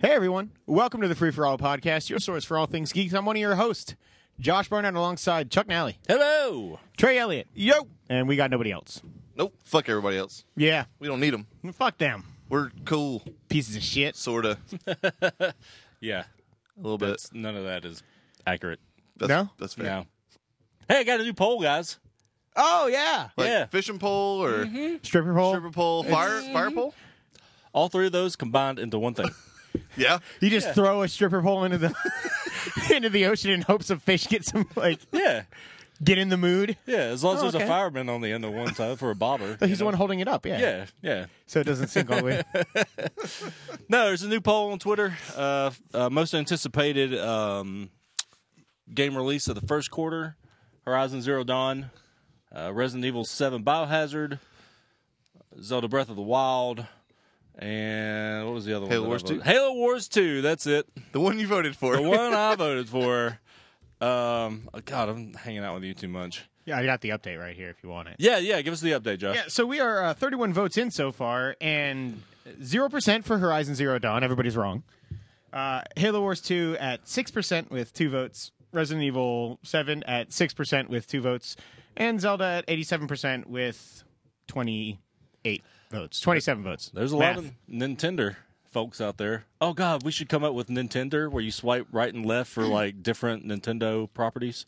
Hey everyone, welcome to the Free for All podcast, your source for all things geeks. I'm one of your hosts, Josh Barnett, alongside Chuck Nally, Hello. Trey Elliott, Yo. and we got nobody else. Nope. Fuck everybody else. Yeah, We don't need them. fuck them, We're cool, pieces of shit. sort of, Yeah. a little bit. That's, none of that is accurate. That's, No? that's fair. No. Hey, I got a new poll, guys. Oh yeah, Like Yeah. fishing pole or stripper pole. stripper pole, fire fire mm-hmm. pole. All three of those combined into one thing. Yeah, You just throw a stripper pole into the into the ocean in hopes of fish get some like yeah. get in the mood. Yeah. As long as Oh, there's okay. a fireman on the end of one side for a bobber. you He's the know. one holding it up, yeah. Yeah. Yeah. So it doesn't sink all the way. No, there's a new poll on Twitter. Uh, uh, most anticipated um, game release of the first quarter: Horizon Zero Dawn, uh, Resident Evil Seven Biohazard, Zelda Breath of the Wild, and what was the other Halo one? Wars 2? Two. Halo Wars Two. That's it. the one you voted for. The one I voted for. Um, oh, God, I'm hanging out with you too much. Yeah, I got the update right here if you want it. Yeah, yeah. Give us the update, Josh. Yeah, so we are uh, 31 votes in so far, and 0% for Horizon Zero Dawn. Everybody's wrong. Uh, Halo Wars 2 at 6% with two votes. Resident Evil 7 at 6% with two votes. And Zelda at 87% with 28 votes. 27 votes. There's a Math. lot of Nintendo folks out there. Oh God, we should come up with Nintendo where you swipe right and left for like different Nintendo properties.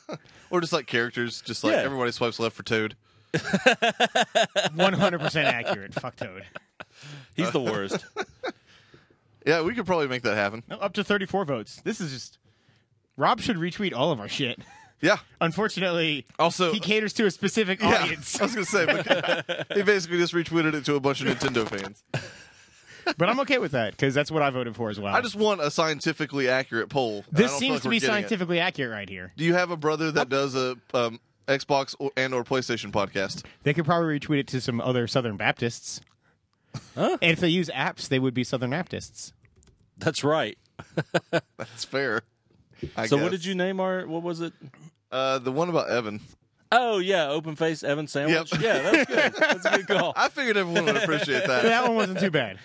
or just like characters, just like Yeah. everybody swipes left for Toad. 100% accurate. Fuck Toad. He's the worst. Yeah, we could probably make that happen. No, up to 34 votes. This is just. Rob should retweet all of our shit. Yeah. Unfortunately, Also- he caters to a specific Yeah, audience. I was gonna say, but he basically just retweeted it to a bunch of Nintendo fans. But I'm okay with that because that's what I voted for as well. I just want a scientifically accurate poll. and I this don't feel seems like to we're be getting it. scientifically accurate right here. Do you have a brother that does a um, Xbox or, and or PlayStation podcast? They could probably retweet it to some other Southern Baptists. And if they use apps, they would be Southern Baptists. That's right. That's fair. I so what guess. did you name our? What was it? Uh, the one about Evan. Oh yeah, open face Evan sandwich. Yep. Yeah, that's good. That's a good call. I figured everyone would appreciate that. That one wasn't too bad.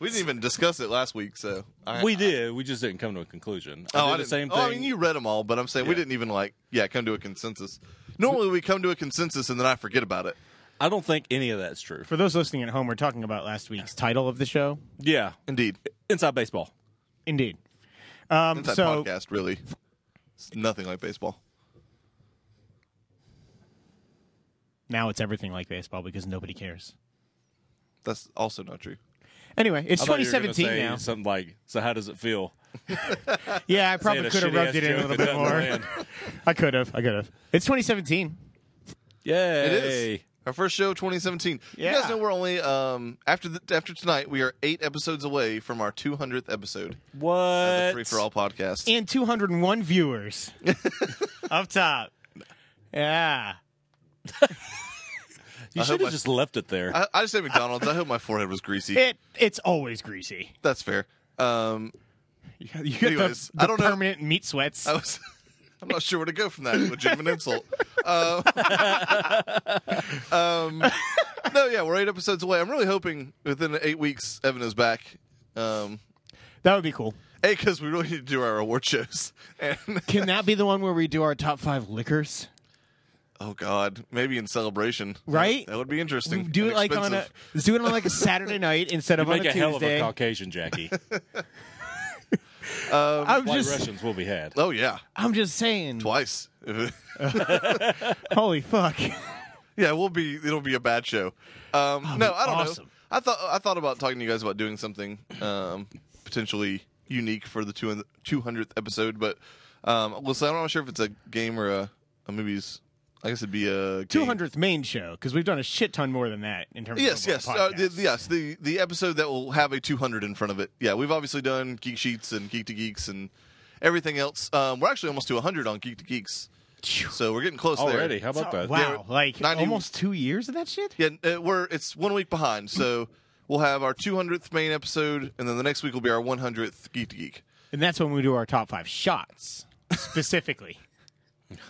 We didn't even discuss it last week, so I, We did. We just didn't come to a conclusion. Oh, I I did didn't, the same oh, thing. I mean, you read them all, but I'm saying we Yeah. didn't even like, yeah, come to a consensus. Normally, we come to a consensus and then I forget about it. I don't think any of that's true. For those listening at home, we're talking about last week's title of the show. Yeah, Indeed, inside baseball. Indeed. Um, inside so podcast really, it's nothing like baseball. now it's everything like baseball because nobody cares. That's also not true. Anyway, it's I thought you were gonna 2017 say now. Something like, so how does it feel? Yeah, I Saying probably a could have shitty-ass rubbed it in a little joke that bit doesn't more. land. I could have. I could have. It's 2017. Yay! It is our first show, 2017. You Yeah. guys know we're only um after the, after tonight, we are eight episodes away from our 200th episode What? of the Free for All podcast. and 201 viewers up top. Yeah. You I should hope I- have just left it there. I, I just said McDonald's. I hope my forehead was greasy. It it's always greasy. That's fair. Um, You got the- Anyways, the I don't know. permanent meat sweats. I was. I'm not sure where to go from that legitimate insult. Uh, um, no, yeah, we're eight episodes away. I'm really hoping within eight weeks Evan is back. Um, That would be cool. a, because we really need to do our award shows, and Can that be the one where we do our top five liquors? oh god, maybe in celebration, Right? That would be interesting. Do and it like on a expensive. let's do it on like a Saturday night instead of on Make a a hell of a Tuesday. Caucasian Jackie. Um, I'm White just Russians will be had. Oh yeah, I'm just saying. twice. Holy fuck! Yeah, we'll be. It'll be a bad show. Um, no, I don't awesome. know. I thought I thought about talking to you guys about doing something um, potentially unique for the two hundredth episode, but um, listen, I'm not sure if it's a game or a, a movie's. I guess it'd be a game. 200th main show because we've done a shit ton more than that in terms Yes, of yes, uh, the, yes. The the episode that will have a 200 in front of it. Yeah, we've obviously done Geek Sheets and Geek to Geeks and everything else. Um, we're actually almost to 100 on Geek to Geeks, so we're getting close there. Already? How about that? Wow, like 90 almost two years of that shit. Yeah, uh, we're it's one week behind, so we'll have our 200th main episode, and then the next week will be our 100th Geek to Geek. And that's when we do our top five shots specifically.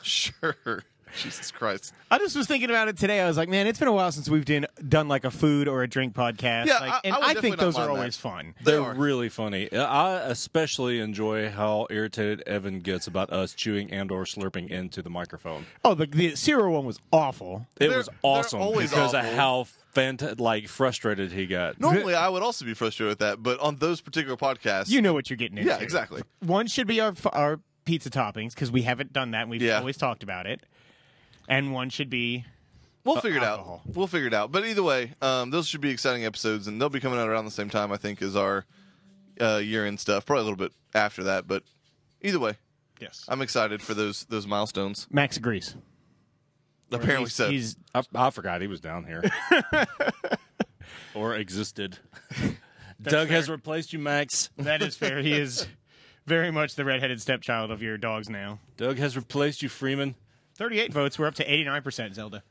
Sure. Jesus Christ. I just was thinking about it today. I was like, man, it's been a while since we've done done like a food or a drink podcast. Yeah, like, I- and I would I, definitely think not those are mind that. always fun. They They're are. really funny. Uh, I especially enjoy how irritated Evan gets about us chewing and or slurping into the microphone. Oh, the, the cereal one was awful. It They're- was they're awesome always because of awful. how fant- like frustrated he got. Normally, I would also be frustrated with that, but on those particular podcasts, You know what you're getting into. yeah, exactly. One should be our our pizza toppings because we haven't done that. and We've Yeah. always talked about it. And one should be We'll figure it Uh, alcohol. out. We'll figure it out. But either way, um, those should be exciting episodes, and they'll be coming out around the same time, I think, as our uh, year-end stuff. Probably a little bit after that, but either way, yes, I'm excited for those those milestones. Max agrees. Or Apparently he's- so. He's I, I forgot he was down here or existed. Doug has replaced you, Max. that is fair. he is very much the redheaded stepchild of your dogs now. Doug has replaced you, Freeman. 38 votes. We're up to 89% Zelda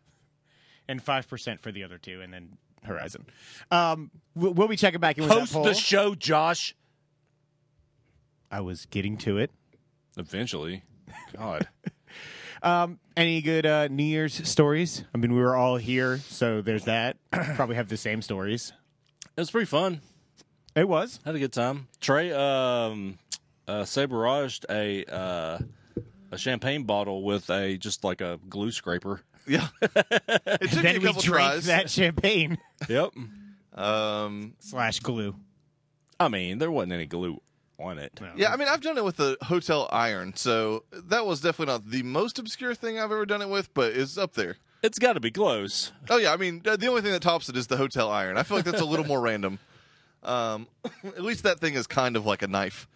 and 5% for the other two, and then Horizon. Um, we'll, we'll be checking back in with that Host poll. the show, Josh. I was getting to it. Eventually, God, Um, any good uh, New Year's stories? I mean, we were all here, so there's that. Probably have the same stories. it was pretty fun. It was. Had a good time. Trey um uh saberaged a uh a champagne bottle with a just like a glue scraper. yeah, it took me a Then we couple drank tries. that champagne Yep. Um, slash glue. I mean, there wasn't any glue on it. yeah, I mean, I've done it with a hotel iron, so that was definitely not the most obscure thing I've ever done it with, but it's up there. It's got to be close. Oh yeah, I mean, uh, the only thing that tops it is the hotel iron. I feel like that's a little more random. Um, at least that thing is kind of like a knife,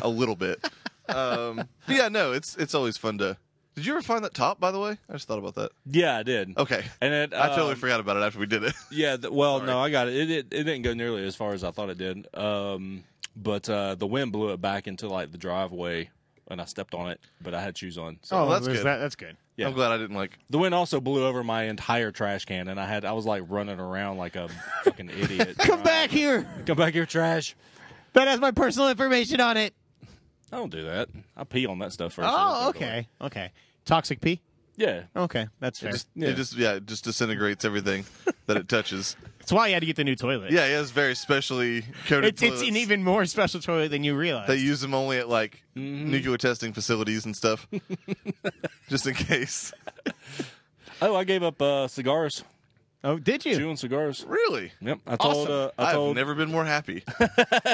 a little bit. Um, but yeah, no, it's it's always fun to. Did you ever find that top? By the way, I just thought about that. Yeah, I did. Okay, And it, Oh. I totally um, forgot about it after we did it. Yeah, th- well, no, I got it. It, it. it didn't go nearly as far as I thought it did. Um, but uh, the wind blew it back into like the driveway, and I stepped on it. But I had shoes on. So Oh, that's there's good. That, that's good. yeah. I'm glad I didn't like. the wind also blew over my entire trash can, and I had I was like running around like a fucking idiot. Come back here. Come back here, trash. That has my personal information on it. I don't do that. I pee on that stuff first. Oh, okay. Okay. Toxic pee? Yeah. Okay. That's fair. Just, Yeah. It just yeah, it just disintegrates everything that it touches. That's why you had to get the new toilet. Yeah, it has very specially coated. It's, it's an toilets. even more special toilet than you realize. They use them only at like Mm-hmm. nuclear testing facilities and stuff, just in case. Oh, I gave up uh, cigars. oh, did you? Chewing cigars. Really? Yep. I told. Awesome. Uh, I told. have never been more happy.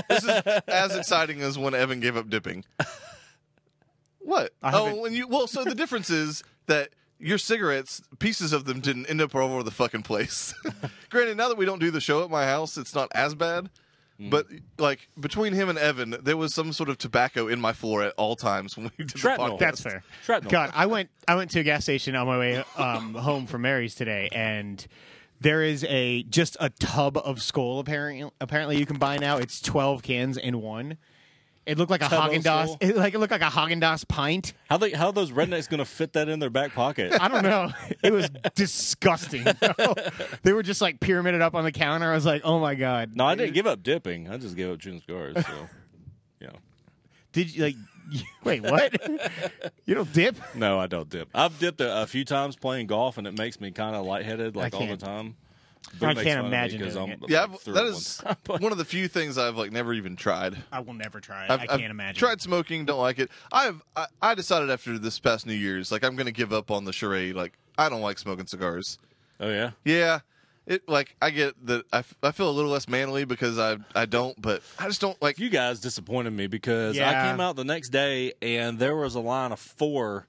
this is as exciting as when Evan gave up dipping. What? I haven't- Oh, when you well, so the difference is that your cigarettes, pieces of them, didn't end up all over the fucking place. Granted, now that we don't do the show at my house, it's not as bad. Mm. But like between him and Evan, there was some sort of tobacco in my floor at all times when we did Shrapnel. the podcast. That's fair. Shrapnel. God, I went I went to a gas station on my way um, home from Mary's today, and there is a just a tub of Skull. Apparently, apparently you can buy now. It's twelve cans in one. It looked like a Tub of Haagen Daz. Skoal? It, like it looked like a Haagen Dazs pint. How they? How those rednecks gonna fit that in their back pocket? I don't know. It was disgusting. they were just like pyramided up on the counter. I was like, oh my god. No, I didn't give up dipping. I just gave up chewing cigars. So, yeah. Did you like? Wait, what? you don't dip? No, I don't dip. I've dipped a, a few times playing golf, and it makes me kind of lightheaded, like all the can't- time. I can't imagine doing it. Yeah, I've, that is one of the few things I've like never even tried. I will never try it. I've, I I've can't imagine. Tried smoking, don't like it. I've I, I decided after this past New Year's, like I'm going to give up on the charade. Like I don't like smoking cigars. Oh yeah. Yeah, it like I get that. I, f- I feel a little less manly because I I don't, but I just don't like. You guys disappointed me because I Yeah. came out the next day and there was a line of four,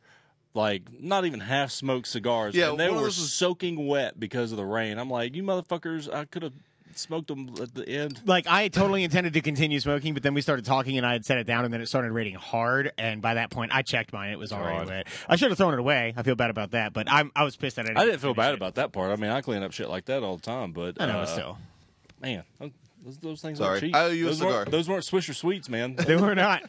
like not even half smoked cigars. Yeah, and they one of were those was- soaking wet because of the rain. I'm like, you motherfuckers! I could have smoked them at the end. like I totally intended to continue smoking, but then we started talking and I had set it down and then it started raining hard and by that point I checked mine, it was already God. wet. I should have thrown it away. I feel bad about that, but I'm I was pissed that I didn't I didn't feel finish bad it. about that part. I mean, I clean up shit like that all the time, but I know uh, still. man, those, those things Sorry. were cheap. I owe you a those weren't- cigar. Those weren't Swisher Sweets, man. They were not.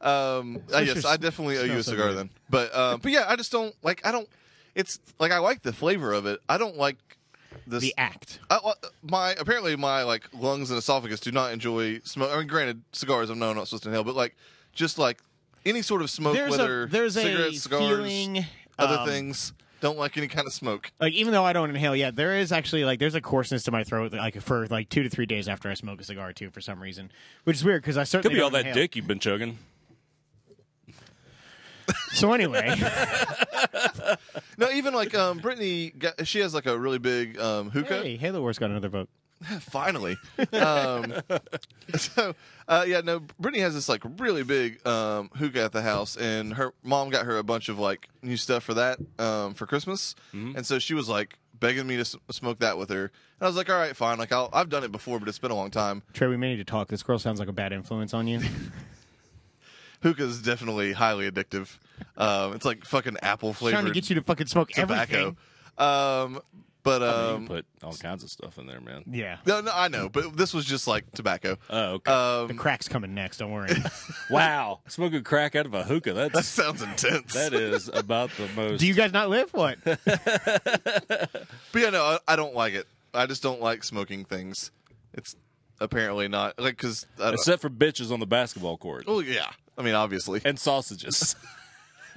Um, uh, yes, just I definitely owe you a smells so cigar good. then. But um, but yeah, I just don't like. I don't. It's like I like the flavor of it. I don't like This the act. I, well, my apparently my like lungs and esophagus do not enjoy smoke. I mean, granted, cigars I know I'm not supposed to inhale, but like just like any sort of smoke, There's whether a there's a cigarettes, cigars, feeling other um, things, don't like any kind of smoke. Like even though I don't inhale yet, there is actually like there's a coarseness to my throat that, like for like two to three days after I smoke a cigar too for some reason, which is weird because I Could certainly be all don't that inhale. dick you've been chugging. So anyway, No, even like um, Brittany, got, she has like a really big um, hookah. hey, Halo Wars got another vote. Finally, um, so uh, yeah, no, Brittany has this like really big um, hookah at the house, and her mom got her a bunch of like new stuff for that um, for Christmas, Mm-hmm. and so she was like begging me to s- smoke that with her, and I was like, all right, fine, like I'll, I've done it before, but it's been a long time. Trey, we may need to talk. This girl sounds like a bad influence on you. Hookah is definitely highly addictive. Um, it's like fucking apple Trying flavored to get you to fucking smoke tobacco. everything. Um, but I mean, you um, put all kinds of stuff in there, man. Yeah. no, no, I know, but this was just like tobacco. Oh, okay. The Um, crack's coming next. Don't worry. wow, smoking crack out of a hookah. that That's sounds intense. that is about the most. Do you guys not live? What? But yeah, no, I, I don't like it. I just don't like smoking things. It's apparently not like because. except for bitches on the basketball court Well, yeah. I mean, obviously, and sausages.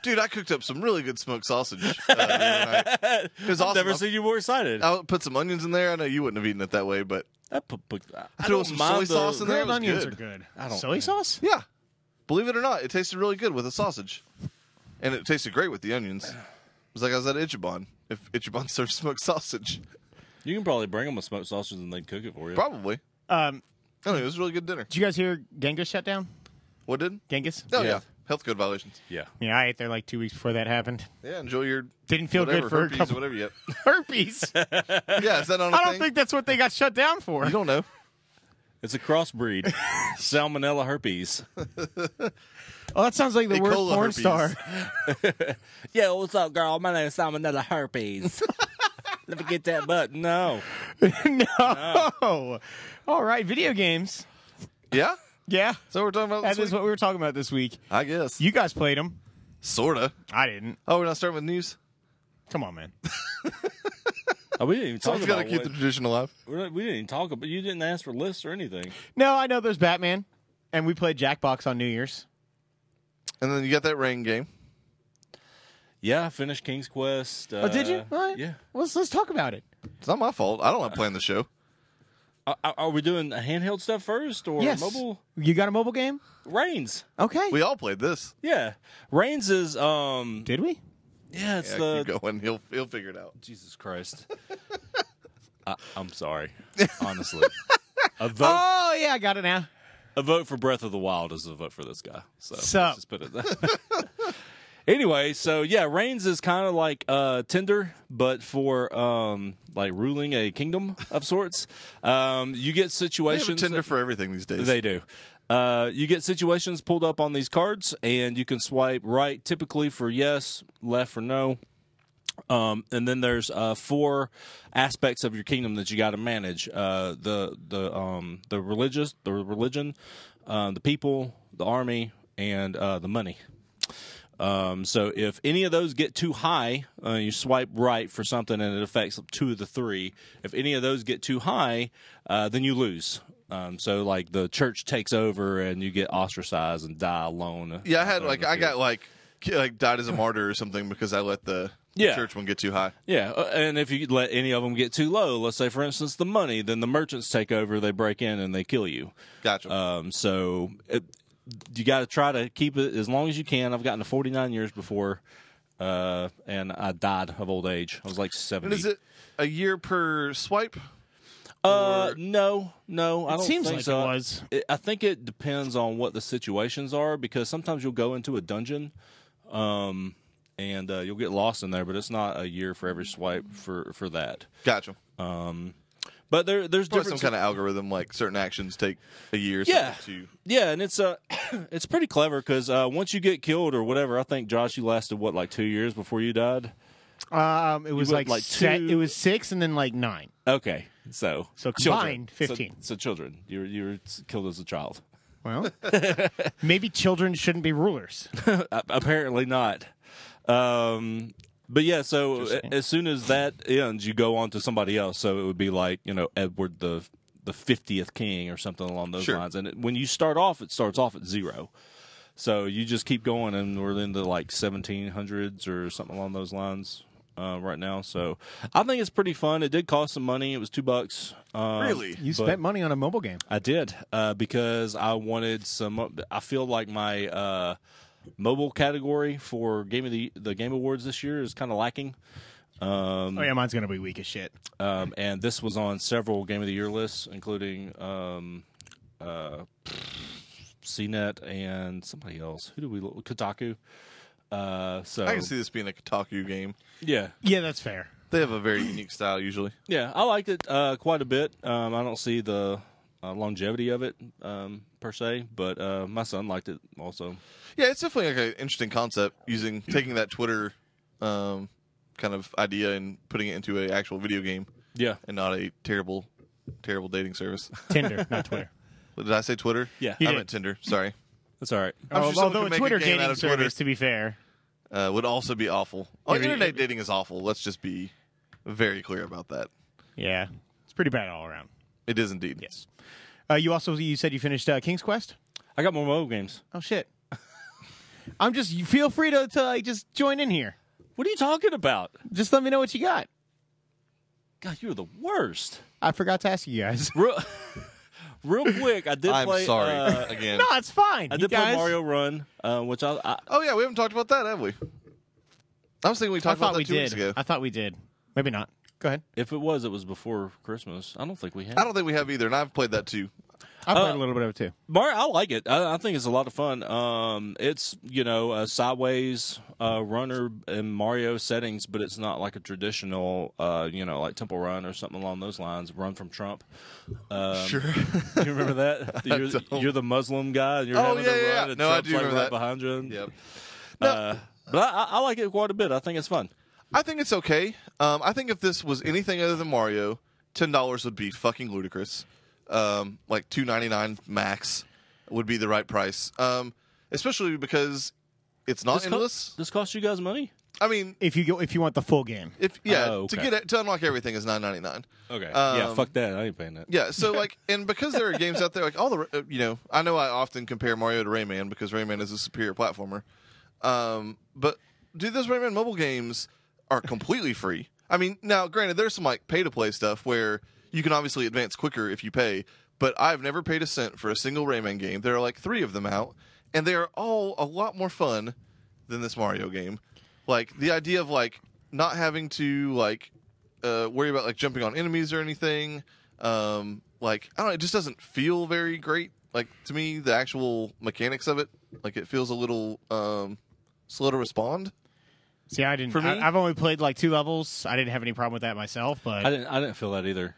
dude. I cooked up some really good smoked sausage. Uh, the other night. It was I've awesome. never I- seen you more excited. I put some onions in there. I know you wouldn't have eaten it that way, but I, put, put, I- I Throw don't some mind soy sauce the- in there. Grilled was onions good. are good. I don't- Soy sauce? yeah, believe it or not, it tasted really good with a sausage, and it tasted great with the onions. It was like I was at Ichiban. If Ichiban served smoked sausage, You can probably bring them a smoked sausage and they'd cook it for you. probably. Um, I don't know. It was a really good dinner. did you guys hear Genghis shut down? What did? Genghis? Oh Yeah. yeah, health code violations. Yeah. Yeah, I ate there like two weeks before that happened. Yeah, enjoy your Didn't feel whatever, good for herpes, a couple whatever yet. herpes. I Yeah, is that on a don't thing? think that's what they got shut down for. You don't know. It's a crossbreed. Salmonella herpes. Oh, that sounds like the worst Ebola porn herpes. star. Yo, what's up, girl? My name is Salmonella herpes. Let me get that butt. No. no. All right, video games. Yeah. Yeah, So we're talking about that this is week? what we were talking about this week. I guess. You guys played them. Sorta. I didn't. Oh, we're not starting with news. Come on, man. Oh, we didn't even talk Someone's got to about keep what- the tradition alive. we're not- We didn't even talk about. You didn't ask for lists or anything. No, I know there's Batman, and we played Jackbox on New Year's. And then you got that rain game. Yeah, I finished King's Quest. Uh, Oh, did you? All right. Yeah. Let's let's talk about it. It's not my fault. I don't like playing the show. Are, are- are we doing handheld stuff first or yes. mobile? You got a mobile game? Reigns. Okay. We all played this. Yeah. Reigns is um Did we? yeah, it's Yeah, the keep going. He'll he'll figure it out. Jesus Christ. I, I'm sorry. Honestly. A vote Oh yeah, I got it now. a vote for Breath of the Wild is a vote for this guy. So Sup? let's just put it that. anyway, so yeah, Reigns is kind of like uh, Tinder, but for um, like ruling a kingdom of sorts. Um, you get They have a situations. Tinder for everything these days. They do. Uh, you get situations pulled up on these cards, and you can swipe right typically for yes, left for no. Um, and then there's uh, four aspects of your kingdom that you got to manage: uh, the the um, the religious, the religion, uh, the people, the army, and uh, the money. Um, so if any of those get too high, uh, you swipe right for something, and it affects two of the three. If any of those get too high, uh, then you lose. Um, so like the church takes over, and you get ostracized and die alone. yeah, I had like I got like ki- like died as a martyr or something because I let the Yeah. church one get too high. Yeah, uh, and if you let any of them get too low, let's say for instance the money, then the merchants take over, they break in, and they kill you. Gotcha. Um, so it, you got to try to keep it as long as you can. I've gotten to 49 years before, uh, and I died of old age. I was like 70. and is it a year per swipe? Uh, no, no. I It don't seems think like so. it was. It- I think it depends on what the situations are because sometimes you'll go into a dungeon, um, and uh, you'll get lost in there. But it's not a year for every swipe for for that. Gotcha. But there there's Probably different some kind of algorithm like certain actions take a year. or Yeah. something to- Yeah, and it's uh, it's pretty clever because uh, once you get killed or whatever, I think Josh, you lasted what like two years before you died. Um, it was went, like, like, se- two- it was six and then like nine. Okay, so So children. combined, 15. So, so children, you were, you were killed as a child. Well, maybe children shouldn't be rulers. A- Apparently not. uh, Um, But yeah, so Just saying. a- as soon as that ends, you go on to somebody else. So it would be like you know Edward the the fiftieth king or something along those Sure. lines. And it- when you start off, it starts off at zero. So you just keep going, and we're in the like seventeen hundreds or something along those lines uh, right now. So I think it's pretty fun. It did cost some money. It was two bucks. Um, Really? You But- spent money on a mobile game. I did uh, because I wanted some. I feel like my uh, mobile category for game of the the game awards this year is kind of lacking. Um, Oh yeah, mine's gonna be weak as shit. um, and this was on several game of the year lists, including um, uh, CNET and somebody else. Who do we look? Kotaku. Uh, so I can see this being a Kotaku game. yeah, Yeah, that's fair. They have a very unique style usually. Yeah, I liked it uh, quite a bit. Um, I don't see the uh, longevity of it um, per se, but uh, my son liked it also. Yeah, it's definitely like an interesting concept using taking that Twitter um, kind of idea and putting it into an actual video game Yeah, and not a terrible, terrible dating service. Tinder, not Twitter. Did I say Twitter? yeah, You I did. meant Tinder. Sorry. that's all right. I'm sure someone although could a make a Twitter game dating out of Twitter. service, to be fair, Uh, would also be awful. Oh, Maybe- internet dating is awful. Let's just be very clear about that. yeah, it's pretty bad all around. It is indeed. Yes. Uh, you also you said you finished uh, King's Quest. I got more mobile games. Oh shit. I'm just. You feel free to, to like just join in here. What are you talking about? Just let me know what you got. God, you're the worst. I forgot to ask you guys. Real, real quick, I did I'm play. sorry uh, again. no, it's fine. I You did play guys- Mario Run, uh, which I, I Oh yeah, we haven't talked about that, have we? I was thinking we I talked about thought that we two weeks did. ago. I thought we did. Maybe not. Go ahead. if it was, it was before Christmas. I don't think we had. I don't think we have either, and I've played that too. I played Uh, a little bit of it too. Mario, I like it. I, I think it's a lot of fun. Um, it's you know a sideways uh, runner in Mario settings, but it's not like a traditional uh, you know like Temple Run or something along those lines. Run from Trump. Um, Sure. you remember that? You're, don't. you're the Muslim guy. And you're Oh, having yeah, to yeah, run, yeah. and No, I Trump's, do like, remember right that. behind you. and- yep. Uh, but I, I- I like it quite a bit. I think it's fun. I think it's okay. Um, I think if this was anything other than Mario, ten dollars would be fucking ludicrous. Um, like two ninety nine max would be the right price. Um, especially because it's not This co- endless. This cost you guys money? I mean, If you go, if you want the full game, if yeah, Oh, to okay. get it to unlock everything is nine ninety nine. Okay. yeah. Um, Fuck that. I ain't paying that. Yeah, so like, and because there are games out there, like all the, uh, you know, I know I often compare Mario to Rayman because Rayman is a superior platformer. Um, but dude, those Rayman mobile games are completely free. I mean, now granted, there's some like pay to play stuff where you can obviously advance quicker if you pay, but I've never paid a cent for a single Rayman game. There are like three of them out, and they are all a lot more fun than this Mario game. Like the idea of like not having to like uh, worry about like jumping on enemies or anything. Um, like I don't know, it just doesn't feel very great. Like to me, the actual mechanics of it, like it feels a little um, slow to respond. see, I didn't. For me- I, have only played like two levels. I didn't have any problem with that myself, but I didn't. I didn't feel that either.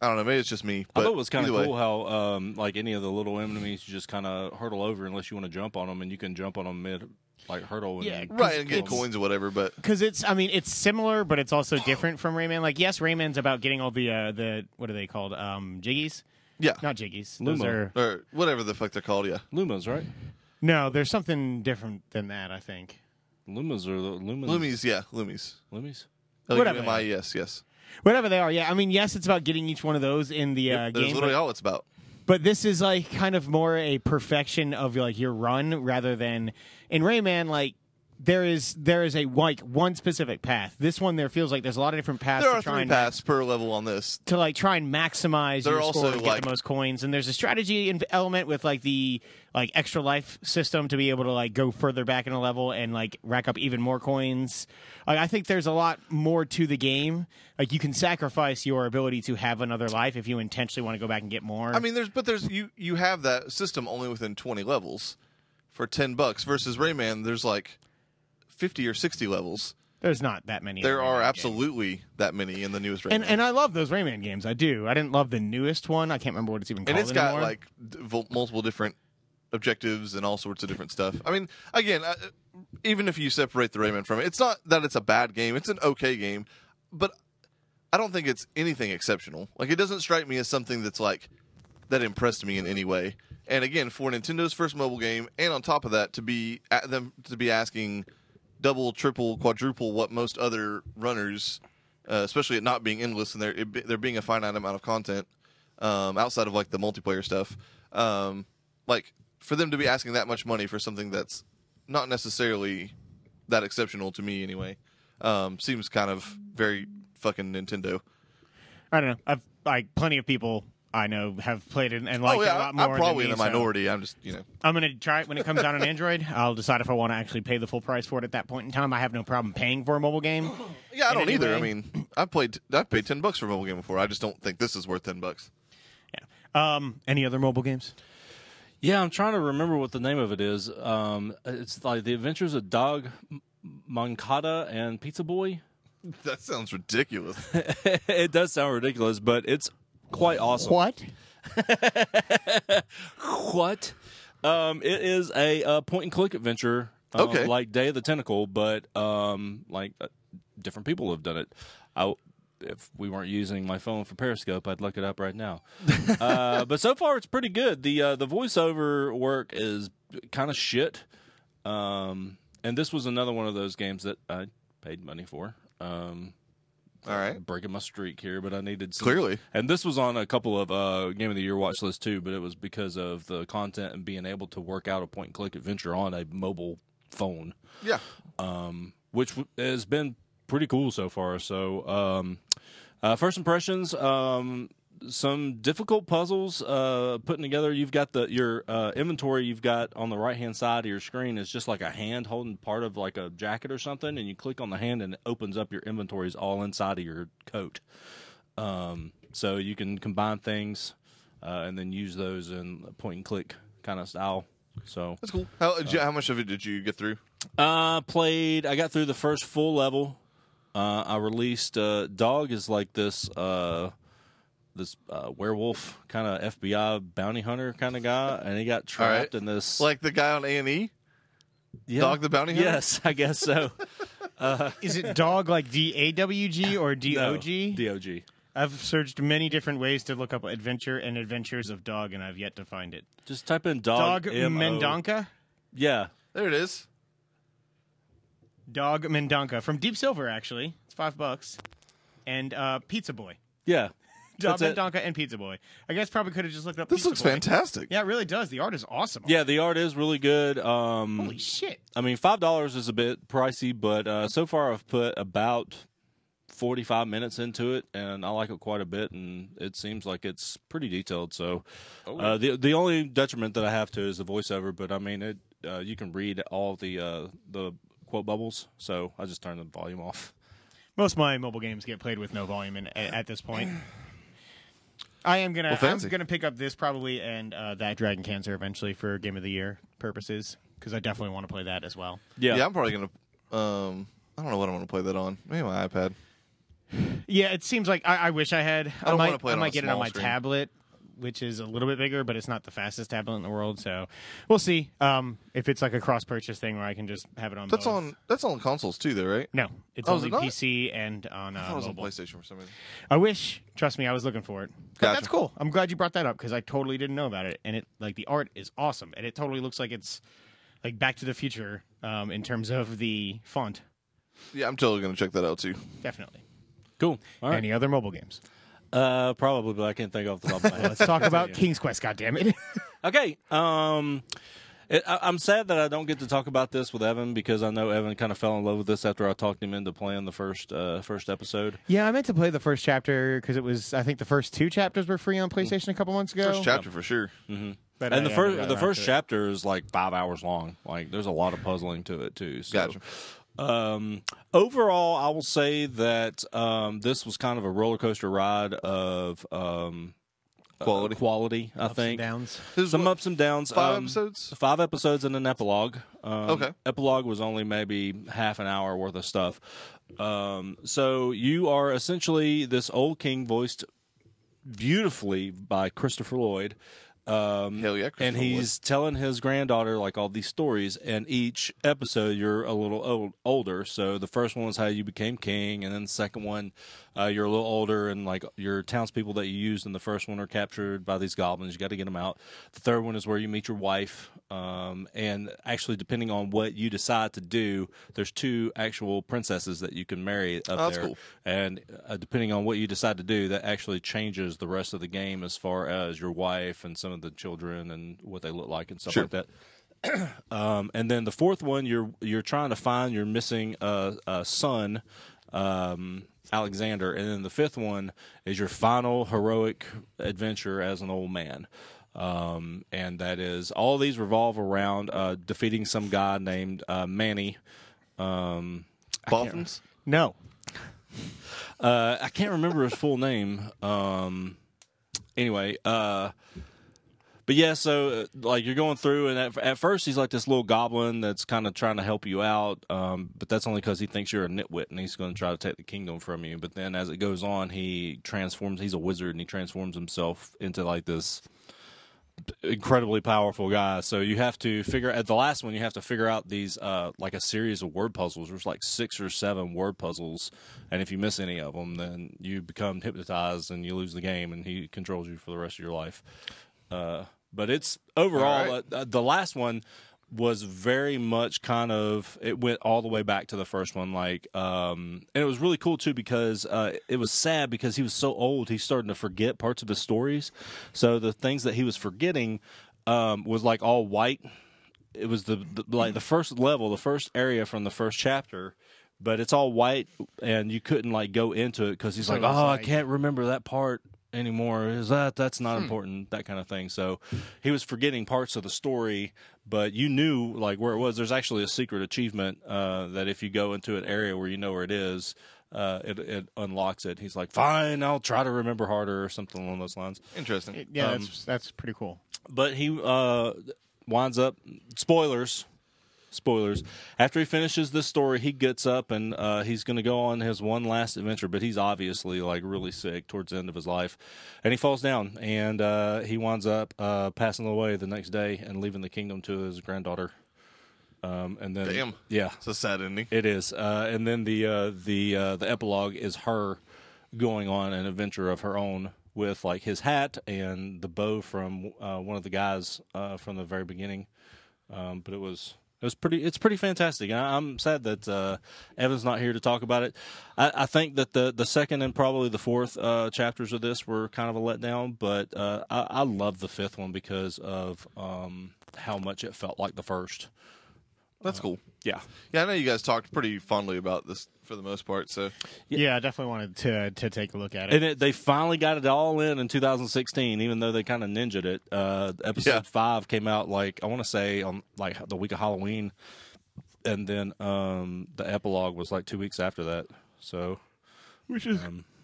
I don't know, maybe it's just me. I But thought it was kind of either way. cool how, um, like any of the little enemies, you just kind of hurtle over unless you want to jump on them, and you can jump on them mid, like hurdle. And, Yeah, right? And get It's- coins or whatever. But because it's i mean it's similar but it's also different from rayman like yes rayman's about getting all the uh the what are they called um jiggies yeah, not jiggies those Lumo. are or whatever the fuck they're called. Yeah, Lumas, right? no there's something different than that i think Lumas are the Lumas. Lumis. Yeah, Lumis. Lumis. Whatever. M I E S. Yes, whatever they are yeah i mean yes it's about getting each one of those in the uh, that's game literally but, all it's about. but this is like kind of more a perfection of like your run rather than in rayman like there is there is a like one specific path this one there feels like there's a lot of different paths There to are try three and paths per level on this. to like try and maximize They're your also, score and get like- the most coins. And there's a strategy in- element with like the like extra life system to be able to like go further back in a level and like rack up even more coins. Like I think there's a lot more to the game. Like you can sacrifice your ability to have another life if you intentionally want to go back and get more. I mean, there's but there's you you have that system only within 20 levels for 10 bucks versus Rayman. There's like 50 or 60 levels. there's not that many. There other are Rayman games. absolutely that many in the newest Rayman. And, and I love those Rayman games. I do. I didn't love the newest one. I can't remember what it's even And called. it's got anymore. like d- vol- multiple different objectives and all sorts of different stuff. I mean, again, I, even if you separate the Rayman from it, it's not that it's a bad game. It's an okay game, but I don't think it's anything exceptional. Like it doesn't strike me as something that's like that impressed me in any way. And again, for Nintendo's first mobile game, and on top of that, to be at them to be asking double, triple, quadruple what most other runners, uh, especially it not being endless and there it, be- there being a finite amount of content um, outside of like the multiplayer stuff. Um, like for them to be asking that much money for something that's not necessarily that exceptional to me anyway, um, seems kind of very fucking Nintendo. I don't know. I've like plenty of people I know have played it and like oh it a yeah, lot I- more. I'm probably than in me, so the minority. I'm just you know I'm gonna try it when it comes out on Android. I'll decide if I want to actually pay the full price for it at that point in time. I have no problem paying for a mobile game. Yeah, I in don't any either. I way. mean, I've played I've paid ten bucks for a mobile game before. I just don't think this is worth ten bucks. Yeah. Um. Any other mobile games? Yeah, I'm trying to remember what the name of it is. Um, it's like The Adventures of Dog M- Moncada and Pizza Boy. That sounds ridiculous. it does sound ridiculous, but it's quite awesome. What? What? Um, it is a uh, point and click adventure. uh, Okay. Like Day of the Tentacle, but um, like uh, different people have done it. I, if we weren't using my phone for Periscope, I'd look it up right now. uh, but so far, it's pretty good. the uh, The voiceover work is kind of shit. Um, and this was another one of those games that I paid money for. Um, All right. breaking my streak here, but I needed some, Clearly. And this was on a couple of uh, game of the year watch lists too, but it was because of the content and being able to work out a point and click adventure on a mobile phone, Yeah. um, which w- has been pretty cool so far. So, um, uh, first impressions. Um, some difficult puzzles uh, putting together. You've got the your uh, inventory. You've got on the right hand side of your screen is just like a hand holding part of like a jacket or something, and you click on the hand and it opens up your inventories all inside of your coat. Um, so you can combine things uh, and then use those in a point and click kind of style. So That's cool. How did Uh, you- how much of it did you get through? uh, played. I got through the first full level. Uh, I released. Uh, Dog is like this. Uh, this uh, werewolf kind of FBI bounty hunter kind of guy, and he got trapped in this Like the guy on A and E, Yeah. Dog the Bounty Hunter. Yes, I guess so. Is it dog like D A W G or D O G? D O G. I've searched many different ways to look up adventure and adventures of dog, and I've yet to find it. Just type in dog. Dog M-O. Mendonca? Yeah, There it is. Dog Mendonca from Deep Silver, actually. It's five bucks. And uh, Pizza Boy. yeah. Dog That's it. Mendonca and Pizza Boy. I guess probably could have just looked up This Pizza looks Boy. fantastic. Yeah, it really does. The art is awesome. Yeah, the art is really good. Um, Holy shit. I mean, five dollars is a bit pricey, but uh, so far I've put about forty-five minutes into it, and I like it quite a bit. And it seems like it's pretty detailed. So, uh, the the only detriment that I have to is the voiceover, but I mean, it uh, you can read all the uh, the quote bubbles, so I just turn the volume off. Most of my mobile games get played with no volume in, at, at this point. I am gonna Well, I'm fancy. gonna pick up this probably and uh, that Dragon Cancer eventually for game of the year purposes because I definitely want to play that as well. Yeah, I'm probably gonna. Um, I don't know what I'm gonna play that on. Maybe my iPad. Yeah, it seems like I, I wish I had. I, don't wanna might, play it I on might a get it on small my screen. tablet, which is a little bit bigger, but it's not the fastest tablet in the world. So we'll see um, if it's like a cross purchase thing where I can just have it on. That's both. on. That's on consoles too, though, right? No, it's Oh, is only it not? PC and on I uh, thought it was on mobile. PlayStation for some reason. I wish. Trust me, I was looking for it. But Gotcha. that's cool. I'm glad you brought that up because I totally didn't know about it, and it like the art is awesome, and it totally looks like it's like Back to the Future um, in terms of the font. Yeah, I'm totally gonna check that out too. Definitely. cool. All right, Any other mobile games? uh, probably, but I can't think off the top of my head. Let's talk about King's Quest. God damn it! Okay. Um, it, I, I'm sad that I don't get to talk about this with Evan because I know Evan kind of fell in love with this after I talked him into playing the first uh, first episode. Yeah, I meant to play the first chapter because it was. I think the first two chapters were free on PlayStation a couple months ago. First chapter for sure. Mm. But and I- the I never first got the around first to it. chapter is like five hours long. Like there's a lot of puzzling to it too. So, Gotcha. Um, overall, I will say that um, this was kind of a roller coaster ride of um, uh, Quality. quality. I think downs. This some is what, ups and downs. five um, episodes. Five episodes and an epilogue. Um, Okay. Epilogue was only maybe half an hour worth of stuff. Um, so you are essentially this old king voiced beautifully by Christopher Lloyd. Um, Hell yeah, and Christopher Lloyd. he's telling his granddaughter like all these stories, and each episode you're a little old, older. So the first one was how you became king, and then the second one, uh, you're a little older, and like your townspeople that you used in the first one are captured by these goblins. You got to get them out. The third one is where you meet your wife, um, and actually, depending on what you decide to do, there's two actual princesses that you can marry up Oh, that's there. cool. And uh, depending on what you decide to do, that actually changes the rest of the game as far as your wife and some of the children and what they look like and stuff Sure. like that. um, and then the fourth one, you're you're trying to find your missing uh, uh, son, um, Alexander. And then the fifth one is your final heroic adventure as an old man. Um, and that is all these revolve around uh, defeating some guy named uh, Manny. Um, Boffins. No. uh, I can't remember his full name. Um, anyway, uh, but yeah, so uh, like you're going through, and at, at first he's like this little goblin that's kind of trying to help you out, um, but that's only because he thinks you're a nitwit and he's going to try to take the kingdom from you. But then as it goes on, he transforms. He's a wizard and he transforms himself into like this incredibly powerful guy. So you have to figure at the last one you have to figure out these uh, like a series of word puzzles. There's like six or seven word puzzles, and if you miss any of them, then you become hypnotized and you lose the game, and he controls you for the rest of your life. Uh, but it's overall All right. uh, uh, the last one was very much kind of it went all the way back to the first one like um and it was really cool too because uh it was sad because he was so old he's starting to forget parts of his stories so the things that he was forgetting um was like all white it was the, the like the first level, the first area from the first chapter, but it's all white, and you couldn't like go into it because he's So like, it oh, was I like- Hmm. can't remember that part anymore. Is that that's not important? That kind of thing. So he was forgetting parts of the story, but you knew like where it was. There's actually a secret achievement uh, that if you go into an area where you know where it is. Uh, it it unlocks it. He's like, fine, I'll try to remember harder or something along those lines Interesting. Uh, It- yeah, Um, that's that's pretty cool. but he uh, winds up spoilers spoilers after he finishes this story he gets up and uh, he's going to go on his one last adventure but he's obviously like really sick towards the end of his life and he falls down and uh, he winds up uh, passing away the next day and leaving the kingdom to his granddaughter um, and then Damn. yeah It's a sad ending. it is, uh, and then the uh, the uh, the epilogue is her going on an adventure of her own with like his hat and the bow from uh, one of the guys uh, from the very beginning. Um, but it was it was pretty it's pretty fantastic. And I, I'm sad that uh, Evan's not here to talk about it. I, I think that the the second and probably the fourth uh, chapters of this were kind of a letdown, but uh, I, I love the fifth one because of um, how much it felt like the first. That's cool. Yeah. Yeah, I know you guys talked pretty fondly about this for the most part. So Yeah, I definitely wanted to to take a look at it. And it, they finally got it all in in 2016, even though they kind of ninja'd it. Uh, episode Yeah. five came out like I want to say on like the week of Halloween, and then um, the epilogue was like two weeks after that. So which is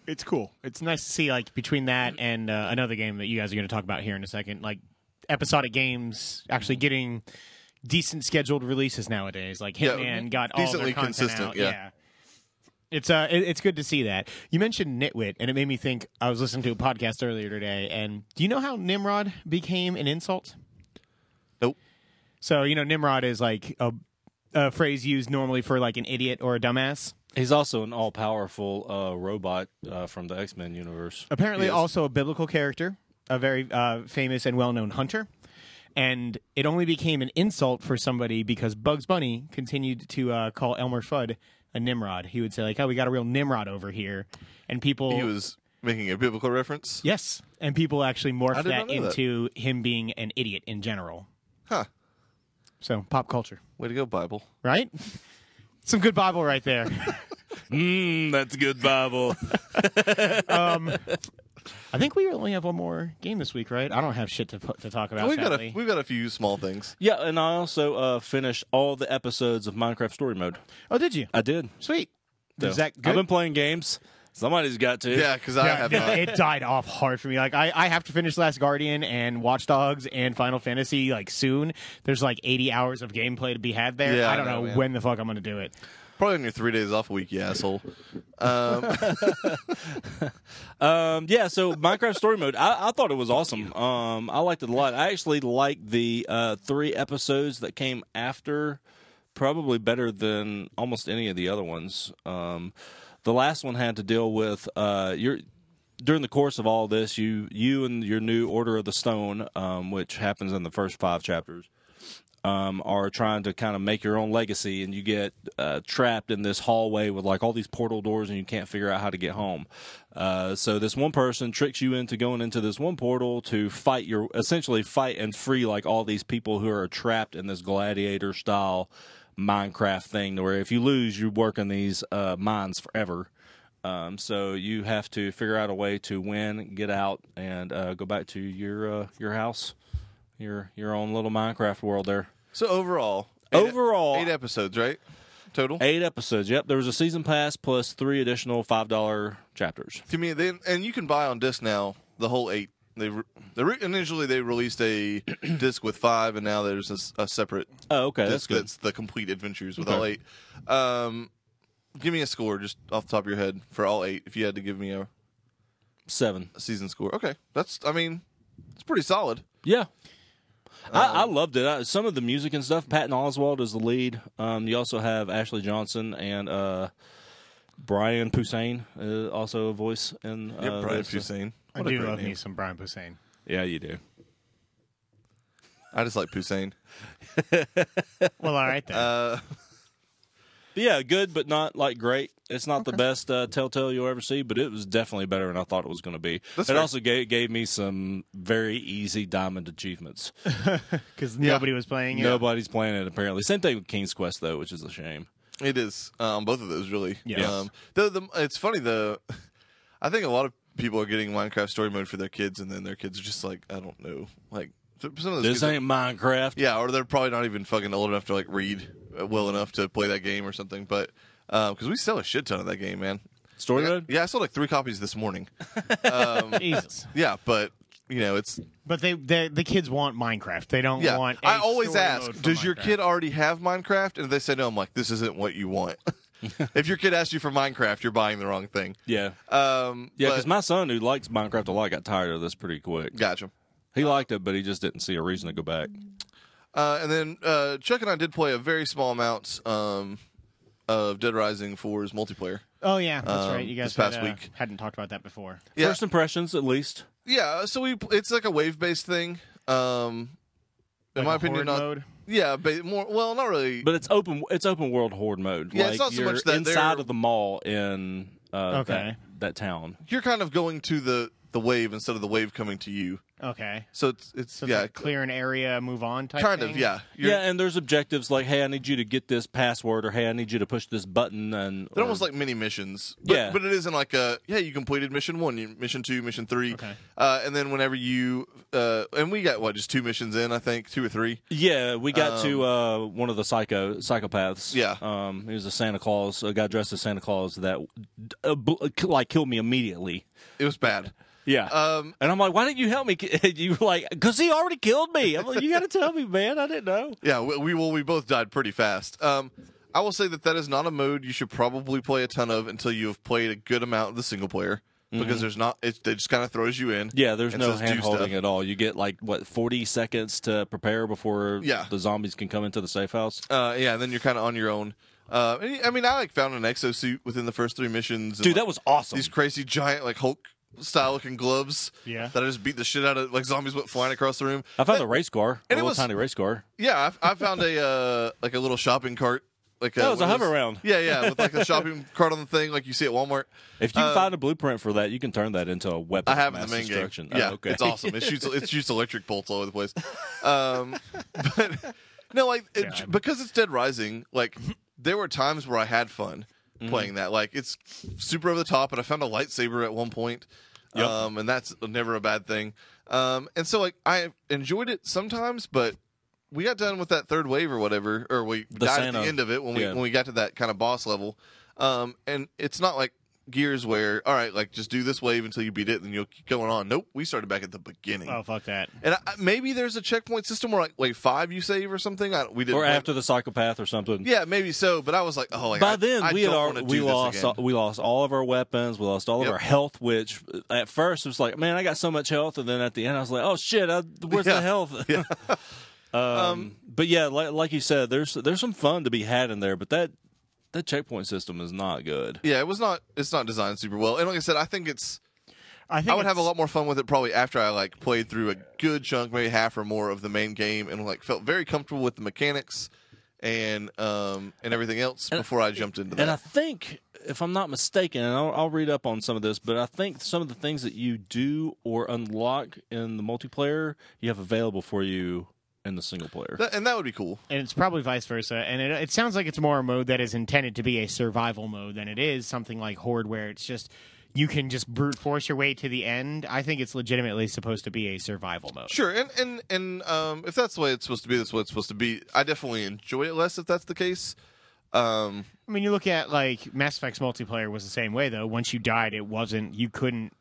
it's cool. It's nice to see like between that and uh, another game that you guys are going to talk about here in a second, like episodic games actually getting decent scheduled releases nowadays. Like Yeah, Hitman got all decently their content consistent, out. yeah. It's uh, it- it's good to see that you mentioned Nitwit, and it made me think. I was listening to a podcast earlier today, and do you know how Nimrod became an insult? Nope. So you know, Nimrod is like a, a phrase used normally for like an idiot or a dumbass. he's also an all powerful uh, robot uh, from the X Men universe. apparently Yes. also a biblical character, a very uh, famous and well-known hunter. And it only became an insult for somebody because Bugs Bunny continued to uh, call Elmer Fudd a Nimrod. He would say like, "Oh, we got a real Nimrod over here," and people he was making a biblical reference. yes, and people actually I morphed did that not know that. into him being an idiot in general. Huh. So pop culture, Way to go, Bible. right? Some good Bible right there. Mm, that's good Bible. um, I think we only have one more game this week, right? I don't have shit to put, to talk about. Oh, we've got sadly. a we've got a few small things. yeah, and I also uh, finished all the episodes of Minecraft Story Mode. oh, did you? I did. Sweet. So, Is that good? I've been playing games. Somebody's got to. Yeah, because I Yeah, have no, not. it died off hard for me. Like I, I have to finish Last Guardian and Watch Dogs and Final Fantasy like soon. There's like 80 hours of gameplay to be had there. Yeah, I I don't know, know man. when the fuck I'm gonna do it. Probably on your three days off week, you asshole. Um, Um, yeah, so Minecraft Story Mode, I, I thought it was awesome. Um, I liked it a lot. I actually liked the uh, three episodes that came after, probably better than almost any of the other ones. Um, the last one had to deal with uh, your during the course of all this, you you and your new Order of the Stone, um, which happens in the first five chapters. Um, are trying to kind of make your own legacy, and you get uh, trapped in this hallway with like all these portal doors, and you can't figure out how to get home. Uh, so this one person tricks you into going into this one portal to fight your essentially fight and free like all these people who are trapped in this gladiator style Minecraft thing, where if you lose, you work in these uh, mines forever. Um, so you have to figure out a way to win, get out, and uh, go back to your uh, your house, your your own little Minecraft world. There, so overall, Overall- eight episodes, right? Total. eight episodes. Yep, there was a season pass plus three additional five dollar chapters. To me, they, and you can buy on disc now the whole eight. They re- they re- initially they released a disc with five, and now there's a, s- a separate Oh, okay, that's disc good. that's the complete adventures with Okay. all eight. Um, give me a score just off the top of your head for all eight. If you had to give me a, Seven. a season score, okay, that's I mean, it's pretty solid. Yeah. Uh, I, I loved it. I, some of the music and stuff. Patton Oswald is the lead. Um, you also have Ashley Johnson and uh, Brian Poussaint, uh, also a voice in. Uh, this. Poussin. I do love me some Brian Posehn. Yeah, you do. I just like Poussin. Well, all right then. Uh, But yeah, good, but not like great. It's not the best uh, Telltale you'll ever see, but it was definitely better than I thought it was going to be. That's it fair. also gave, gave me some very easy diamond achievements. Because nobody was playing it. Nobody's playing it apparently. Same thing with King's Quest though, which is a shame. It is um, both of those really. Yes. Um, though the, it's funny the, I think a lot of people are getting Minecraft story mode for their kids, and then their kids are just like, I don't know, like some of those. This kids are- ain't Minecraft. yeah, or they're probably not even fucking old enough to like read uh, well enough to play that game or something. But because we sell a shit ton of that game, man. Story mode. Yeah, I sold like three copies this morning. Jesus. Yeah, but you know it's But they, they the kids want Minecraft. They don't yeah. want. a I always story ask, mode for does your Minecraft. kid already have Minecraft? And if they say no, I'm like, this isn't what you want. if your kid asks you for Minecraft, you're buying the wrong thing. Yeah. Um, Yeah, but- because my son, who likes Minecraft a lot, got tired of this pretty quick. Gotcha. He liked it, but he just didn't see a reason to go back. Uh, and then uh, Chuck and I did play a very small amount um, of Dead Rising 4's multiplayer. Oh yeah, that's Um, right. You guys this past had, uh, week. hadn't talked about that before. Yeah. First impressions, at least. Yeah, so we it's like a wave based thing. Um, in Like my a horde opinion, not mode? yeah, ba- more well, not really. But it's open. It's open world horde mode. Yeah, like it's not so you're much that inside they're- of the mall in uh, Okay. that, that town. you're kind of going to the the wave instead of the wave coming to you. Okay. So it's it's So it's yeah, like clear an area, move on type. kind of thing? yeah. yeah, and there's objectives like, hey, I need you to get this password, or hey, I need you to push this button, and They're or- almost like mini missions. But, Yeah. But it isn't like a, yeah, you completed mission one, you, mission two, mission three. Okay. Uh, and then whenever you, uh, and we got, what, just two missions in, I think, two or three. Yeah, we got to uh, one of the psycho psychopaths. Yeah. um, he was a Santa Claus, a guy dressed as Santa Claus that uh, bl- like killed me immediately. It was bad. Yeah. Um, and I'm like, why didn't you help me? You were like, because he already killed me. I'm like, you got to tell me, man. I didn't know. Yeah, we, we well we both died pretty fast. Um, I will say that that is not a mode you should probably play a ton of until you have played a good amount of the single player because there's not it, it just kind of throws you in. Mm-hmm. Yeah, there's and no says, "Do hand holding stuff." at all. You get like what 40 seconds to prepare before Yeah. the zombies can come into the safe house. Uh, yeah, and then you're kind of on your own. Uh, and, I mean, I like found an exosuit within the first three missions. and, Dude, that like, was awesome. these crazy giant like Hulk style looking gloves. Yeah. that I just beat the shit out of. Like zombies went flying across the room. I found a race car, a and it little was- tiny race car. Yeah, I, I found a uh, like a little shopping cart. Like uh, That was one a of those- hover round. Yeah, yeah, with like a shopping cart on the thing, like you see at Walmart. If you Uh, find a blueprint for that, you can turn that into a weapon. I have of in mass the main game. destruction. Oh, Yeah, okay. it's awesome. It shoots it shoots electric bolts all over the place. Um, but no, like it, God. because it's Dead Rising, like there were times where I had fun Mm-hmm. playing that. Like it's super over the top, and I found a lightsaber at one point. Yep. Um, and that's never a bad thing. Um, and so like I enjoyed it sometimes, but we got done with that third wave or whatever, or we The died at Santa. the end of it when we Yeah. when we got to that kind of boss level. Um, and it's not like Gears where all right, like just do this wave until you beat it, and you'll keep going on. Nope, we started back at the beginning. Oh fuck that! And I, I- maybe there's a checkpoint system where like wave five you save or something. I, we didn't. or after the psychopath or something. Yeah, maybe so. But I was like, oh, like, By I- then I we had don't al- wanna do we this lost again. all, we lost all of our weapons. We lost all Yep. of our health, which uh, at first it was like, man, I got so much health, and then at the end I was like, oh shit, I, where's Yeah. the health? Yeah. um, but yeah, like, like you said, there's there's some fun to be had in there, but that that checkpoint system is not good. Yeah, it was not. It's not designed super well. And like I said, I think it's. I think I would have a it's- lot more fun with it probably after I like played through a good chunk, maybe half or more of the main game, and like felt very comfortable with the mechanics and um and everything else before I jumped into And I that. think, if I'm not mistaken, and I'll, I'll read up on some of this, but I think some of the things that you do or unlock in the multiplayer, you have available for you in the single player. That- and that would be cool. and it's probably vice versa. And it, it sounds like it's more a mode that is intended to be a survival mode than it is something like Horde, where it's just you can just brute force your way to the end. I think it's legitimately supposed to be a survival mode. Sure, and and and um, if that's the way it's supposed to be, that's what it's supposed to be. I definitely enjoy it less if that's the case. Um, I mean, you look at like Mass Effect's multiplayer was the same way though. Once you died, it wasn't you couldn't.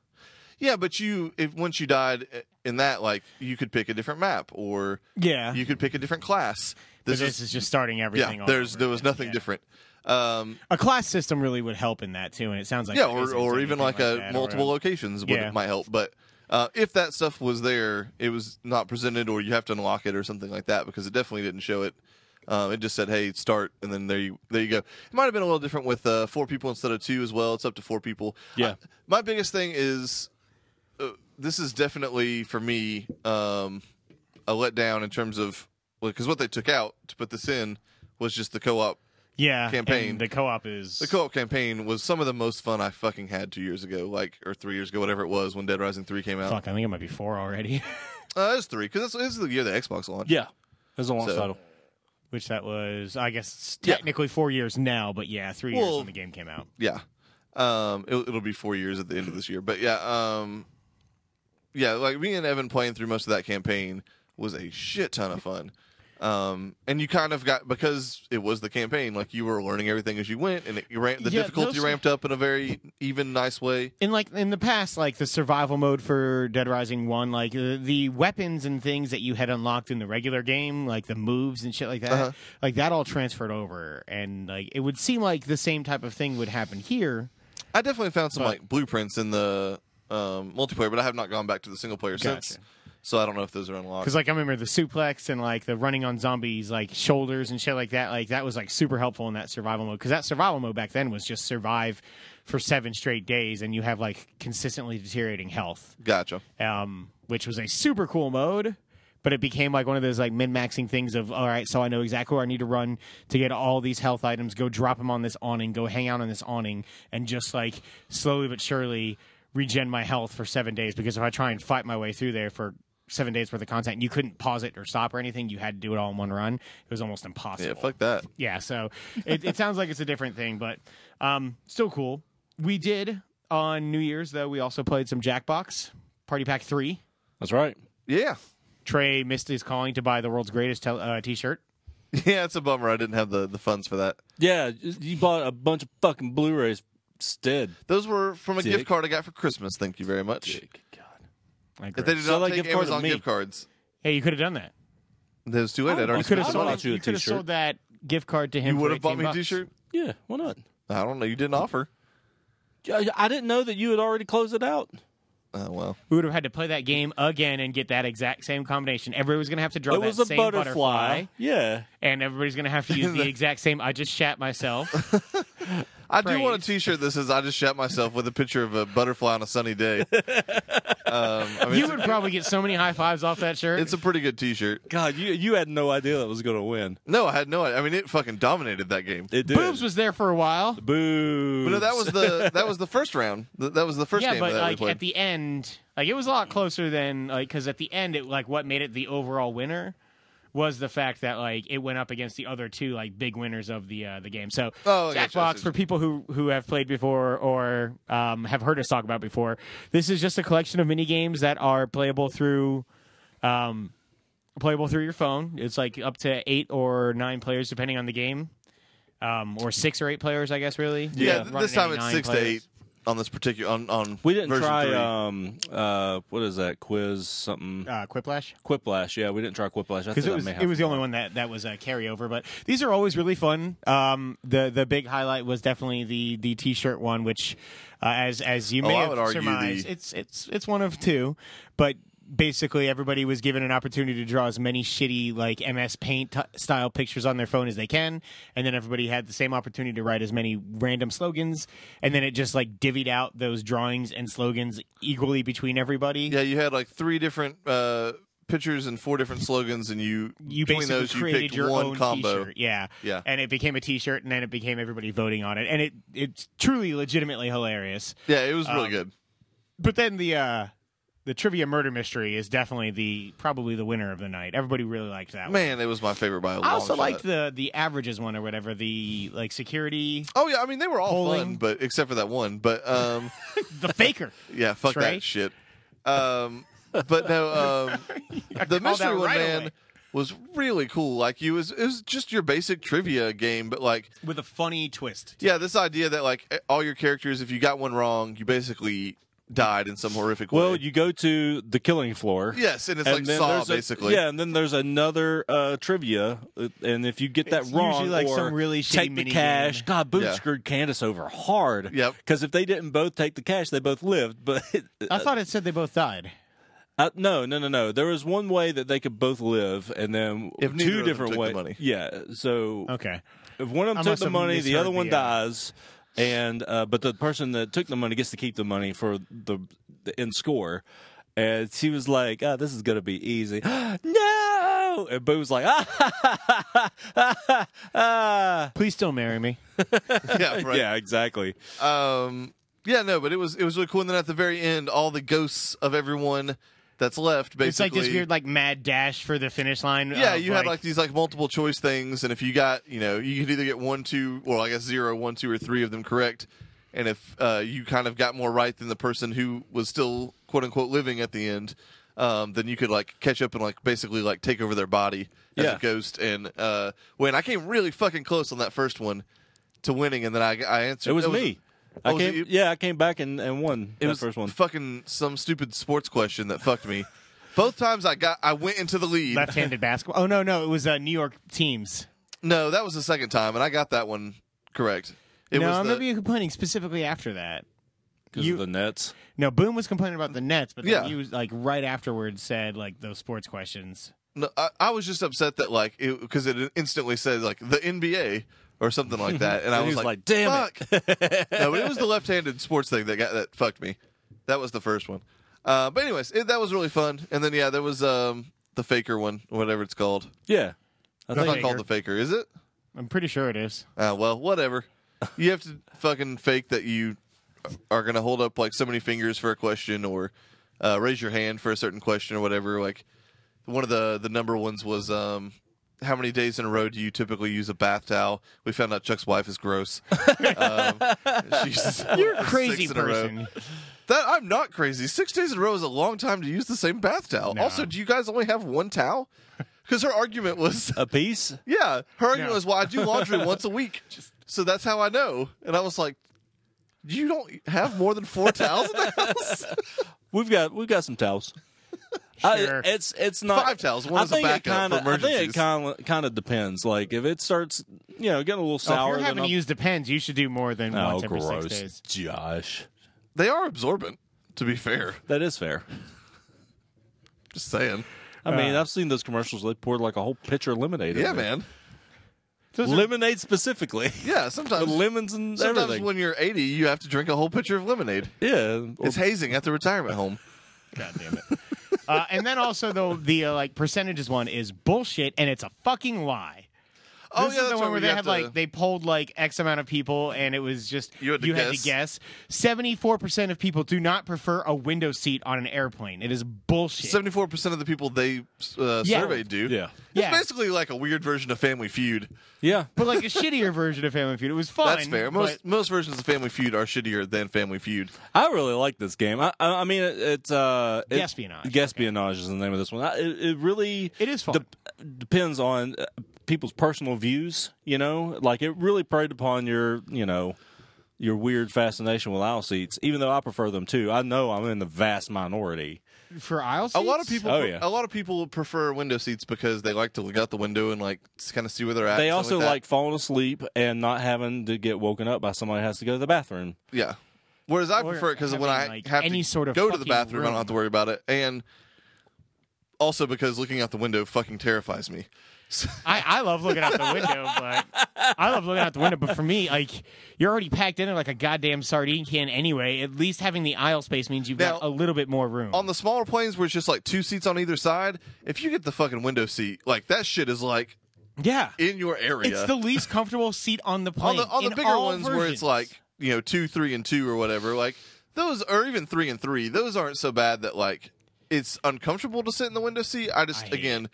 yeah, but you if once you died eh, in that, like you could pick a different map or Yeah, you could pick a different class. this, is, just starting everything. yeah. all There's over there was again. nothing Yeah. different. Um, A class system really would help in that too, and it sounds like yeah, there or isn't or even anything like, a that, or multiple locations would Yeah. might help. But uh, if that stuff was there, it was not presented, or you have to unlock it, or something like that, because it definitely didn't show it. Um, it just said, "Hey, start," and then there you there you go. It might have been a little different with uh, four people instead of two as well. It's up to four people. Yeah. I- my biggest thing is uh, this is definitely for me um, a letdown in terms of because what they took out to put this in was just the co-op yeah campaign. and The co-op is the co-op campaign was some of the most fun I fucking had two years ago, like or three years ago, whatever it was when Dead Rising three came out. Fuck, I think it might be four already. Uh, it was three because this is the year the Xbox launched. Yeah, as a launch So- title. which that was I guess it's Yeah. technically four years now, but yeah, three years Well- when the game came out. yeah. Um, it, it'll be four years at the end of this year, but yeah, um, yeah, like me and Evan playing through most of that campaign was a shit ton of fun. Um, and you kind of got because it was the campaign, like you were learning everything as you went, and it, you ran, the Yeah, difficulty those- ramped up in a very even, nice way. In like in the past, like the survival mode for Dead Rising One, like the, the weapons and things that you had unlocked in the regular game, like the moves and shit like that, Uh-huh. like that all transferred over, and like it would seem like the same type of thing would happen here. I definitely found some But- like blueprints in the um, multiplayer, but I have not gone back to the single player Gotcha. since. So I don't know if those are unlocked. Because like I remember the suplex and like the running on zombies, like shoulders and shit like that. Like that was like super helpful in that survival mode. Because that survival mode back then was just survive for seven straight days, and you have like consistently deteriorating health, Gotcha. um, which was a super cool mode. But it became like one of those like min maxing things of all right, so I know exactly where I need to run to get all these health items. Go drop them on this awning. Go hang out on this awning, and just like slowly but surely regen my health for seven days. Because if I try and fight my way through there for seven days worth of content, you couldn't pause it or stop or anything. You had to do it all in one run. It was almost impossible. Yeah, fuck that. Yeah, so it, it sounds like it's a different thing, but um, still cool. We did on New Year's though. We also played some Jackbox Party Pack Three. That's right. Yeah, Trey missed his calling to buy the world's greatest tel uh, T-shirt. yeah, it's a bummer. I didn't have the the funds for that. Yeah, you bought a bunch of fucking Blu-rays instead. Those were from a gift Dick. card I got for Christmas. Thank you very much. I If agree. they did Sell not that take gift card to Amazon me. gift cards, hey, you could have done that. that was too late. I'd I already Oh, You could spent have I my sold, bought money. that- you a you could have T-shirt. sold that gift card to him. You would would have have bought me a T-shirt. Yeah, why not? I don't know. You didn't offer. I, I didn't know that you had already closed it out. Oh well. We would have had to play that game again and get that exact same combination. Everybody was going to have to draw it that was a same butterfly. butterfly, Yeah, and everybody's going to have to use the exact same. I just shat myself. I do want a Praise. T-shirt that says "I just shot myself" with a picture of a butterfly on a sunny day. um, I mean, you it's, would probably get so many high fives off that shirt. it's a pretty good T-shirt. God, you you had no idea that was going to win. No, I had no. I mean, it fucking dominated that game. It did. Boobs was there for a while. Boobs. But no, that was the that was the first round. Th- That was the first yeah, game but that we like played. at the end, like it was a lot closer than like because at the end, it like what made it the overall winner was the fact that like it went up against the other two like big winners of the uh, the game. So Oh, I gotcha. I see what Jackbox you for people who who have played before or um, have heard us talk about before, this is just a collection of mini games that are playable through. Um, playable through your phone. It's like up to eight or nine players, depending on the game, um, or six or eight players, I guess. Really, yeah, Run this it time any it's nine six to players. eight. on this particular on on We didn't version try three. um uh what is that quiz something uh, Quiplash. Quiplash. Yeah, we didn't try Quiplash. I because think it I was may have it was the only one that that was a carryover. But these are always really fun. Um, the the big highlight was definitely the the t shirt one, which uh, as as you may Oh, I have would argue surmised, the- it's it's it's one of two, but. Basically, everybody was given an opportunity to draw as many shitty, like MS Paint t- style pictures on their phone as they can, and then everybody had the same opportunity to write as many random slogans, and then it just like divvied out those drawings and slogans equally between everybody. Yeah, you had like three different uh, pictures and four different slogans, and you, you between basically those you created picked your one own combo. t-shirt yeah Yeah. and it became a t-shirt and then it became everybody voting on it and it it's truly legitimately hilarious Yeah, it was really Um, good. but then the uh the trivia murder mystery is definitely the probably the winner of the night everybody really liked that one Man, it was my favorite by a long i also shot. liked the the averages one or whatever the like security Oh yeah, I mean they were all Polling. fun, but except for that one. But um, the faker yeah, fuck Trey? that shit. Um, but no, um, the called mystery out one right man away. was really cool. Like you was it was just your basic trivia game, but like with a funny twist yeah, this idea that like eh, all your characters, if you got one wrong, you basically died in some horrific way. Well, you go to the killing floor. yes, and it's and like then Saw there's a- basically. yeah, and then there's another uh, trivia, uh, and if you get that It's wrong, usually like or some really shitty take the mini cash. game. God, Boone Yeah. screwed Candace over hard. Yep. Because if they didn't both take the cash, they both lived. But i thought it said they both died Uh, no, no, no, no. There was one way that they could both live, and then If neither of two them different took the ways. money. Yeah. So okay if one of I them took must the have money, the misheard other one the, uh, dies, and uh, but the person that took the money gets to keep the money for the the end score. And she was like, oh, "This is gonna be easy." no, and Boo was like, "Ah, ha, ha, ha, ha, ha, ha." please still marry me yeah, right. yeah, exactly." um yeah no but it was it was really cool and then at the very end all the ghosts of everyone that's left basically it's like this weird like mad dash for the finish line yeah Uh, of, you had like these like multiple choice things and if you got you know you could either get one two well i guess zero one two or three of them correct and if uh, you kind of got more right than the person who was still quote unquote living at the end um, then you could like catch up and like basically like take over their body as Yeah. a ghost and uh when i came really fucking close on that first one to winning and then i i answered It was that me. Oh, I was came, it you? yeah, I came back and, and won It that was first one. fucking some stupid sports question that fucked me. Both times I got I went into the lead. left-handed basketball oh no no it was uh, new york teams No, that was the second time, and I got that one correct. It no, was I'm the, gonna be complaining specifically after that. Because you- of the Nets. No, Boom was complaining about the Nets, but Yeah. then you like right afterwards said like those sports questions. no, I, I was just upset that like because it, instantly said like the NBA or something like that, and I And was, he was like, like, "Damn fuck. no, but it was the left-handed sports thing that got that fucked me. That was the first one. Uh, but anyways, it, that was really fun. And then yeah, there was um, the faker one, whatever it's called. Yeah. I It's think not called the faker, is it? I'm pretty sure it is. Uh, well, whatever. You have to fucking fake that you are going to hold up like so many fingers for a question or uh, raise your hand for a certain question or whatever. Like one of the the number ones was um, how many days in a row do you typically use a bath towel? We found out Chuck's wife is gross. um, she's You're a crazy in a row. person. That I'm not crazy. Six days in a row is a long time to use the same bath towel. No. Also, do you guys only have one towel? Because her argument was a piece. yeah, her argument No. was, "Well, I do laundry once a week, so that's how I know." And I was like, "You don't have more than four towels in the house? We've got we've got some towels. I- Sure. it's it's not Five towels. One I is a think it backup kinda, for I think it emergencies. kind of kind of depends. Like if it starts, you know, getting a little Oh, if sour. you're then having I'll- to use depends, you should do more than oh, once every gross, six days. Josh. they are absorbent, to be fair. That is fair. Just saying. I Uh, mean, I've seen those commercials. They poured like a whole pitcher of lemonade. in Yeah, there. man. Those are- Lemonade specifically. Yeah, With sometimes." lemons and Sometimes everything. when you're 80, you have to drink a whole pitcher of lemonade. yeah, or- It's hazing at the retirement home. God damn it. uh, and then also though the uh, like percentages one is bullshit and it's a fucking lie. Oh this yeah, is the one that's right, where we they have had to- like they polled like X amount of people, and it was just You had to guess. Seventy four percent of people do not prefer a window seat on an airplane. It is bullshit. 74% of the people they uh, Yeah. surveyed do. yeah, It's Yeah. basically like a weird version of Family Feud. yeah. but like a shittier version of Family Feud. It was fun. That's fair. but Most most versions of Family Feud are shittier than Family Feud. I really like this game. I, I, I mean, it, it's uh, it, Gaspionage. Gaspionage is the name of this one. I, it, it really It is fun. dep- depends on uh, people's personal views. You know, like it really preyed upon your, you know, your weird fascination with aisle seats, even though I prefer them too. I know I'm in the vast minority. for aisle seats. A lot of people, Oh, yeah. a lot of people prefer window seats because they like to look out the window and like kind of see where they're at. they and also stuff like falling asleep and not having to get woken up by somebody who has to go to the bathroom. that. yeah. Whereas I Or prefer it because when I having, like, have any to sort of go to the fucking bathroom, I room. don't have to worry about it, and also because looking out the window fucking terrifies me. So- I, I love looking out the window, but I love looking out the window. But for me, like you're already packed in like a goddamn sardine can anyway. At least having the aisle space means you've got Now, a little bit more room. on the smaller planes where it's just like two seats on either side, if you get the fucking window seat, like that shit is like yeah, in your area. it's the least comfortable seat on the on plane. the on the in bigger all ones where it's versions. like you know two, three, and two or whatever. Like those, or even three and three. Those aren't so bad that like it's uncomfortable to sit in the window seat. I just I hate again,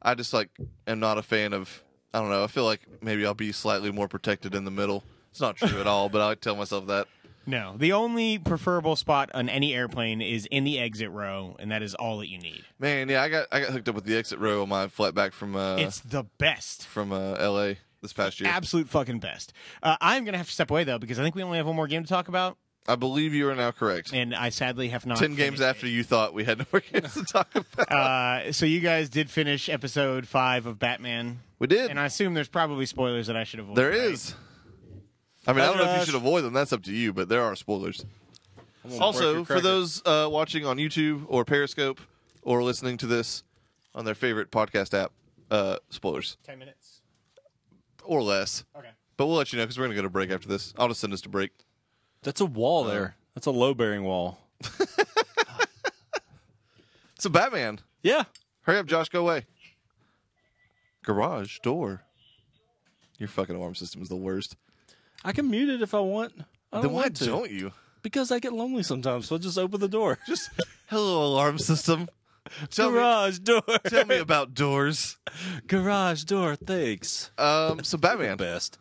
I just like am not a fan of. I don't know. I feel like maybe I'll be slightly more protected in the middle. It's not true at all, but I tell myself that. no, the only preferable spot on any airplane is in the exit row, and that is all that you need. Man, yeah, I got I got hooked up with the exit row on my flight back from uh it's the best. from uh LA this past year. Absolute fucking best. Uh, I'm gonna have to step away though because I think we only have one more game to talk about, I believe you are now correct. and I sadly have not. Ten games finished it. after you thought we had no more games to talk about. Uh, so you guys did finish episode five of Batman, We did. and I assume there's probably spoilers that I should avoid. There right? is. I mean, I don't know if you Address. should avoid them. That's up to you, but there are spoilers. I'm gonna break Also, your for cracker. those uh, watching on YouTube or Periscope or listening to this on their favorite podcast app, uh, spoilers ten minutes. or less. Okay. But we'll let you know because we're going to go to break after this. I'll just send us to break. that's a wall there. Uh, That's a low bearing wall. So, Batman, Yeah, hurry up, Josh, go away. Garage door. Your fucking alarm system is the worst. I can mute it if I want. I then don't why want to don't you? because I get lonely sometimes. So I just open the door. Just hello, alarm system. Tell me, garage door. tell me about doors. garage door. Thanks. Um, so Batman. Best.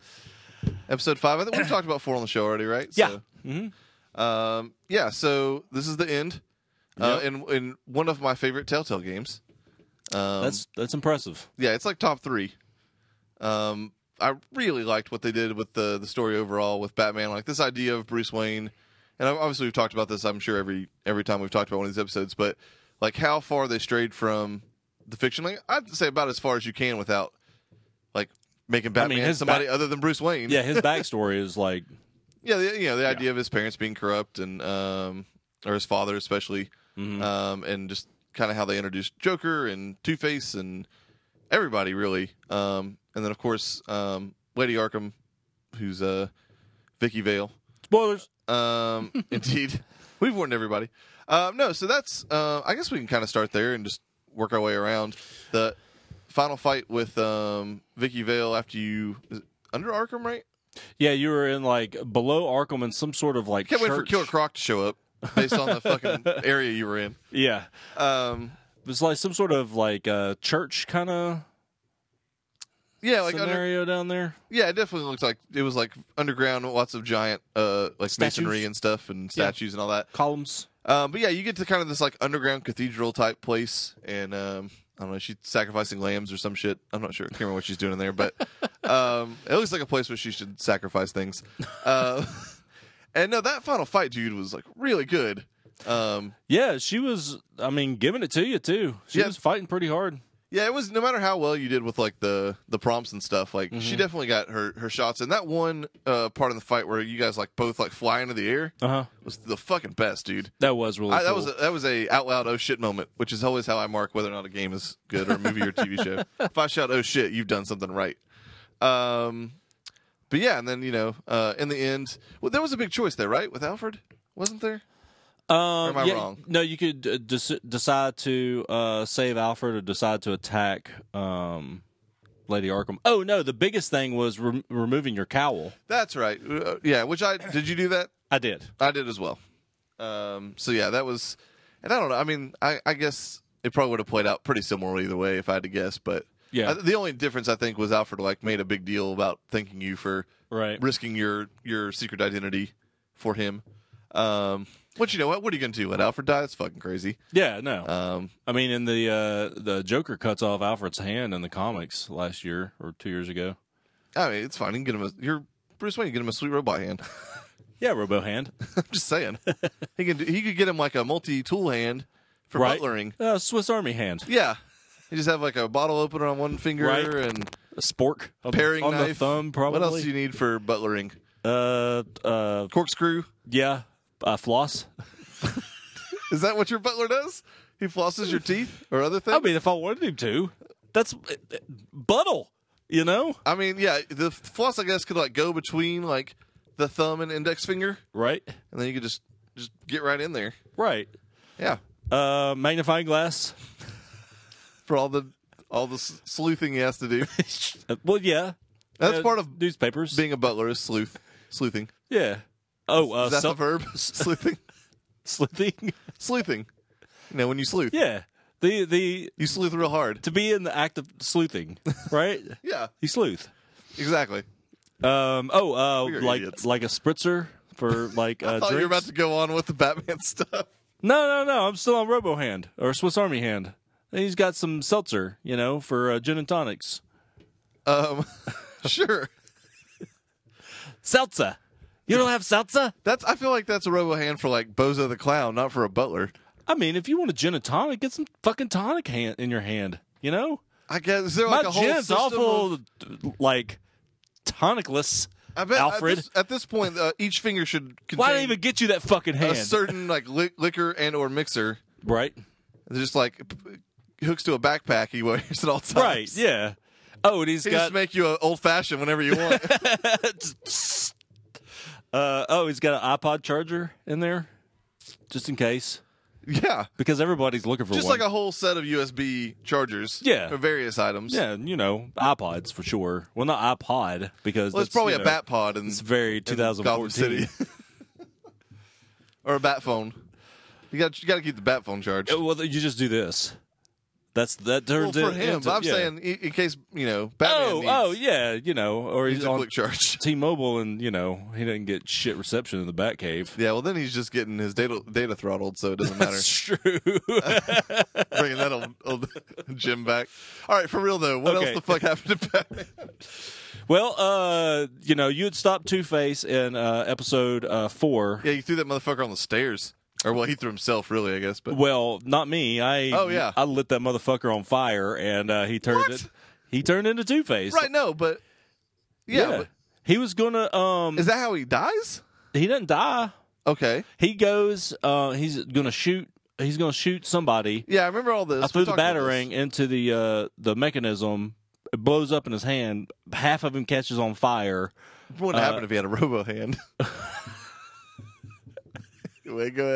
episode five. I think we've talked about four on the show already, right? Yeah. So, um, yeah. So this is the end, uh, Yep. in in one of my favorite Telltale games. Um, That's that's impressive. yeah, it's like top three. Um, I really liked what they did with the the story overall with Batman, like this idea of Bruce Wayne, and ob- obviously we've talked about this. I'm sure every every time we've talked about one of these episodes, but like how far they strayed from the fiction. Like I'd say about as far as you can without like making I mean, Batman his somebody Bat- other than Bruce Wayne. Yeah, his backstory is like Yeah, the, you know the idea of his parents being corrupt and um, or his father especially, mm-hmm. um, and just kind of how they introduced Joker and Two Face and everybody really, um, and then of course um, Lady Arkham, who's uh, Vicky Vale. spoilers. Um, indeed, we've warned everybody. Um, no, so that's uh, I guess we can kind of start there and just work our way around the final fight with um, Vicky Vale after you is it under Arkham, right? Yeah, you were in like below Arkham in some sort of like Can't wait for church. Killer Croc to show up based on the fucking area you were in. Yeah, Um, it was like some sort of like uh, church kind of yeah, like under, scenario down there. yeah, it definitely looks like it was like underground, lots of giant uh like Statues? masonry and stuff and Yeah. statues and all that. Columns. Um, but yeah, you get to kind of this like underground cathedral type place, and um, I don't know, she's sacrificing lambs or some shit. I'm not sure. I can't remember what she's doing in there, but um, it looks like a place where she should sacrifice things. Uh, and no, that final fight, dude, was like really good. Um, Yeah, she was. I mean, giving it to you too. She Yeah. was fighting pretty hard. Yeah, it was no matter how well you did with like the the prompts and stuff. Like Mm-hmm. she definitely got her her shots. And that one uh, part of the fight where you guys like both like fly into the air Uh huh. was the fucking best, dude. That was really. I, that cool. was a, that was a out loud oh shit moment, which is always how I mark whether or not a game is good or a movie or TV show. If I shout oh shit, you've done something right. Um, but yeah, and then you know, uh, in the end, well, there was a big choice there, right? With Alfred, wasn't there? Um, am I yeah, wrong? No, you could uh, dec- decide to uh, save Alfred or decide to attack um, Lady Arkham. Oh no, the biggest thing was rem removing your cowl. That's right. Uh, yeah, which I did you do that? I did. I did as well. Um, so yeah, that was, and I don't know. I mean, I, I guess it probably would have played out pretty similar either way if I had to guess. But Yeah. I- the only difference I think was Alfred like made a big deal about thanking you for Right. risking your your secret identity for him. Um, which you know what? What are you gonna do? Let Alfred die? That's fucking crazy. Yeah. No. Um, I mean, in the uh, the Joker cuts off Alfred's hand in the comics last year or two years ago. I mean, it's fine. You can get him. A, you're Bruce Wayne. You can get him a sweet robot hand. Yeah, Robo Hand. I'm just saying. he could he could get him like a multi tool hand for right. butlering. Uh, Swiss Army Hand. Yeah. You just have like a bottle opener on one finger Right. and A spork. On, paring on knife. the thumb, probably. What else do you need for butlering? Uh, uh, Corkscrew. yeah. Uh, floss. Is that what your butler does? He flosses your teeth or other things? I mean, if I wanted him to, that's buttle. You know, I mean, yeah, the floss I guess could like go between like the thumb and index finger, right? and then you could just just get right in there. Right. Yeah, Uh, magnifying glass. for all the all the s- sleuthing he has to do. Uh, well, yeah. That's Uh, part of newspapers. being a butler is sleuth sleuthing. yeah. Oh, uh, Is that so- the verb? sleuthing, sleuthing. sleuthing. You know when you sleuth, yeah. The the you sleuth real hard. to be in the act of sleuthing, right? Yeah, you sleuth. exactly. Um. Oh. Uh. We are like idiots. like a spritzer for like uh, I thought you were about drinks. to go on with the Batman stuff. No, no, no. I'm still on Robo Hand or Swiss Army Hand. And he's got some seltzer, you know, for uh, gin and tonics. Um, sure. Seltzer. You don't have seltzer? That's. I feel like that's a robo hand for like Bozo the clown, not for a butler. I mean, if you want a gin and tonic, get some fucking tonic hand in your hand. You know, I guess is there like my a whole gin's system awful, of- d- like tonicless. I bet Alfred. At this, at this point, uh, each finger should contain Why did I even get you that fucking a hand? certain like li- liquor and or mixer. right, It's just like p- p- hooks to a backpack he wears at all times. right, yeah. Oh, and he's He got just make you an old fashioned whenever you want. uh, oh, he's got an iPod charger in there, just in case, yeah, because everybody's looking for just one. like a whole set of USB chargers. Yeah. for various items. yeah, you know, iPods for sure. Well, not iPod because well, that's, it's probably you a know, bat pod in It's very Gotham 2014. City, or a bat phone. You got you got to keep the bat phone charged. Uh, well, you just do this. That's that Well, turns for it him, into- but I'm yeah. saying in, in case you know Batman Oh, needs, oh, yeah, you know, or needs he's a on quick charge. T-Mobile, and you know he didn't get shit reception in the Batcave. Yeah, well, then he's just getting his data data throttled, so it doesn't matter. That's true. Bringing that old, old Jim back. All right, for real though, what Okay. else the fuck happened to Batman? well, uh, you know, you had stopped Two Face in uh, episode uh, four. Yeah, you threw that motherfucker on the stairs, or well, he threw himself, really, I guess. But Well, not me. I Oh, yeah. I lit that motherfucker on fire, and uh, he turned What? it. He turned into Two Face. right, no, but yeah, he was gonna. Um, But is that how he dies? he didn't die. Okay, He goes. Uh, he's gonna shoot. He's gonna shoot somebody. yeah, I remember all this. I We threw the talked about battering into the uh, the mechanism. It blows up in his hand. Half of him catches on fire. this. What wouldn't uh, happen if he had a robo hand? Wait, go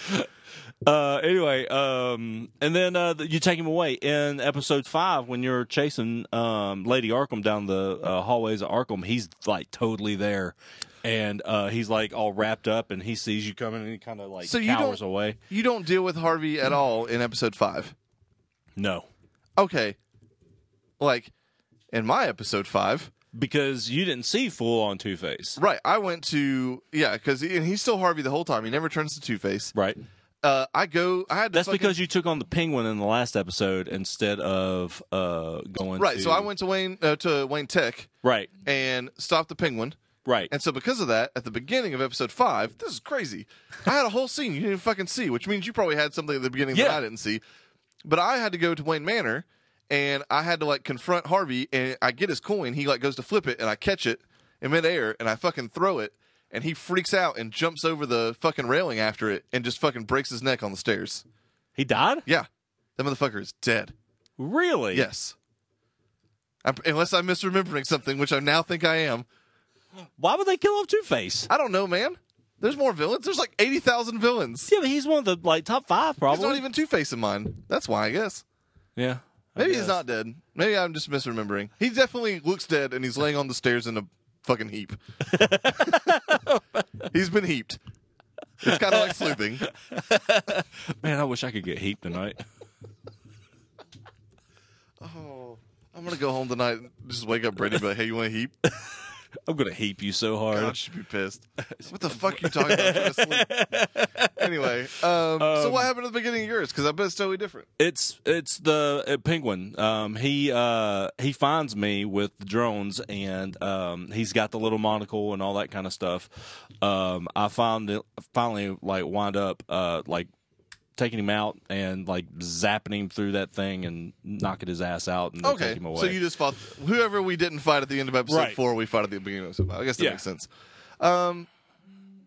ahead. Uh, anyway, um, and then uh, th- you take him away in episode five when you're chasing um, Lady Arkham down the uh, hallways of Arkham. He's like totally there, and uh, he's like all wrapped up, and he sees you coming, and he kind of like So you cowers don't- away. You don't deal with Harvey at all in episode five. No, Okay, like in my episode five. because you didn't see full on Two Face, Right. I went to yeah, because and he's still Harvey the whole time. He never turns to Two Face. right? Uh, I go. I had to That's fucking- because you took on the Penguin in the last episode instead of uh, going right. to- So I went to Wayne uh, to Wayne Tech right, and stopped the Penguin. right. And so because of that, at the beginning of episode five, this is crazy. I had a whole scene you didn't even fucking see, which means you probably had something at the beginning that Yeah. I didn't see. But I had to go to Wayne Manor and I had to like confront Harvey and I get his coin. He like goes to flip it and I catch it in midair and I fucking throw it and he freaks out and jumps over the fucking railing after it and just fucking breaks his neck on the stairs. He died. Yeah. That motherfucker is dead. Really? Yes. I'm, unless I'm misremembering something, which I now think I am. Why would they kill off Two Face? I don't know, man. There's more villains. There's like eighty thousand villains. Yeah, but he's one of the like top five, He's probably. not even Two Face in mine. That's why I guess. yeah, I Maybe guess. he's not dead. Maybe I'm just misremembering. He definitely looks dead, and he's laying on the stairs in a fucking heap. he's been heaped. It's kind of like sleuthing. Man, I wish I could get heaped tonight. Oh, I'm gonna go home tonight and just wake up Brady. But hey, you want to heap? I'm gonna heap you so hard. God, I should be pissed. What the fuck are you talking about? I'm trying to sleep. anyway, um, so what happened at the beginning of yours? Because I bet it's totally different. It's it's the uh, penguin. Um, he uh, he finds me with the drones, and um, he's got the little monocle and all that kind of stuff. Um, I found it, finally like wind up uh, like taking him out and like zapping him through that thing and knocking his ass out and Okay, taking him away. so you just fought whoever we didn't fight at the end of episode Right. four. We fought at the beginning of episode. Five. I guess that Yeah. makes sense. Um,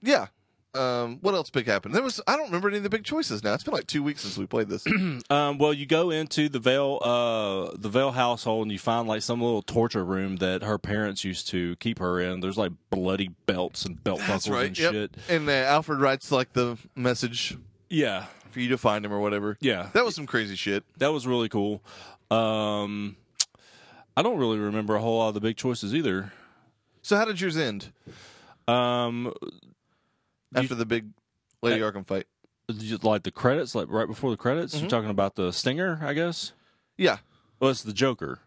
yeah. Um, what else big happened? There was I don't remember any of the big choices. Now it's been like two weeks since we played this. Um, well, you go into the Vale, uh, the Vale household, and you find like some little torture room that her parents used to keep her in. There's like bloody belts and belt That's buckles right. and Yep. shit. And uh, Alfred writes like the message Yeah, for you to find him or whatever. yeah, That was some crazy shit. that was really cool. Um, I don't really remember a whole lot of the big choices either. So how did yours end Um, after the big Lady Arkham fight? you- like the credits, like right before the credits, you're talking about the stinger, I guess. Yeah. Well, it's the Joker.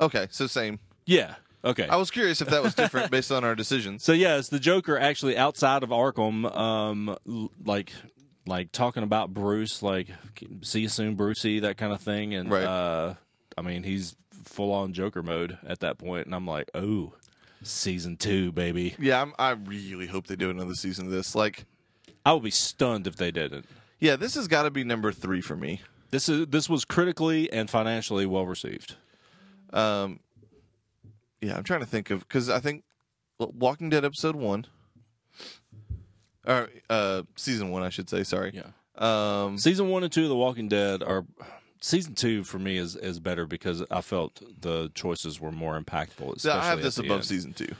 Okay. So same. Yeah. Okay. I was curious if that was different based on our decisions. So yeah, it's the Joker actually outside of Arkham, um, l- like like talking about Bruce, like see you soon, Brucey, that kind of thing, and Right. uh, I mean he's full on Joker mode at that point, and I'm like, oh, season two, baby. Yeah, I'm, I really hope they do another season of this. Like, I would be stunned if they didn't. yeah, this has got to be number three for me. This is this was critically and financially well received. Um, yeah, I'm trying to think of because I think Wa- Walking Dead episode one, or uh, season one, I should say. Sorry. Yeah. Um, Season one and two of The Walking Dead are. Season two for me is, is better because I felt the choices were more impactful. so I especially have at this the above end. season two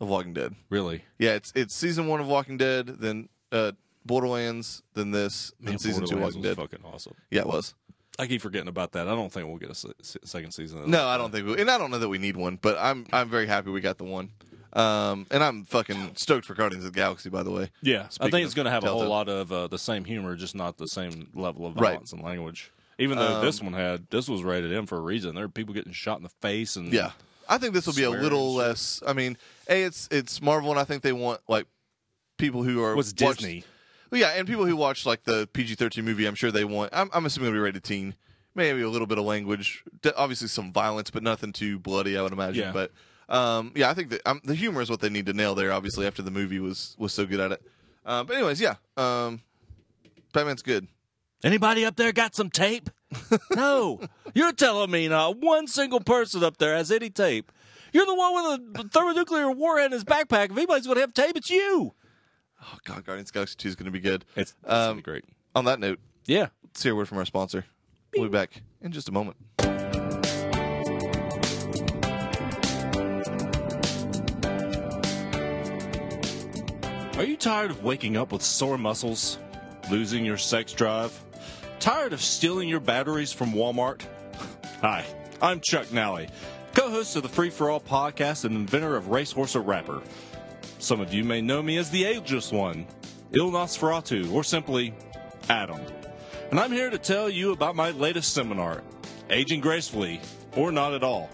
of Walking Dead. Really? Yeah, it's it's season one of Walking Dead, then uh, Borderlands, then this, then Man, season two of Borderlands Walking was Dead. fucking awesome. Yeah, it was. I keep forgetting about that. I don't think we'll get a se- se- second season. Of No, I don't think we, and I don't know that we need one, but I'm I'm very happy we got the one. Um, and I'm fucking stoked for Guardians of the Galaxy, by the way. Yeah, I Speaking think it's of going to have a whole Delta. lot of uh, the same humor, just not the same level of Right. Um, violence and language. Even though this one had, this was rated M for a reason. There are people getting shot in the face and Yeah, I think this will be a Swearing little and shit. less. I mean, a it's it's Marvel, and I think they want like people who are What's watch- Disney? Well, yeah, and people who watch like the PG-13 movie. I'm sure they want. I'm, I'm assuming it'll be rated teen. Maybe a little bit of language, D- obviously some violence, but nothing too bloody, I would Yeah. imagine. But um, yeah, I think that um, the humor is what they need to nail there. Obviously, after the movie was was so good at it. Uh, but anyways, yeah, um, Batman's good. Anybody up there got some tape? no, you're telling me not one single person up there has any tape. You're the one with a thermonuclear warhead in his backpack. If anybody's going to have tape, it's you. Oh God, Guardians of the Galaxy Two is going to be good. It's, it's gonna be Um, great. On that note, Yeah. let's hear a word from our sponsor. We'll be back in just a moment. Are you tired of waking up with sore muscles? Losing your sex drive? Tired of stealing your batteries from Walmart? Hi, I'm Chuck Nally, co host of the Free For All podcast and inventor of Racehorse or Rapper. Some of you may know me as the Ageless One, Il Nosferatu, or simply Adam. And I'm here to tell you about my latest seminar, Aging Gracefully or Not at All.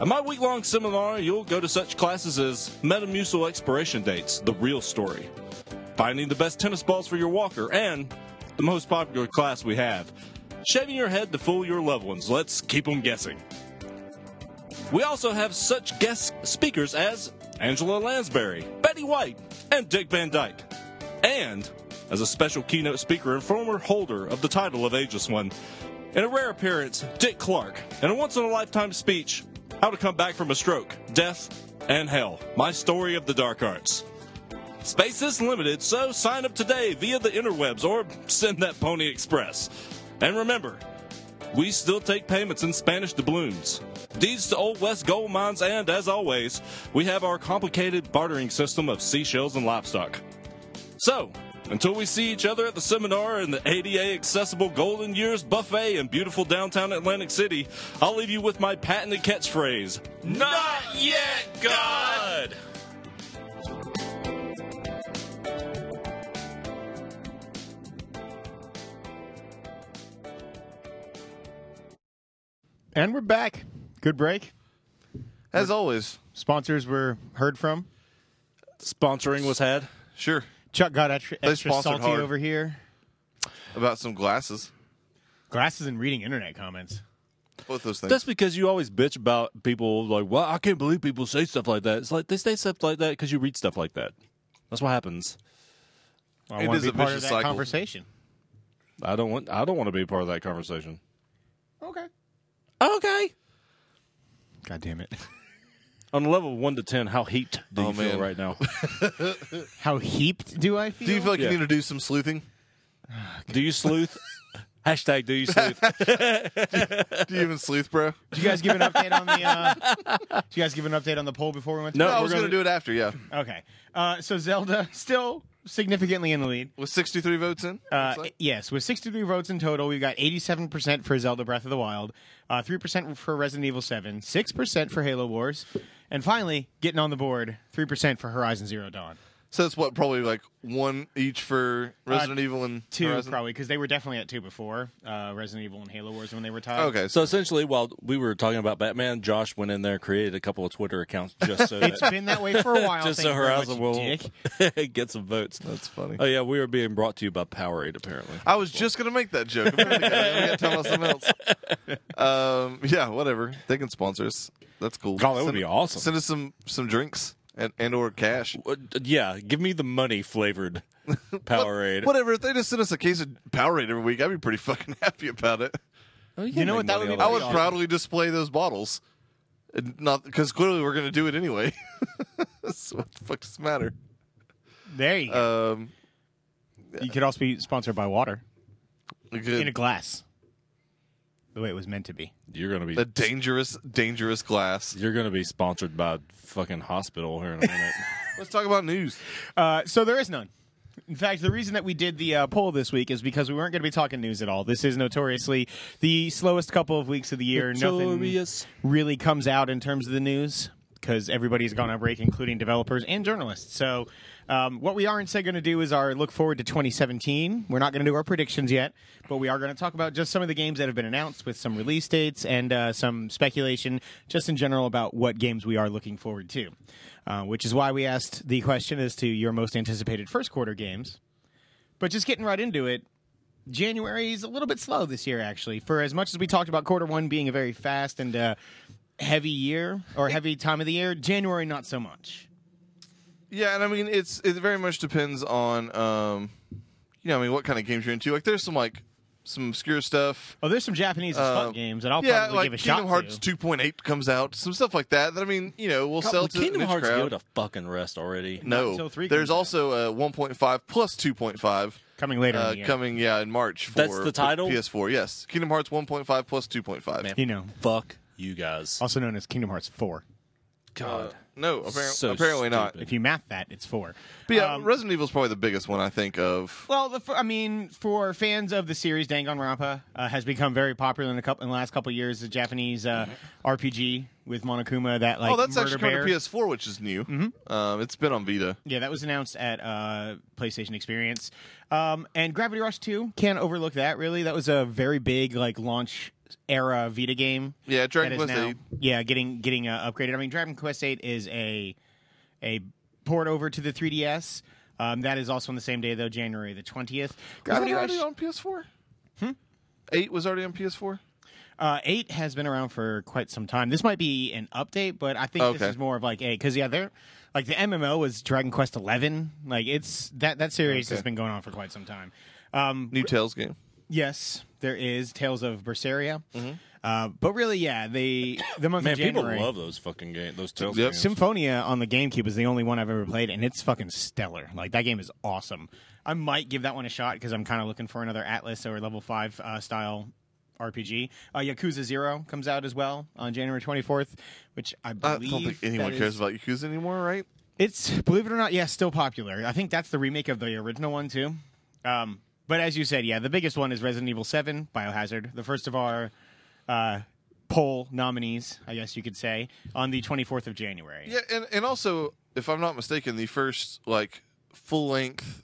At my week long seminar, you'll go to such classes as Metamucil Expiration Dates, The Real Story, Finding the Best Tennis Balls for Your Walker, and the most popular class we have, Shaving Your Head to Fool Your Loved Ones. Let's keep them guessing. We also have such guest speakers as Angela Lansbury, Betty White, and Dick Van Dyke. And as a special keynote speaker and former holder of the title of Aegis One, in a rare appearance, Dick Clark, in a once in a lifetime speech, How to Come Back from a Stroke, Death, and Hell My Story of the Dark Arts. Space is limited, so sign up today via the interwebs or send that Pony Express. And remember, we still take payments in Spanish doubloons. Deeds to Old West gold mines, and as always, we have our complicated bartering system of seashells and livestock. So, until we see each other at the seminar in the ADA accessible Golden Years buffet in beautiful downtown Atlantic City, I'll leave you with my patented catchphrase Not yet, God! And we're back. Good break. As always, Sponsors were heard from. Sponsoring was had. sure. Chuck got extra, extra sponsored salty hard. over here. About some glasses, Glasses and reading internet comments. both those things. That's because you always bitch about people like, well, I can't believe people say stuff like that. It's like they say stuff like that because you read stuff like that. That's what happens. I It want is to a be part of vicious that cycle. conversation. I don't want. I don't want to be part of that conversation. Okay. Okay. God damn it. On a level of one to ten, how heat do you Oh, feel man. right now? How heaped do I feel? do you feel like Yeah. you need to do some sleuthing? do you sleuth? Hashtag do you sleuth? Do you even sleuth, bro? Did you guys give an update on the? Uh, did you guys give an update on the poll before we went? To No. No, I we're was going to gonna- do it after, yeah. Okay. Uh, so Zelda still significantly in the lead. With 63 votes in? Uh, eh, looks like. yes, with 63 votes in total, we've got 87% for Zelda Breath of the Wild, uh, 3% for Resident Evil 7, 6% for Halo Wars, and finally, getting on the board, 3% for Horizon Zero Dawn. So that's what, probably like one each for Uh, Resident Evil and Two, Horizon? probably, because they were definitely at two before uh, Resident Evil and Halo Wars when they were tied. Okay, so so essentially, while we were talking about Batman, Josh went in there and created a couple of Twitter accounts just so It's that, been that way for a while. just thank so you very Horizon much, will Dick. get some votes. that's funny. Oh yeah, we are being brought to you by Powerade apparently. Oh, I was just going to make that joke. I'm glad I got to talk about something else. Um, yeah, whatever. They can sponsor us. That's cool. God, Oh, that would Send- be awesome. Send us some, some drinks and, and or cash. Uh, d- yeah, give me the money flavored Powerade. Whatever. If they just sent us a case of Powerade every week, I'd be pretty fucking happy about it. You know what that would be? I That'd would awesome. proudly display those bottles, And not because clearly we're going to do it anyway. so what the fuck does it matter? There you go. Um, you could also be sponsored by water a, in a good, glass, the way it was meant to be. You're gonna be a dangerous, dangerous glass. you're gonna be sponsored by fucking hospital here in a minute. Let's talk about news. Uh, so there is none. In fact, the reason that we did the uh, poll this week is because we weren't going to be talking news at all. This is notoriously the slowest couple of weeks of the year. Notorious. Nothing really comes out in terms of the news because everybody's gone on break, including developers and journalists. So, um, what we are instead going to do is our look forward to 2017. We're not going to do our predictions yet, but we are going to talk about just some of the games that have been announced with some release dates and uh, some speculation, just in general about what games we are looking forward to. Uh, which is why we asked the question as to your most anticipated first quarter games. But just getting right into it, January is a little bit slow this year, actually. For as much as we talked about quarter one being a very fast and uh, heavy year or heavy time of the year, January not so much. Yeah, and I mean it's it very much depends on um, you know, I mean what kind of games you're into. Like there's some like some obscure stuff. Oh, there's some Japanese as Uh, fuck games that I'll yeah, probably like give a Kingdom shot Hearts to. 2.8 comes out, some stuff like that. That I mean, you know, we'll sell Would to Kingdom the niche Hearts crowd. go to fucking rest already. Not No, until three there's comes out. also uh, a 1.5 plus 2.5 Coming later in uh, the year. coming. Yeah, in March. For That's the title? PS4. Yes, Kingdom Hearts 1.5 plus 2.5. Man. You know, Fuck you guys. also known as Kingdom Hearts 4. God. No, appar- So apparently not. stupid. If you math that, it's 4. But yeah, Um, Resident Evil is probably the biggest one I think of. Well, the, I mean, for fans of the series, Danganronpa uh, has become very popular in, a couple, in the last couple of years. The Japanese uh, RPG with Monokuma that like Mm-hmm. oh, that's murder actually coming bear. Mm-hmm. to PS4, which is new. Um, it's been on Vita. Yeah, that was announced at uh, PlayStation Experience. Um, and Gravity Rush 2, can't overlook that, really. That was a very big, like, launch era Vita game. Yeah, that Dragon is Quest now- 8. Yeah, getting getting uh, upgraded. I mean, Dragon Quest 8 is a a port over to the 3DS. Um, that is also on the same day, though, January the 20th. Was that Gravity Rush already on PS4? Hmm? Eight was already on PS4. uh, 8 has been around for quite some time. This might be an update, but I think Okay. this is more of like a because yeah, they're like the MMO was Dragon Quest 11. Like it's that that series has Okay. been going on for quite some time. Um, New Tales game. Yes, there is Tales of Berseria. Uh, but really, yeah, the the month Mm-hmm. Man, of people January. love those fucking games. Those Tales Yep. games. Symphonia on the GameCube is the only one I've ever played, and it's fucking stellar. Like that game is awesome. I might give that one a shot because I'm kind of looking for another Atlas or level five uh, style RPG. Uh, Yakuza Zero comes out as well on January 24th, which I I believe don't think anyone that cares is- about Yakuza anymore, right? It's believe it or not, yeah, still popular. I think that's the remake of the original one too. Um, but as you said, yeah, the biggest one is Resident Evil Seven, Biohazard, the first of our uh, poll nominees, I guess you could say, on the twenty fourth of January. Yeah, and, and also, if I'm not mistaken, the first like full length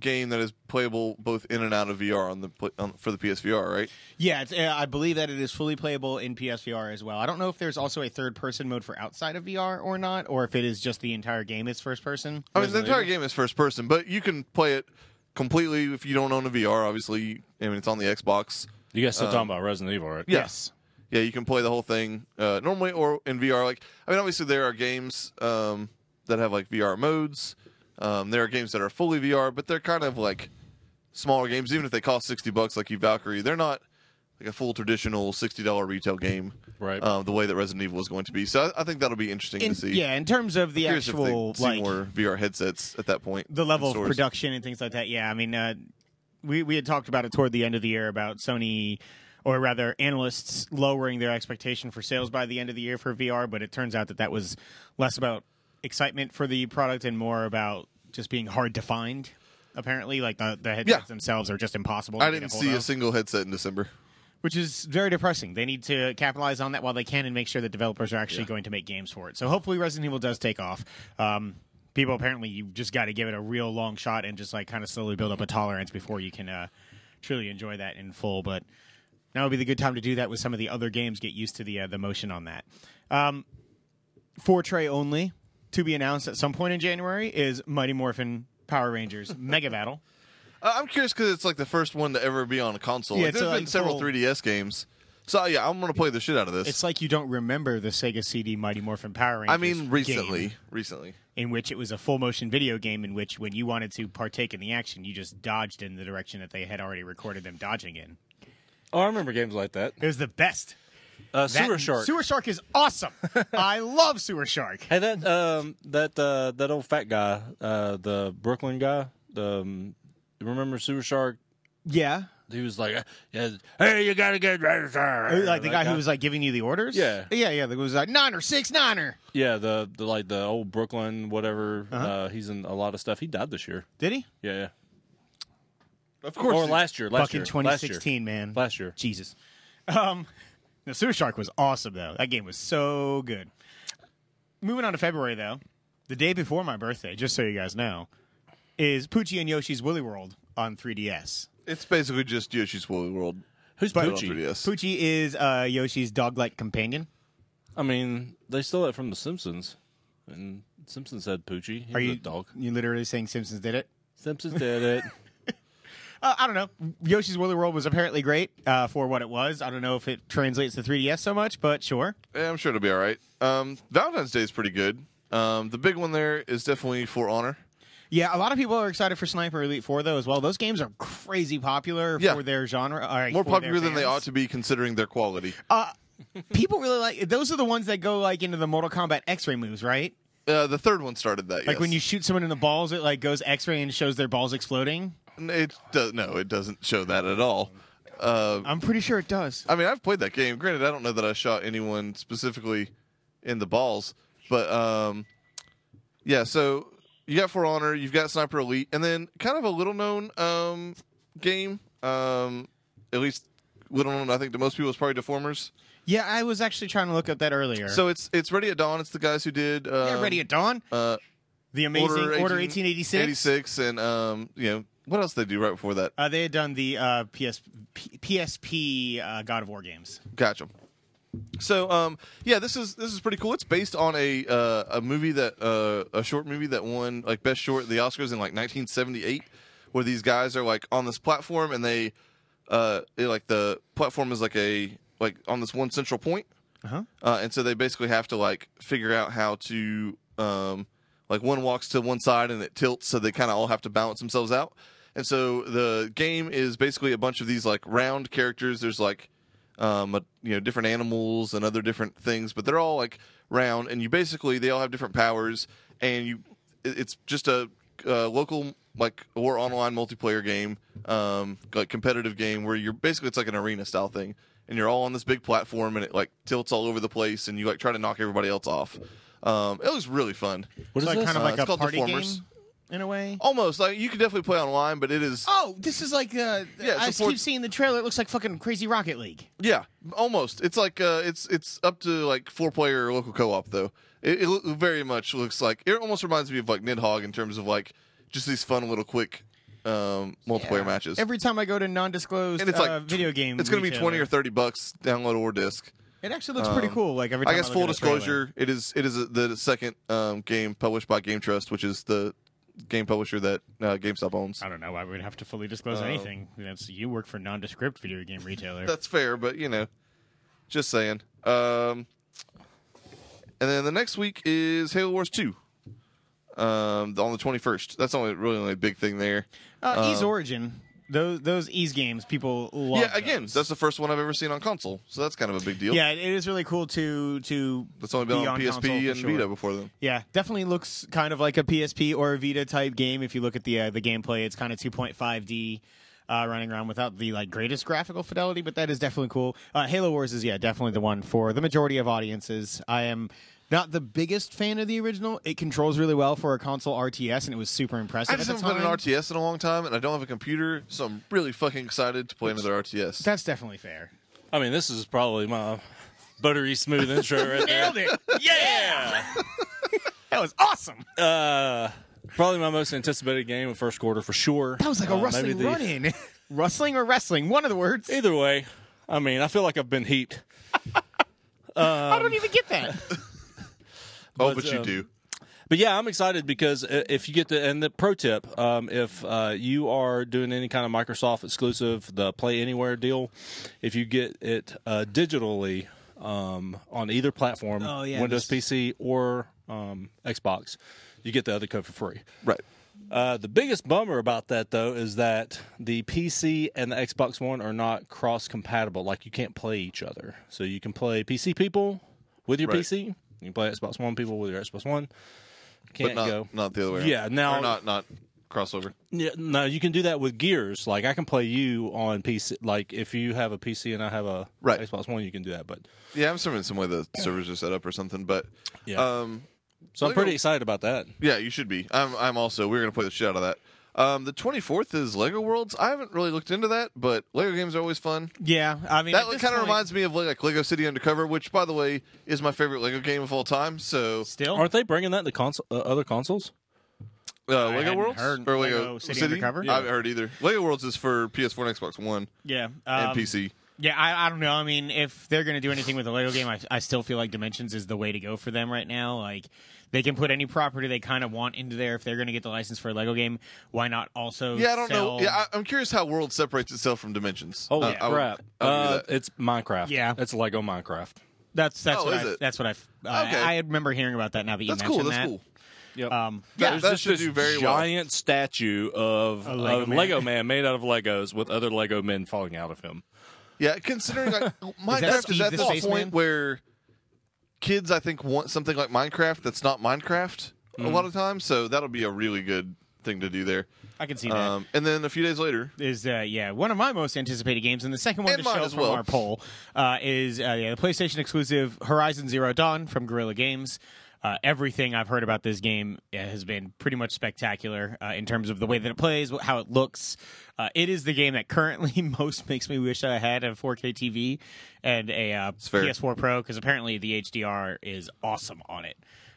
game that is playable both in and out of VR on the pl- on, for the PSVR, right? Yeah, it's, uh, I believe that it is fully playable in PSVR as well. I don't know if there's also a third person mode for outside of VR or not, or if it is just the entire game is first person. I mean, the entire game is first person, but you can play it completely if you don't own a VR. Obviously, I mean, it's on the Xbox. You guys still talking about Resident Evil, right? Yeah. Yeah, you can play the whole thing uh, normally or in VR. Like, I mean, obviously there are games um, that have like VR modes. Um, there are games that are fully VR, but they're kind of like smaller games. Even if they cost sixty bucks, like you Valkyrie, they're not like a full traditional sixty dollar retail game, Right. Uh, the way that Resident Evil is going to be. So I, I think that'll be interesting In- to see. yeah, in terms of the Curious if they actual see like more VR headsets at that point. the level and of stores. production and things like that. Yeah, I mean, uh, we we had talked about it toward the end of the year about Sony, or rather, analysts lowering their expectation for sales by the end of the year for VR. But it turns out that that was less about excitement for the product and more about just being hard to find. Apparently, like the, the headsets Yeah. themselves are just impossible. I to get didn't a hold see a of, single headset in December. which is very depressing. They need to capitalize on that while they can and make sure that developers are actually going to make games for it. So hopefully, Resident Evil does take off. Um, people apparently you just got to give it a real long shot and just like kind of slowly build up a tolerance before you can uh, truly enjoy that in full. But now would be the good time to do that with some of the other games. Get used to the uh, the motion on that. Um, for tray only to be announced at some point in January is Mighty Morphin Power Rangers Mega Battle. Uh, I'm curious because it's like the first one to ever be on a console. Yeah, like, it's there's a, been like, several full- 3DS games, so yeah, I'm gonna play the shit out of this. It's like you don't remember the Sega CD Mighty Morphin Power Rangers. I mean, game. recently, recently. in which it was a full motion video game in which when you wanted to partake in the action you just dodged in the direction that they had already recorded them dodging in Oh, I remember games like that. it was the best Uh, That- Sewer Shark. sewer shark is awesome i love sewer shark Hey, that um, that uh, that old fat guy, uh, the Brooklyn guy. The, um, you remember Sewer Shark? yeah He was like, uh, yeah, "Hey, you gotta get registered." like the guy who was like giving you the orders Yeah. yeah yeah that was like niner six niner yeah, the, the like the old Brooklyn whatever. uh Uh-huh. he's in a lot of stuff. He died this year. did he Yeah, yeah. Of course, or it's- last year, last Fucking year, 2016 man last year. Last year. jesus um no sewer shark was awesome though that game was so good moving on to february though the day before my birthday just so you guys know is poochie and yoshi's woolly world on 3ds it's basically just Yoshi's Woolly World. Who's but- Poochie? 3DS. Poochie is uh, Yoshi's dog-like companion. I mean, they stole it from The Simpsons, and Simpsons had Poochie. Are He was you a dog? You literally saying Simpsons did it? Simpsons did it. Uh, I don't know. Yoshi's Woolly World was apparently great uh, for what it was. I don't know if it translates to 3DS so much, but sure. Yeah, I'm sure it'll be all right. Um, Valentine's Day is pretty good. Um, the big one there is definitely For Honor. Yeah, a lot of people are excited for Sniper Elite 4 though as well. Those games are crazy popular Yeah. for their genre. All right, More for their popular than they fans. ought to be considering their quality. Uh, people really like those are the ones that go like into the Mortal Kombat X-ray moves, right? Uh, the third one started that. Like when you yes. shoot someone in the balls, it like goes X-ray and shows their balls exploding. it does no, it doesn't show that at all. Uh, I'm pretty sure it does. I mean, I've played that game. Granted, I don't know that I shot anyone specifically in the balls, but um, yeah. So you got For Honor, you've got Sniper Elite, and then kind of a little known um, game, um, at least little known. I think to most people is probably Deformers. Yeah, I was actually trying to look up that earlier. So it's it's Ready at Dawn. It's the guys who did um, yeah, Ready at Dawn. uh, The amazing Order, 1886. 86, and um, you know what else they do right before that? Uh, they had done the uh, PS, P- PSP uh, God of War games. Gotcha. So, um, yeah, this is this is pretty cool. It's based on a uh, a movie that uh, a short movie that won like best short at the Oscars in like 1978, where these guys are like on this platform and they uh, it- like the platform is like a like on this one central point, Uh-huh. uh, and so they basically have to like figure out how to um, like one walks to one side and it tilts, so they kind of all have to balance themselves out. And so the game is basically a bunch of these like round characters. There's like um, uh, you know, different animals and other different things, but they're all like round, and you basically they all have different powers, and you, it- it's just a uh, local like or online multiplayer game, um, like competitive game where you're basically it's like an arena style thing, and you're all on this big platform, and it like tilts all over the place, and you like try to knock everybody else off. Um, it was really fun, What is so this? kind of Uh, like it's a called party Deformers. game in a way. almost like you could definitely play online, but it is Oh, this is like uh, Yeah, I it's a keep seeing the trailer. It looks like fucking Crazy Rocket League. Yeah, almost. It's like uh, it's it's up to like four player local co op though. It, it lo- very much looks like it almost reminds me of like Nidhogg in terms of like just these fun little quick um, multiplayer Yeah. matches. Every time I go to non-disclosed and it's uh, like tw- video game, It's going to be twenty or retailer, thirty bucks download or disc. It actually looks pretty um, cool. Like every time I guess look full at a trailer. disclosure, it is it is the second um, game published by Game Trust, which is the game publisher that uh, GameStop owns. I don't know why we'd have to fully disclose Um, anything. That's you work for nondescript video game retailer. That's fair, but you know, just saying. Um, and then the next week is Halo Wars Two. Um, on the twenty first. That's only really only big thing there. Uh, Ease Um, Origin. Those those Ease games, people love. yeah, again, those. that's the first one I've ever seen on console, so that's kind of a big deal. yeah, it it is really cool to to. that's only been be on, on console PSP for and sure. Vita before then. Yeah, definitely looks kind of like a PSP or a Vita type game. If you look at the uh, the gameplay, it's kind of 2.5D. Uh, running around without the like greatest graphical fidelity, but that is definitely cool. Uh, Halo Wars is yeah definitely the one for the majority of audiences. I am not the biggest fan of the original. It controls really well for a console RTS, and it was super impressive. I just at the haven't played time. an RTS in a long time, and I don't have a computer, so I'm really fucking excited to play another RTS. That's definitely fair. I mean, this is probably my buttery smooth intro right there. it. Yeah. That was awesome. Uh, probably my most anticipated game of first quarter for sure. That was Oh, like a Uh, maybe rustling the- run in. rustling or wrestling, one of the words. Either way, I mean, I feel like I've been heaped. Um, I don't even get that. oh, but, but you um, do. But yeah, I'm excited because i- if you get to, and the pro tip, um, if uh, you are doing any kind of Microsoft exclusive, the Play Anywhere deal, if you get it uh, digitally um, on either platform, Oh, yeah, Windows this- PC or um, Xbox, you get the other code for free. Right. Uh, the biggest bummer about that, though, is that the PC and the Xbox One are not cross compatible. Like, you can't play each other. So, you can play PC people with your Right. PC, you can play Xbox One people with your Xbox One. But Can't not, go. not the other way around. Yeah, now- Or not, not crossover. Yeah, no, you can do that with Gears. Like, I can play you on PC. Like, if you have a PC and I have a Right. Xbox One, you can do that. But Yeah, I'm assuming some way the servers are set up or something, but yeah. um, so, I'm Lego- pretty excited about that. yeah, you should be. I'm, I'm also. We're gonna play the shit out of that. Um, the 24th is Lego Worlds. I haven't really looked into that, but Lego games are always fun. Yeah, I mean That kind of reminds me of like Lego City Undercover, which, by the way, is my favorite Lego game of all time. So Still, Aren't they bringing that to console, uh, other consoles? Uh, I Lego hadn't Worlds heard or Lego, Lego City Undercover? I haven't heard either. Lego Worlds is for PS4 and Xbox One yeah, and um, PC. yeah. I, I don't know. I mean, if they're gonna do anything with the Lego game, I, I still feel like Dimensions is the way to go for them right now. Like, they can put any property they kind of want into there. If they're gonna get the license for a Lego game, why not also? Yeah, I don't know. sell- Yeah, I, I'm curious how World separates itself from Dimensions. Holy Uh, I would- crap! I would do uh, that. it's Minecraft. Yeah. it's Lego Minecraft. that's that's Oh, what is I, it? that's what I. Uh, Okay. I remember hearing about that now that you That's mentioned cool. That's that. cool. Yep. Um, That, There's that just should this do very giant statue of A a Lego Lego, man. man made out of Legos with other Lego men falling out of him. well. Yeah, considering like Minecraft Steve is at the this Spaceman? point where kids, I think, want something like Minecraft that's not Minecraft a lot of times. So that'll be a really good thing to do there. I can see that. Um, and then a few days later, is uh, yeah one of my most anticipated games, and the second one And to mine show as from well. our poll uh, is uh, yeah, the PlayStation exclusive Horizon Zero Dawn from Guerrilla Games. Uh, everything I've heard about this game uh, has been pretty much spectacular uh, in terms of the way that it plays, wh- how it looks. Uh, it is the game that currently most makes me wish I had a 4K TV and a uh, fair. PS4 Pro because apparently the HDR is awesome on it.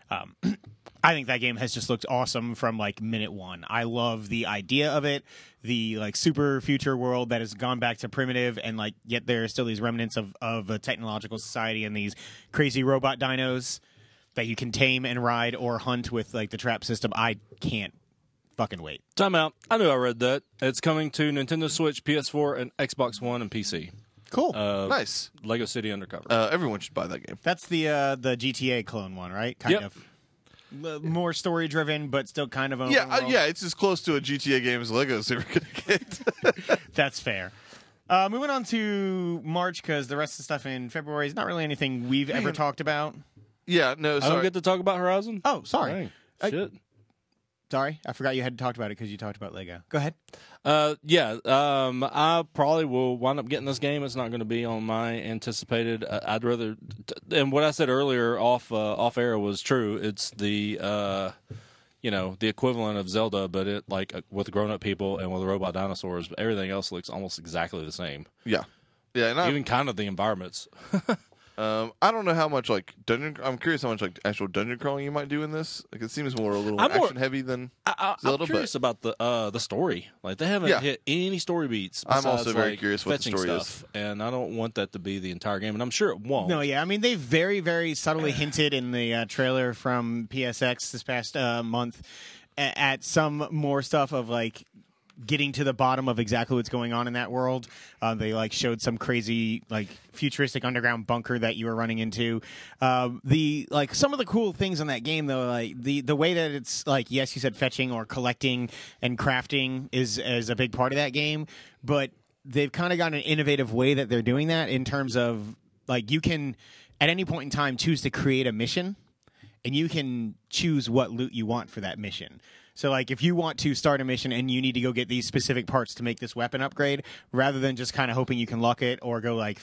Um, I think that game has just looked awesome from like minute one. I love the idea of it, the like super future world that has gone back to primitive, and like yet there are still these remnants of of a technological society and these crazy robot dinos that you can tame and ride or hunt with like the trap system. I can't fucking wait. Time out. I knew I read that. It's coming to Nintendo Switch, PS4, and Xbox One and PC. Cool. Uh, nice. Lego City Undercover. Uh, everyone should buy that game. That's the uh the GTA clone one, right? Kind Yep. of L- more story driven, but still kind of open Yeah, uh, world. yeah, it's as close to a GTA game as Legos ever gonna get. That's fair. Uh, moving on to March because the rest of the stuff in February is not really anything we've ever talked about. yeah, no, I sorry. don't get to talk about Horizon. Oh, sorry, Dang. I- Shit. sorry, I forgot you hadn't talked about it because you talked about Lego. Go ahead. Uh, yeah. Um, I probably will wind up getting this game. It's not going to be on my anticipated. Uh, I'd rather. And what I said earlier off uh, off air was true. It's the uh, you know, the equivalent of Zelda, but it like uh, with grown up people and with robot dinosaurs. But everything else looks almost exactly the same. Yeah, yeah, and I, Even kind of the environments. Um, I don't know how much like dungeon. I'm curious how much like actual dungeon crawling you might do in this. Like it seems more a little I'm more- action heavy than. I, It's a I, I'm little bit. curious about the uh, the story. Like they haven't Yeah. hit any story beats. I'm also besides, very like, curious what the fetching story is. stuff, and I don't want that to be the entire game. And I'm sure it won't. No, yeah, I mean they very, very subtly hinted in the uh, trailer from PSX this past uh, month a- at some more stuff of like getting to the bottom of exactly what's going on in that world. Uh, they like showed some crazy like futuristic underground bunker that you were running into. Um, the like some of the cool things in that game though, like the the way that it's like yes, you said fetching or collecting and crafting is is a big part of that game, but they've kind of got an innovative way that they're doing that in terms of like you can at any point in time choose to create a mission and you can choose what loot you want for that mission so like if you want to start a mission and you need to go get these specific parts to make this weapon upgrade rather than just kind of hoping you can luck it or go like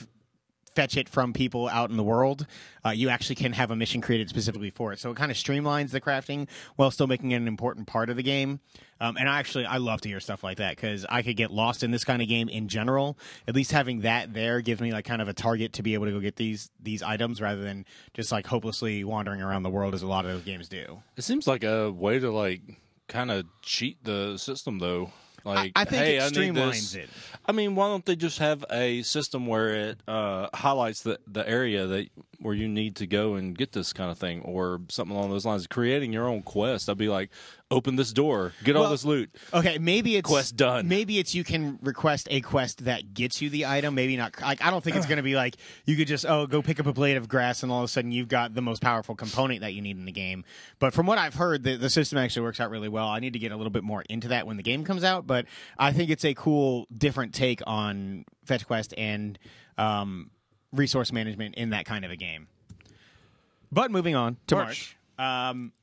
fetch it from people out in the world uh, you actually can have a mission created specifically for it so it kind of streamlines the crafting while still making it an important part of the game um, and i actually i love to hear stuff like that because i could get lost in this kind of game in general at least having that there gives me like kind of a target to be able to go get these these items rather than just like hopelessly wandering around the world as a lot of those games do It seems like a way to like kind of cheat the system, though. Like i think hey, it I need streamlines this. it I mean, why don't they just have a system where it uh, highlights the, the area that where you need to go and get this kind of thing, or something along those lines? Creating your own quest. I'd be like, open this door, get all Well- this loot. Okay, maybe it's Quest done. Maybe it's you can request a quest that gets you the item. Maybe not. Like I don't think it's going to be like you could just oh go pick up a blade of grass and all of a sudden you've got the most powerful component that you need in the game. But from what I've heard, the, the system actually works out really well. I need to get a little bit more into that when the game comes out, but I think it's a cool different take on fetch quest and um, resource management in that kind of a game. But moving on to March. March. Um,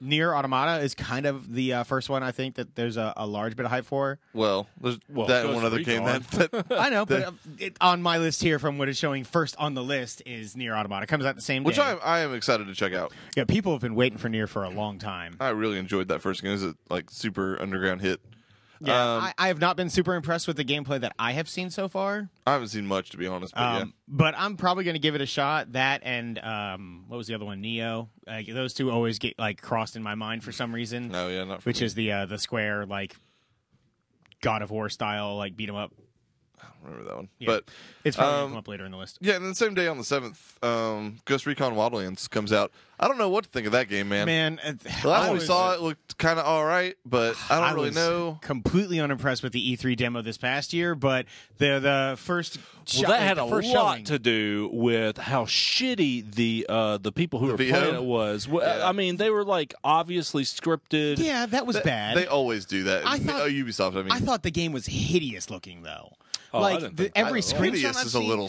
Near Automata is kind of the uh, first one I think that there's a, a large bit of hype for. Well, there's Well, that and Ghost one other game Recon. that, that I know, but uh, it, on my list here from what is showing first on the list is Near Automata. It comes out the same which day. I am, I am excited to check out. yeah, people have been waiting for Near for a long time. I really enjoyed that first game. It was a like super underground hit. Yeah, um, I, I have not been super impressed with the gameplay that I have seen so far. I haven't seen much to be honest, but Um, But I'm probably going to give it a shot. That and um, what was the other one? Neo. Like, those two always get like crossed in my mind for some reason. yeah, no, yeah, not for which me. is the uh, the square like God of War style like beat 'em up. I don't remember that one, Yeah. but It's probably gonna Um, come up later in the list. yeah. And then the same day on the seventh, um, Ghost Recon Wildlands comes out. I don't know what to think of that game, man. Man, uh, the last I time we was- saw it looked kind of all right, but I don't I really was know. Completely unimpressed with the E3 demo this past year, but the the first Well, sho- that had the a lot first showing- to do with how shitty the uh, the people who were VO? playing it was. Well, Yeah. I mean, they were like obviously scripted. Yeah, that was bad. They always do that. I I thought- oh, Ubisoft. I mean, I thought the game was hideous looking though. Oh, I like didn't the- think every that at all. screenshot hideous I've is a seen- little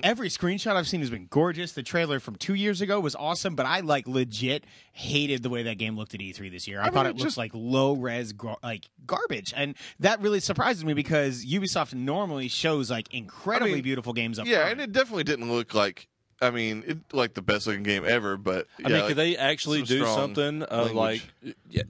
No, every screenshot I've seen has been gorgeous. The trailer from two years ago was awesome, but I like legit hated the way that game looked at E3 this year. I, mean, thought it it looked just- like low res, gar- like garbage, and that really surprises me because Ubisoft normally shows like incredibly I mean, beautiful games up. yeah, front. and it definitely didn't look like. I mean, it like the best looking game ever, but I yeah, mean, could like- they actually some do strong something uh, like, language. yeah,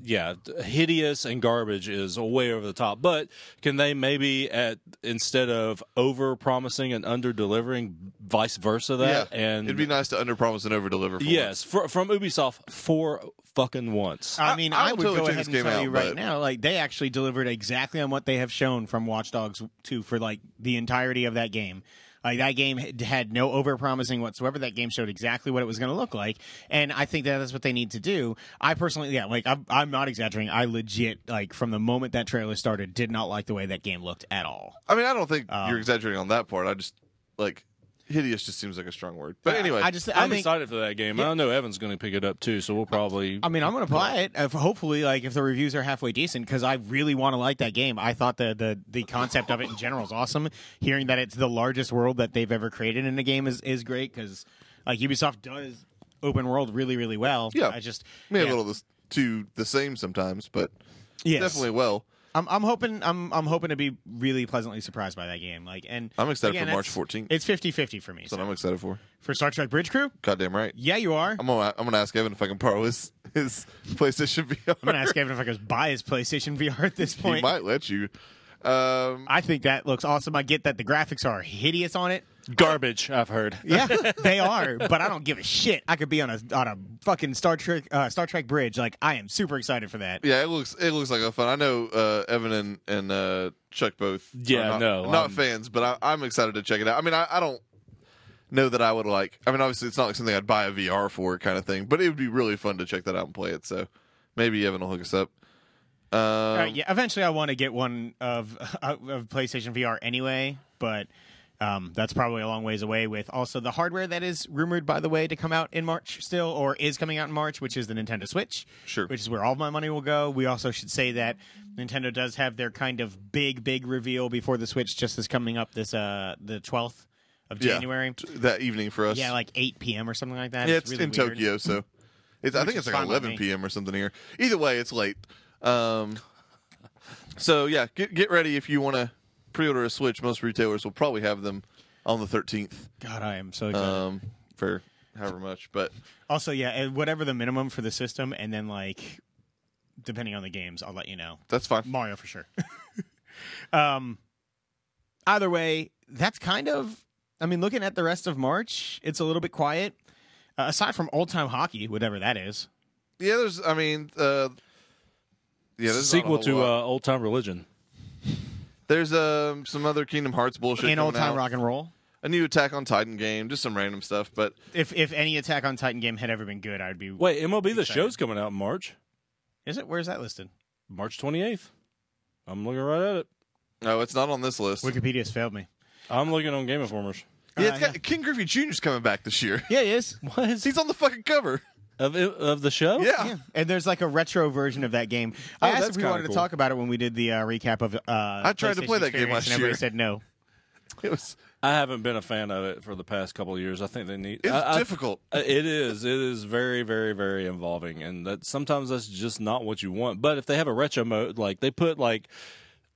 yeah, hideous and garbage is way over the top. But can they maybe at instead of over promising and under delivering, vice versa that? yeah, and it'd be nice to underpromise and overdeliver. For yes, fr- from Ubisoft for fucking once. I I- mean, I, I would would totally go check ahead this and game tell out, you right but- now, like they actually delivered exactly on what they have shown from Watch Dogs 2 for like the entirety of that game. Like that game had- had no overpromising whatsoever. That game showed exactly what it was going to look like, and I think that that's what they need to do. I personally, yeah, like I'm, I'm not exaggerating. I legit, like from the moment that trailer started, did not like the way that game looked at all. I mean, I don't think Um, you're exaggerating on that part. I just like hideous just seems like a strong word. But I- anyway, I, just, I I'm think, excited for that game. I know Evan's going to pick it up too, so we'll probably. I mean, I'm going to buy it. If hopefully, like if the reviews are halfway decent, because I really want to like that game. I thought the, the the concept of it in general is awesome. Hearing that it's the largest world that they've ever created in a game is is great because like Ubisoft does open world really really well. Yeah. I just maybe yeah. a little this, to the same sometimes, but Yes. definitely well. I'm, I'm hoping I'm I'm hoping to be really pleasantly surprised by that game. Like and I'm excited again, for March that's- 14th. It's 50-50 for me. That's what So. I'm excited for. For Star Trek Bridge Crew, Goddamn right. yeah, you are. I'm gonna I'm gonna ask Evan if I can borrow his his PlayStation VR. I'm gonna ask Evan if I could buy his PlayStation VR at this he point. might let you. Um, I think that looks awesome. I get that the graphics are hideous on it. Garbage, I've heard. Yeah, they are, but I don't give a shit. I could be on a on a fucking Star Trek uh, Star Trek bridge. Like I am super excited for that. Yeah, it looks it looks like a fun. I know uh, Evan and and uh, Chuck both. are Yeah, not, no, not I'm- fans, but I, I'm excited to check it out. I mean, I, I don't know that I would like. I mean, obviously, it's not like something I'd buy a VR for kind of thing, but it would be really fun to check that out and play it. So maybe Evan will hook us up. Um, Uh, yeah, eventually I want to get one of of PlayStation VR anyway, but um, that's probably a long ways away. With also the hardware that is rumored, by the way, to come out in March still, or is coming out in March, which is the Nintendo Switch, Sure. which is where all my money will go. We also should say that Nintendo does have their kind of big big reveal before the Switch just is coming up this uh the twelfth of Yeah. January. t- that evening for us. Yeah, like 8 p.m. or something like that. yeah, it's really in weird. Mm-hmm. Tokyo, so it's. I Which think is it's like fine with 11 me. p.m. or something here. Either way, it's late. Um, so yeah, get get ready if you want to pre-order a Switch. Most retailers will probably have them on the 13th God, I am so excited. um, for however much. But also, yeah, and whatever the minimum for the system, and then like, depending on the games, I'll let you know. that's fine. Mario for sure. um, either way, that's kind of. I mean, looking at the rest of March, it's a little bit quiet. Uh, aside from old time hockey, whatever that is. Yeah, there's. I mean, uh, yeah, there's not a Sequel whole to lot. uh, Old Time Religion. There's um, some other Kingdom Hearts bullshit. And old coming time out. rock and roll. A new Attack on Titan game, just some random stuff. But If if any Attack on Titan game had ever been good, I'd be. Wait, MLB the Excited. show's coming out in March, Is it? Where's that listed? March 28th. I'm looking right at it. no, it's not on this list. Wikipedia's failed me. I'm looking on Game Informers. yeah, it's Uh, got, King Griffey Jr.'s coming back this year. Yeah, it is. What is He's on the fucking cover. of of the show? Yeah. Yeah, and there's like a retro version of that game. I Oh, asked that's if we kinda wanted to cool. talk about it when we did the uh, recap of. Uh, I tried to play that game last and everybody year. Said no. It was I haven't been a fan of it for the past couple of years. I think they need. it's I- I- difficult. Uh, It is. It is very, very, very involving, and that sometimes that's just not what you want. But if they have a retro mode, like they put like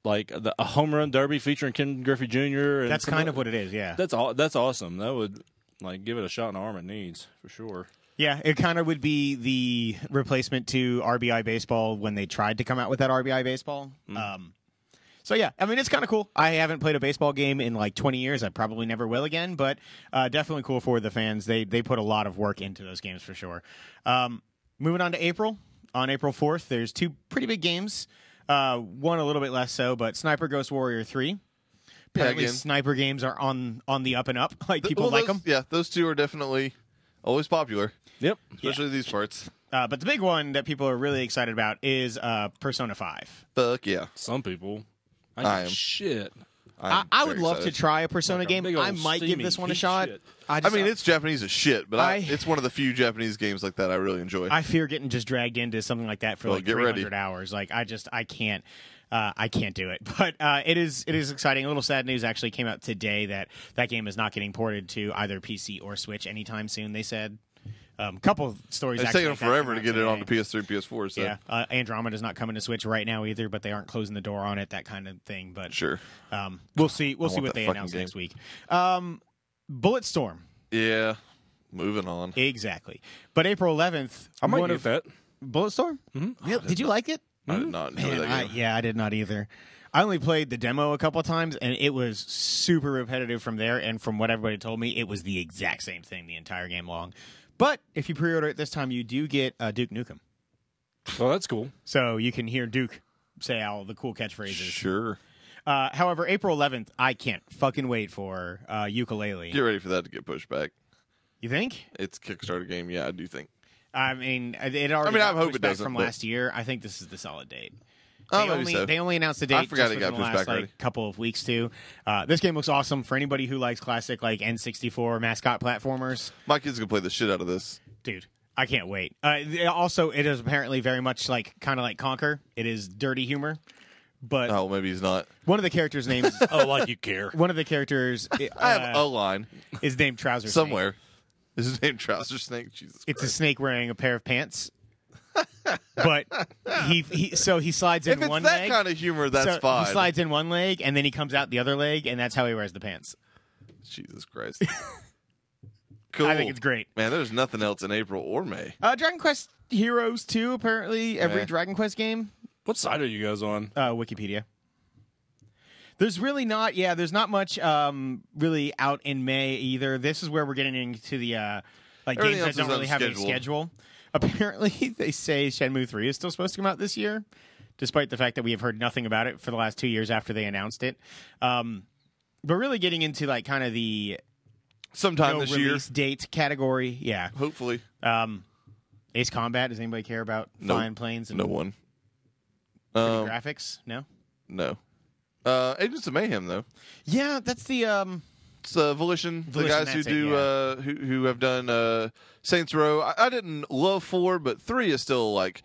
like the, a home run derby featuring Ken Griffey Jr. And That's some kind of what it is. Yeah, That's all. That's awesome. That would like give it a shot in the arm it needs for sure. yeah. It kind of would be the replacement to RBI baseball when they tried to come out with that RBI baseball. Mm. Um, so yeah, I mean it's kind of cool. I haven't played a baseball game in like 20 years. I probably never will again, but uh, definitely cool for the fans. They they put a lot of work into those games for sure. Um, moving on to April. On April 4th, there's two pretty big games. Uh, one a little bit less so, but Sniper Ghost Warrior 3. Apparently, again. sniper games are on on the up and up. Like people Well, like them. those- Yeah, those two are definitely always popular, Yep. especially these parts. Uh, but the big one that people are really excited about is uh, Persona 5. Fuck yeah. Some people. I, I give am. Shit. I'm I, I would very love excited. to try a Persona Like a game. big I old might give steaming this one a piece of shot. shit. I, I just, mean, it's Japanese as shit, but I, I- it's one of the few Japanese games like that I really enjoy. I fear getting just dragged into something like that for Well, like get 300 ready. hours. Like I just I can't uh, I can't do it. But uh, it is it is exciting. A little sad news actually came out today that that game is not getting ported to either PC or Switch anytime soon. They said a um, couple of stories. it's actually taking them like that came forever to out get it today. onto PS3, PS4. So Yeah, uh, Andromeda's not coming to Switch right now either, but they aren't closing the door on it, that kind of thing. But sure. Um, we'll see. We'll I see want what that they fucking announce game. next week. Um, Bulletstorm, Yeah. Moving on. exactly. But April 11th, I might one get of- that. Bulletstorm. Mhm. Yeah, did you like it? Mm-hmm. I did not enjoy Man, that I, game. yeah, I did not either. I only played the demo a couple times, and it was super repetitive from there. And from what everybody told me, it was the exact same thing the entire game long. But if you pre-order it this time, you do get uh, Duke Nukem, Well, Oh, that's cool. so you can hear Duke say all the cool catchphrases. Sure. Uh, however, April 11th, I can't fucking wait for uh, ukulele. Get ready for that to get pushed back. you think? It's a Kickstarter game. Yeah, I do think. I mean, it already. I mean, I got hope pushed it back doesn't, From but- last year, I think this is the solid date. Oh, they maybe only so. they only announced the date. I forgot just it got within the pushed last, back already. like couple of weeks too. Uh, this game looks awesome for anybody who likes classic like N64 mascot platformers. My kids can play the shit out of this. Dude, I can't wait. Uh, it- also, it is apparently very much like kind of like Conquer. It is dirty humor, but Oh, maybe he's not. one of the characters' names. Oh, like you care. One of the characters uh, I have a line is named Trouser Snake. somewhere. Is his name Trouser Snake? Jesus. It's a snake wearing a pair of pants, but he, he so he slides in if it's one that leg. kind of humor, that's So fine. He slides in one leg and then he comes out the other leg, and that's how he wears the pants. Jesus Christ. cool. I think it's great. Man, there's nothing else in April or May. Uh, Dragon Quest Heroes 2, apparently, every Meh. Dragon Quest game, What side are you guys on? uh, Wikipedia. Uh, There's really not, yeah. There's not much um, really out in May either. This is where we're getting into the uh, like Everything games that don't else is on really have any schedule. schedule. Apparently, they say Shenmue Three is still supposed to come out this year, despite the fact that we have heard nothing about it for the last two years after they announced it. Um, but really getting into like kind of the Sometime no this release date category, yeah. year, hopefully. Um, Ace Combat. Does anybody care about Nope. flying planes and No one. pretty Um, graphics? No. no. Uh, Agents of Mayhem though. Yeah, that's the um, It's uh, Volition, the Volition, guys who that's it, do yeah. uh, who who have done uh, Saints Row. I, I didn't love four, but three is still like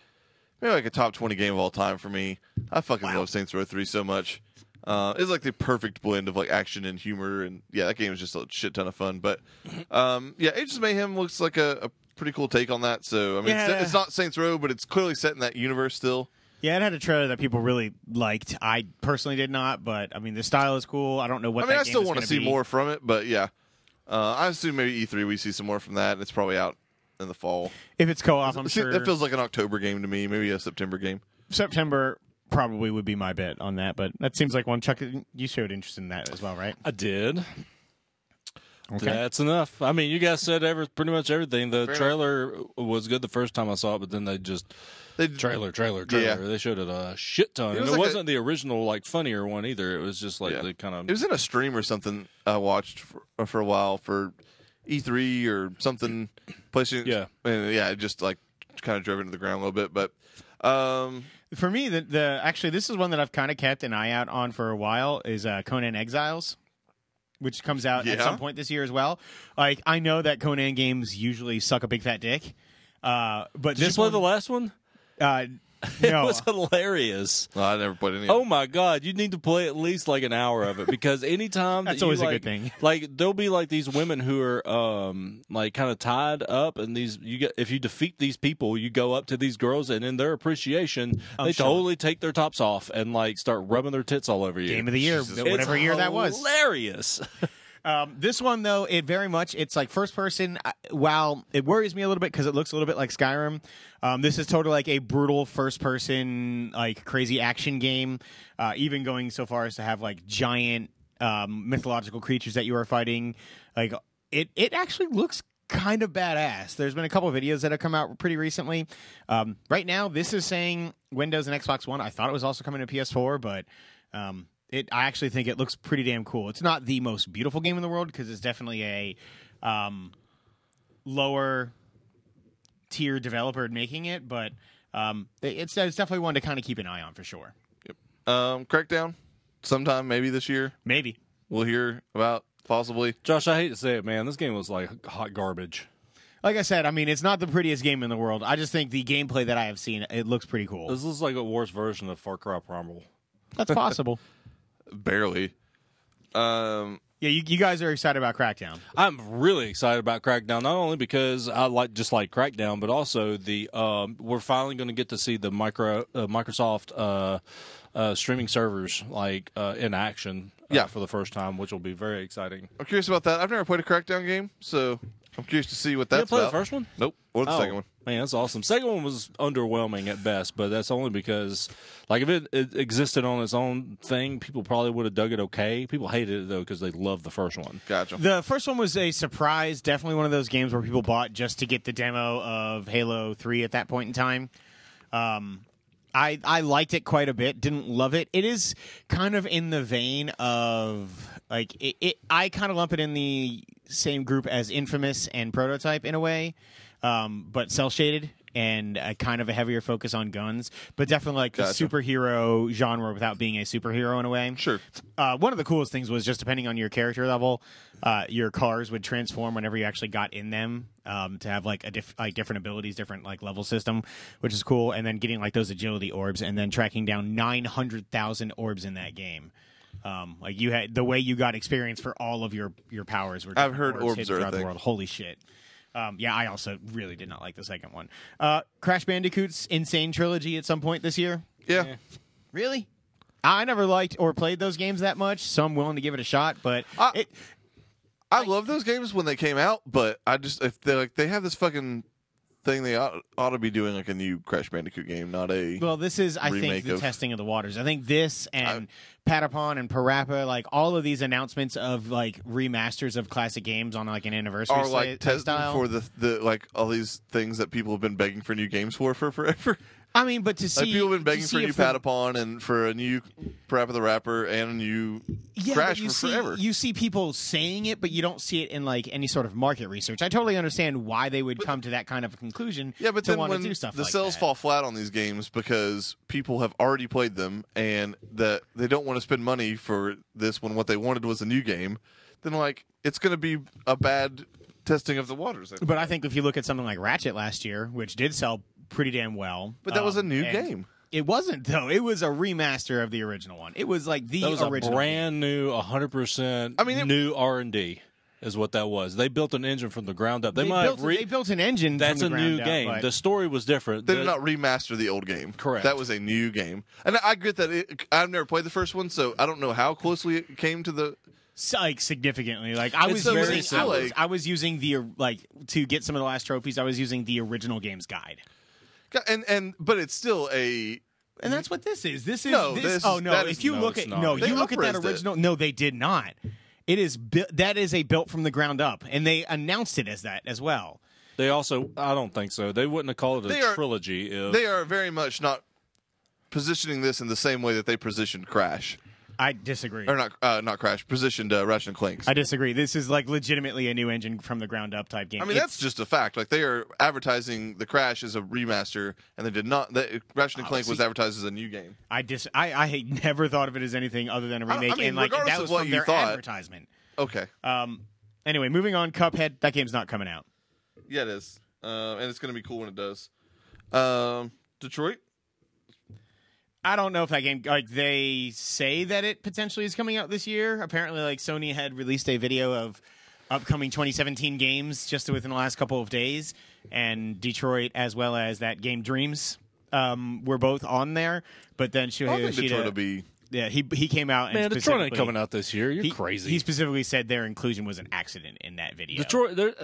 maybe like a top twenty game of all time for me. I fucking love Saints Row three so much. Uh, it's like the perfect blend of like action and humor, and yeah, that game is just a shit ton of fun. But Mm-hmm. um, yeah, Agents of Mayhem looks like a, a pretty cool take on that. So I mean, it's, Yeah. it's not Saints Row, but it's clearly set in that universe still. Yeah, it had a trailer that people really liked. I personally did not, but I mean, the style is cool. I don't know what. I mean, that I game still is want to gonna see be. more from it, but yeah, uh, I assume maybe E three we see some more from that, and it's probably out in the fall. If it's co-op, I'm See, sure That feels like an October game to me, maybe a September game. September probably would be my bet on that. But that seems like one. Chuck, you showed interest in that as well, right? I did. Okay. That's enough. I mean, you guys said ever pretty much everything. The Fair trailer was good the first time I saw it, but then they just They trailer, trailer, trailer. Yeah. They showed it a shit ton. It It, was and it like a- wasn't the original, like funnier one either. It was just like Yeah. the kind of It was in a stream or something I watched for, uh, for a while for E3 or something. PlayStation. Yeah. and yeah. It just like kind of drove into the ground a little bit, but um, For me, the, the actually this is one that I've kind of kept an eye out on for a while is uh, Conan Exiles, which comes out at Yeah. some point this year as well. Like I know that Conan games usually suck a big fat dick, uh, but Did you this play one, the last one? uh, It no, was hilarious. no, I never played any. of Oh it. my god, you need to play at least like an hour of it because anytime that That's you, always a good like- thing. Like there'll be like these women who are um like kind of tied up and these you get if you defeat these people, you go up to these girls and in their appreciation, they Oh, sure. totally take their tops off and like start rubbing their tits all over you. game of the year, Jesus. whatever It's year that was. Hilarious. Um, this one though, it very much it's like first person. I- While it worries me a little bit because it looks a little bit like Skyrim, um, this is totally like a brutal first person, like crazy action game. Uh, even going so far as to have like giant um, mythological creatures that you are fighting. Like it, it actually looks kind of badass. There's been a couple videos that have come out pretty recently. Um, right now, this is saying Windows and Xbox One. I thought it was also coming to PS4, but um, it I actually think it looks pretty damn cool. It's not the most beautiful game in the world because it's definitely a um, lower tier developer making it, but um, it- it's, it's definitely one to kind of keep an eye on for sure. um, Crackdown. Sometime maybe this year Maybe. we'll hear about possibly. Josh, I hate to say it, man. This game was like hot garbage. Like I said, I mean, it's not the prettiest game in the world. I just think the gameplay that I have seen, it looks pretty cool. This is like a worse version of Far Cry Primal. That's possible. Barely. Um, yeah, you, you guys are excited about Crackdown. I'm really excited about Crackdown, not only because I like just like Crackdown, but also the um, we're finally going to get to see the micro uh, Microsoft uh, uh, streaming servers like uh, in action, uh, Yeah. for the first time, which will be very exciting. I'm curious about that. I've never played a Crackdown game, so I'm curious to see what Did that's you play about. the first one? Nope. Or the Oh, second one. Man, that's awesome. Second one was underwhelming at best, but that's only because, like, if it, it existed on its own thing, people probably would have dug it okay. People hated it though because they loved the first one. Gotcha. The first one was a surprise, definitely one of those games where people bought just to get the demo of Halo 3 at that point in time. Um, I I liked it quite a bit, didn't love it. It is kind of in the vein of like it, it I kind of lump it in the same group as Infamous and Prototype in a way. Um, but cell shaded and a kind of a heavier focus on guns, but definitely like Gotcha. the superhero genre without being a superhero in a way Sure. uh, one of the coolest things was just depending on your character level, uh, your cars would transform whenever you actually got in them um, to have like a diff- like different abilities, different like level system, which is cool. And then getting like those agility orbs, and then tracking down nine hundred thousand orbs in that game. Um, like you had the way you got experience for all of your your powers. Were I've different heard orbs hidden are a throughout the thing. world. Holy shit. Um, yeah, I also really did not like the second one. Uh, Crash Bandicoot's Insane Trilogy at some point this year. Yeah. Really? I never liked or played those games that much, so I'm willing to give it a shot. But I- it, I love those games when they came out, but I just if they like they have this fucking thing they ought, ought to be doing like a new Crash Bandicoot game, not a. Well, this is, I think, Remake the of- testing of the waters. I think this and Patapon and Parappa, like all of these announcements of like remasters of classic games on like an anniversary are sli- like testing style. for the the like all these things that people have been begging for new games for for forever. I mean, but to see like people to have been begging see for a new if the- Patapon and for a new Parappa the Rapper and a new yeah, Crash but you for see, forever. You see people saying it, but you don't see it in like any sort of market research. I totally understand why they would come to that kind of a conclusion. yeah, but to then want when to do stuff the like sales that. fall flat on these games because people have already played them and that they don't want to spend money for this when what they wanted was a new game, then like it's going to be a bad testing of the waters. I think. But I think if you look at something like Ratchet last year, which did sell pretty damn well, um, But that was a new and game. It wasn't though. It was a remaster of the original one. It was like the That was original. a brand new, 100 percent I mean, it- new R and D is what that was. They built an engine from the ground up. They, They, might built, have re- they built an engine. that's a from the ground new up, game. but- The story was different. They The- did not remaster the old game. Correct. That was a new game, and I get that. It, I've never played the first one, so I don't know how closely it came to the. S- like significantly. Like I It's was very using, I silly. was, I was using the like to get some of the last trophies. I was using the original game's guide, And and but it's still a. and that's what this is. This is Mm-hmm. No, this, this is- oh no. that If is- you no, look it's at not. no, They you look at that upraised it. original. No, they did not. It is bu- that is a built from the ground up, and they announced it as that as well. They also, I don't think so. They wouldn't have called it a They are- trilogy. If, They are very much not positioning this in the same way that they positioned Crash I disagree. or not uh, not Crash positioned uh, Ratchet and Clank. I I, disagree. This is like legitimately a new engine from the ground up type game. mean that's just a fact. Like they are advertising the Crash as a remaster, and they did not. That, Ratchet and Clank was advertised as a new game. I dis. I, I never thought of it as anything other than a don't- I remake, mean, and like regardless that of was what from you their thought. advertisement. Okay, Um. Anyway, moving on. Cuphead. That game's not coming out. yeah, it is, uh, and it's going to be cool when it does. Um, Detroit. I don't know if that game like they say that it potentially is coming out this year. Apparently, like Sony had released a video of upcoming 2017 games just within the last couple of days, and Detroit as well as that game Dreams um, were both on there. But then I don't Shuhei think Detroit will Yoshida, be yeah, he he came out and man, Detroit ain't specifically- coming out this year. You're He, crazy. He specifically said their inclusion was an accident in that video. Detroit, they're-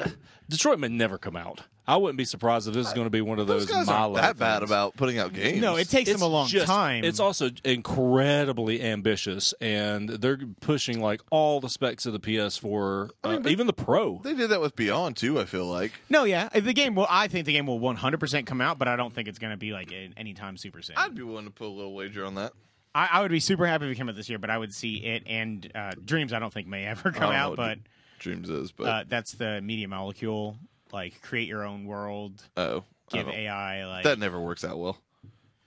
Detroit may never come out. I wouldn't be surprised if this is going to be one of those. Those guys aren't Milo that bad things. about putting out games. No, it takes them a long just- time. It's also incredibly ambitious, and they're pushing like all the specs of the PS4, uh, even the Pro. They did that with Beyond too. I feel like No, yeah, the game will. I think the game will 100% come out, but I don't think it's going to be like in any time super soon. I'd be willing to put a little wager on that. I, I would be super happy if it came out this year, but I would see it and uh, Dreams. I don't think may ever come Oh, I don't out, know but what Dreams is, but uh, that's the Media Molecule, like create your own world, oh, I give don't- AI. Like that never works out well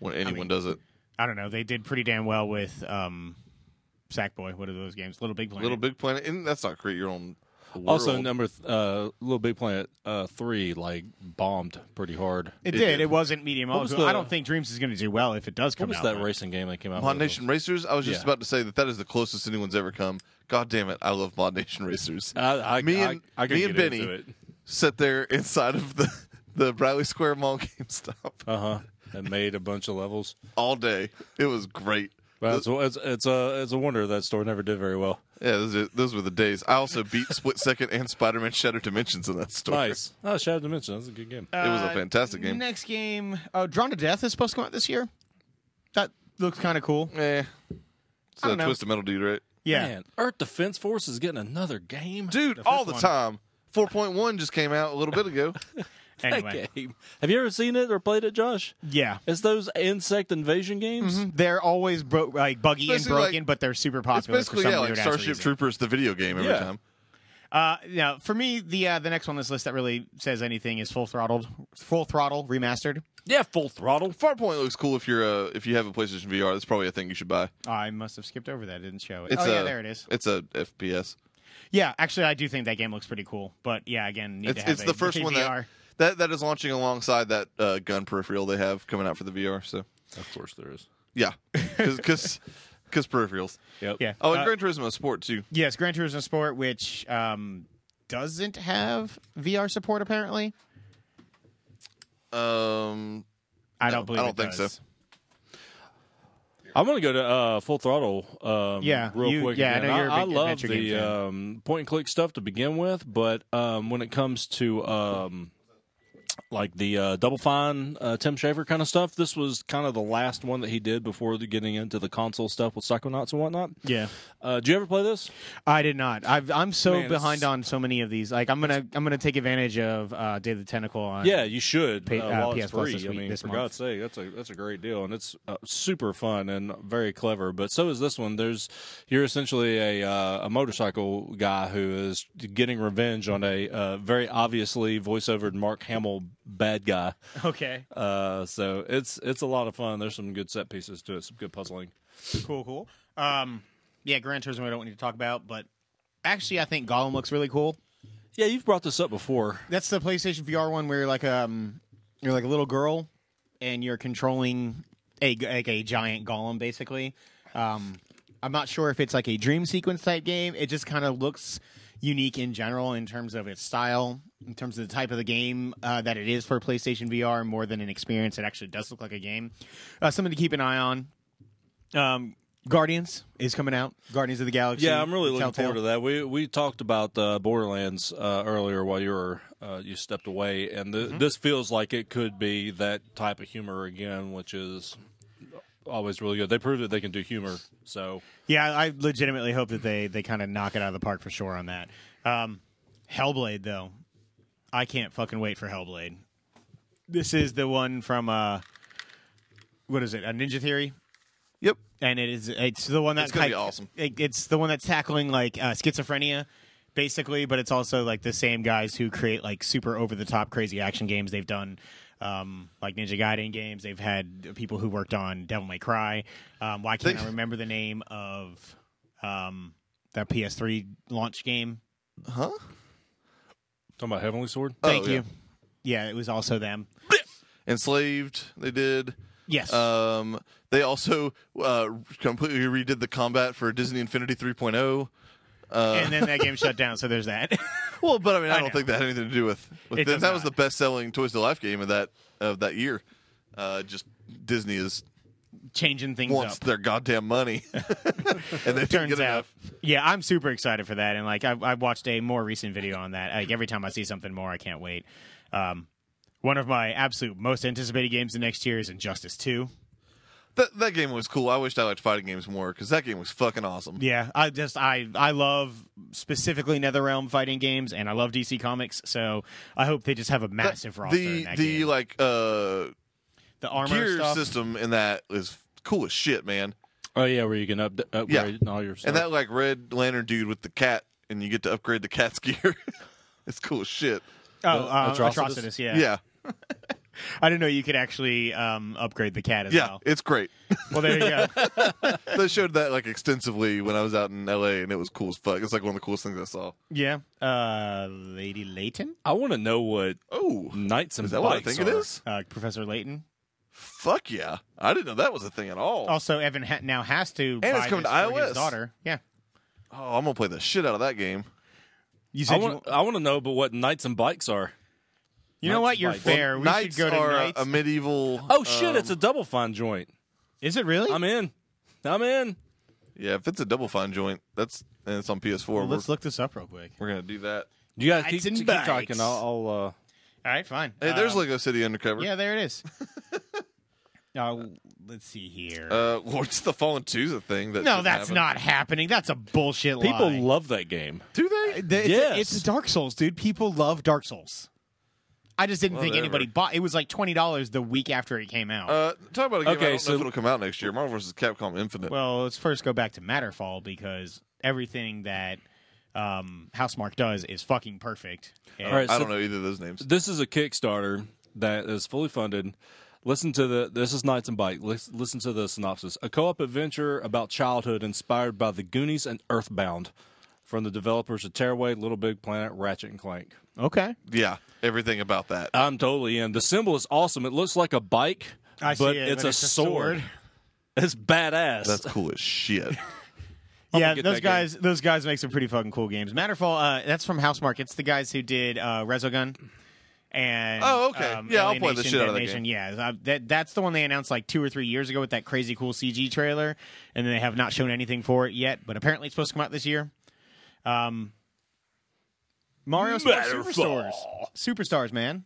when anyone does it. I don't know. They did pretty damn well with um, Sackboy. What are those games? Little Big Planet. Little Big Planet, and that's not create your own. World. Also, number th- uh, Little Big Planet uh, three like bombed pretty hard. It did. It did. It wasn't Media was Molecule. I the- don't think Dreams is going to do well if it does What come was out. that but- racing game that came out? Mod with? Nation Racers. I was just Yeah. about to say that that is the closest anyone's ever come. God damn it, I love Mod Nation Racers. I, I, Me I- and- I, could me and get Benny. into it. Sit there inside of the the Bradley Square Mall GameStop Uh huh. And made a bunch of levels. all day. It was great. Well, it's, it's it's a it's a wonder that store never did very well. Yeah, those, are- those were the days. I also beat Split Second and Spider Man Shattered Dimensions in that store. Nice. Oh, Shadow Dimension. That's a good game. It was a Uh, fantastic game. Next game, uh, Drawn to Death is supposed to come out this year. That looks kind of cool. Eh. It's I that don't know. twist of metal dude, right? Yeah, Man, Earth Defense Force is getting another game. Dude, all the one. time. 4.1 just came out a little bit ago. anyway, That game. Have you ever seen it or played it, Josh? yeah. It's those insect invasion games. They're always bro- like buggy It's and basically broken, like- but they're super It's popular for basically some yeah, like weird Starship ass reason. Troopers, the video game every Yeah. time. Uh, now, for me, the uh, the next one on this list that really says anything is Full Throttled, Full Throttle remastered. Yeah, full throttle. Farpoint looks cool if you're uh, if you have a PlayStation VR. That's probably a thing you should buy. I must have skipped over that; it didn't show it. It's oh yeah, a- there it is. It's a FPS. Yeah, actually, I do think that game looks pretty cool. But yeah, again, need It's to have it's a the first one that, VR. that that is launching alongside that uh, gun peripheral they have coming out for the VR. So Of course there is. yeah, because because peripherals. Yep. Yeah. Oh, and Uh, Gran Turismo Sport too. Yes, Gran Turismo Sport, which um, doesn't have VR support apparently. Um, I No, don't believe. I it don't think does. so. I'm gonna go to uh, full throttle. Um, Yeah, real you- quick. yeah, I again. know you're a I, big love adventure game the fan. um, point and click stuff to begin with, but um, when it comes to um, like the uh, Double Fine uh, Tim Schafer kind of stuff. This was kind of the last one that he did before the, getting into the console stuff with Psychonauts and whatnot. Yeah, Uh, do you ever play this? I did not. I've, I'm so Man, it's- behind on so many of these. Like I'm gonna I'm gonna take advantage of uh, Day of the Tentacle on. Yeah, you should. Pay- uh, uh, while it's PS Plus free. this I week- mean, this for month. God's sake, that's a that's a great deal, and it's uh, super fun and very clever. But so is this one. There's you're essentially a uh, a motorcycle guy who is getting revenge on a uh, very obviously voiceovered Mark Hamill bad guy. Okay. Uh, so it's it's a lot of fun. There's some good set pieces to it. Some good puzzling. Cool. Cool. Um. Yeah, Gran Turismo. I don't need to talk about, but actually, I think Gollum looks really cool. Yeah, you've brought this up before. That's the PlayStation VR one where you're like um you're like a little girl and you're controlling a like a giant golem basically. Um I'm not sure if it's like a dream sequence type game. It just kind of looks unique in general in terms of its style, in terms of the type of the game uh, that it is for PlayStation VR more than an experience. It actually does look like a game. Uh, something to keep an eye on. Um Guardians is coming out. Guardians of the Galaxy. Yeah, I'm really looking Telltale. forward to that. We we talked about uh, Borderlands uh, earlier while you were uh, you stepped away, and th this feels like it could be that type of humor again, which is always really good. They proved that they can do humor, so Yeah, I I legitimately hope that they they kind of knock it out of the park for sure on that. Um, Hellblade though, I can't fucking wait for Hellblade. This is the one from uh, what is it? A Ninja Theory, Yep. and it is it's the one that's It's gonna be awesome. It, it's the one that's tackling like uh, schizophrenia, basically, but it's also like the same guys who create like super over the top crazy action games. They've done um, like Ninja Gaiden games. They've had people who worked on Devil May Cry. Um, why can't They- I remember the name of um, that PS3 launch game? Huh? talking about Heavenly Sword. Oh, Thank yeah. you. Yeah, it was also them. Enslaved. They did. Yes. Um, they also uh, completely redid the combat for Disney Infinity 3.0. Uh, and then that game shut down, so there's that. well, but I mean, I, I don't know. think that had anything to do with. with It this. does that was the not. best-selling Toys to Life game of that of that year. Uh, just Disney is Changing things wants up. their goddamn money, and they didn't turns get out. enough. Yeah, I'm super excited for that, and like I, I watched a more recent video on that. Like every time I see something more, I can't wait. Um, one of my absolute most anticipated games the next year is Injustice Two. That that game was cool. I wished I liked fighting games more because that game was fucking awesome. Yeah, I just I I love specifically NetherRealm fighting games, and I love DC Comics, so I hope they just have a massive roster. the in that the game. like uh, the armor gear stuff. system in that is cool as shit, man. Oh yeah, where you can up- upgrade and all your stuff. And that like Red Lantern dude with the cat, and you get to upgrade the cat's gear. it's cool as shit. oh, uh, Atrocitus? Atrocitus. Yeah. Yeah, yeah, I didn't know you could actually um, upgrade the cat as well. it's great. Well, there you go. they showed that like extensively when I was out in L.A. and it was cool as fuck. It's like one of the coolest things I saw. yeah, uh, Lady Layton, I want to know what Oh, knights and is that what I bikes think are. it is? uh, Professor Layton. Fuck yeah! I didn't know that was a thing at all. Also, Evan ha- now has to. buy it's coming this to for his iOS. daughter. Yeah, Oh, I'm gonna play the shit out of that game. you I want I want to know, but what knights and bikes are. you, know what? Knights You're and Bikes. fair. We knights should go to are um, knights. a medieval. Oh shit, it's a um, double fine joint. Is it really? I'm in. I'm in. yeah. If it's a double fine joint, that's and it's on PS4. Well, we're, let's look this up real quick. we're gonna do that. You guys Knights keep, and keep bikes. talking. I'll, I'll uh, All right, fine. Hey, there's Um, Lego City Undercover. yeah, there it is. uh, let's see here. Uh, Lords of the Fallen 2 is a thing that. no, should that's happen. not happening. That's a bullshit people lie. love that game. Do they? The- it's, Yes. it's Dark Souls, dude. People love Dark Souls. I just didn't think Whatever. anybody bought. It was like twenty dollars the week after it came out. Uh, talk about a game. Okay, I don't so- know if it'll come out next year. Marvel vs. Capcom Infinite. Well, let's first go back to Matterfall because everything that um, Housemark does is fucking perfect. And- All right, I so don't know either of those names. this is a Kickstarter that is fully funded. Listen to the this is Knights and Bike. Lis- Listen to the synopsis: a co-op adventure about childhood inspired by The Goonies and Earthbound, from the developers of Tearaway, Little Big Planet, Ratchet and Clank. Okay. Yeah, everything about that. I'm totally in. The symbol is awesome. It looks like a bike, I but see it, it's but a it's a sword. sword. It's badass. That's cool as shit. yeah, get those that game. guys, those guys make some pretty fucking cool games. Matterfall, uh, that's from Housemark. It's the guys who did uh, Resogun. And Oh, okay. um, Yeah, I'll play the Alienation, shit out of that Damnation. Yeah, uh, that that's the one they announced like two or three years ago with that crazy cool CG trailer, and they have not shown anything for it yet. But apparently, it's supposed to come out this year. Um, Mario Sports Matterfall. Superstars, Superstars, man,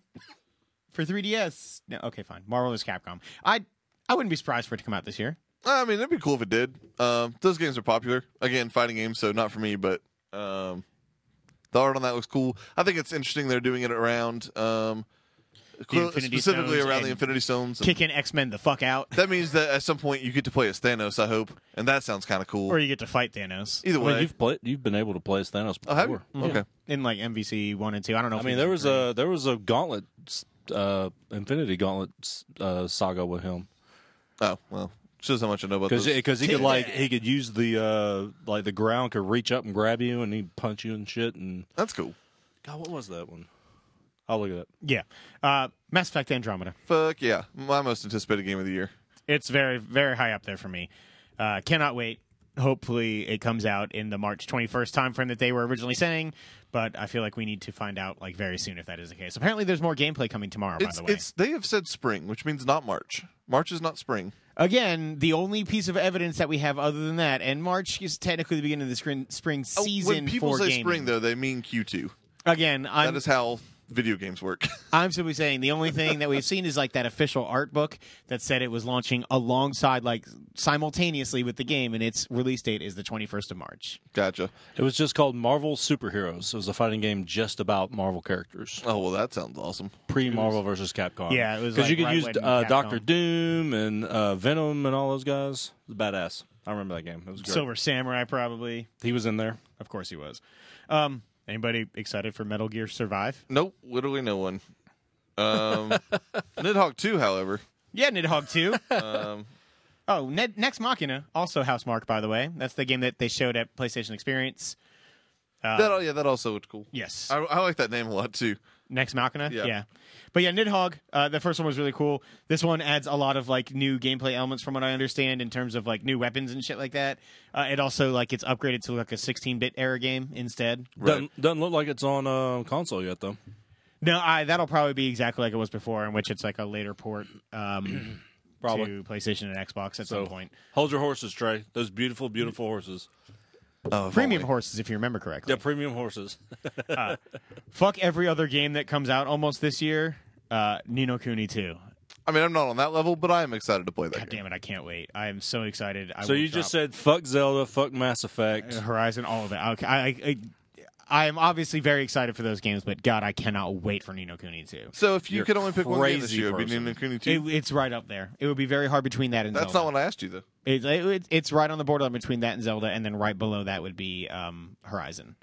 for 3DS. No, okay, fine. Marvel vs. Capcom. I I wouldn't be surprised for it to come out this year. I mean, it'd be cool if it did. Um, those games are popular. Again, fighting games, so not for me, but um, the art on that looks cool. I think it's interesting they're doing it around, um, cl- Infinity specifically Stones around the and Infinity Stones. and Kicking X Men the fuck out, that means that at some point you get to play as Thanos. I hope, and that sounds kind of cool. or you get to fight Thanos Either I way, mean, you've played, you've been able to play as Thanos before. oh, have you? Okay. in like MVC one and two. I don't know. I if mean, it's there was three. a there was a Gauntlet, uh, Infinity Gauntlet uh, saga with him Oh well, shows how much I know about because this. because he could like he could use the uh, like the ground could reach up and grab you and he punch you and shit and That's cool. God, what was that one? I'll look it up. yeah. Uh, Mass Effect Andromeda. Fuck yeah, my most anticipated game of the year. It's very very high up there for me. Uh, cannot wait. Hopefully, it comes out in the March 21st timeframe that they were originally saying. But I feel like we need to find out like very soon if that is the case. Apparently, there's more gameplay coming tomorrow. It's by the way, it's they have said spring, which means not March. March is not spring. again, the only piece of evidence that we have other than that, and March is technically the beginning of the screen, spring Oh, season when people for say gaming. spring, though, they mean Q2. Again, I'm That is how video games work. I'm simply saying the only thing that we've seen is like that official art book that said it was launching alongside, like simultaneously with the game, and its release date is the 21st of March. gotcha. It was just called Marvel Superheroes. It was a fighting game just about Marvel characters, Oh well, that sounds awesome. pre Marvel versus Capcom. Yeah, it was because like you could right use when uh, Capcom- Doctor Doom and uh, Venom and all those guys. It was badass. I remember that game. It was great. Silver Samurai, probably. he was in there. Of course, he was. Um, anybody excited for Metal Gear Survive? Nope, literally no one. Um, Nidhogg 2, however, Yeah, Nidhogg 2. um, oh, Ned, Next Machina, also House Mark, by the way. That's the game that they showed at PlayStation Experience. Uh, that yeah, that also looked cool. yes. I, I like that name a lot too. Next Machina, Yeah. yeah. But yeah, Nidhogg. Uh, the first one was really cool. This one adds a lot of like new gameplay elements, from what I understand, in terms of like new weapons and shit like that. Uh, it also like it's upgraded to like a 16-bit era game instead. Doesn't, doesn't look like it's on uh, console yet though. No, I that'll probably be exactly like it was before, in which it's like a later port um, Probably. to PlayStation and Xbox at So- some point. Hold your horses, Trey. Those beautiful, beautiful horses. Oh, if Premium only. horses, if you remember correctly. Yeah, premium horses. Fuck every other game that comes out almost this year. Uh, Nino Cooney too. I mean, I'm not on that level, but I am excited to play that. God game. damn it, I can't wait. I am so excited. I so will you drop- just said fuck Zelda, fuck Mass Effect. Horizon, all of it. Okay, I, I, I, I am obviously very excited for those games, but God, I cannot wait for Nino Kuni 2. So if you You're could only pick one game this crazy year, it'd be person. Nino Kuni 2. It, it's right up there. It would be very hard between that and That's not Zelda. what I asked you though. It's- it- it's- it's right on the borderline between that and Zelda, and then right below that would be um, Horizon.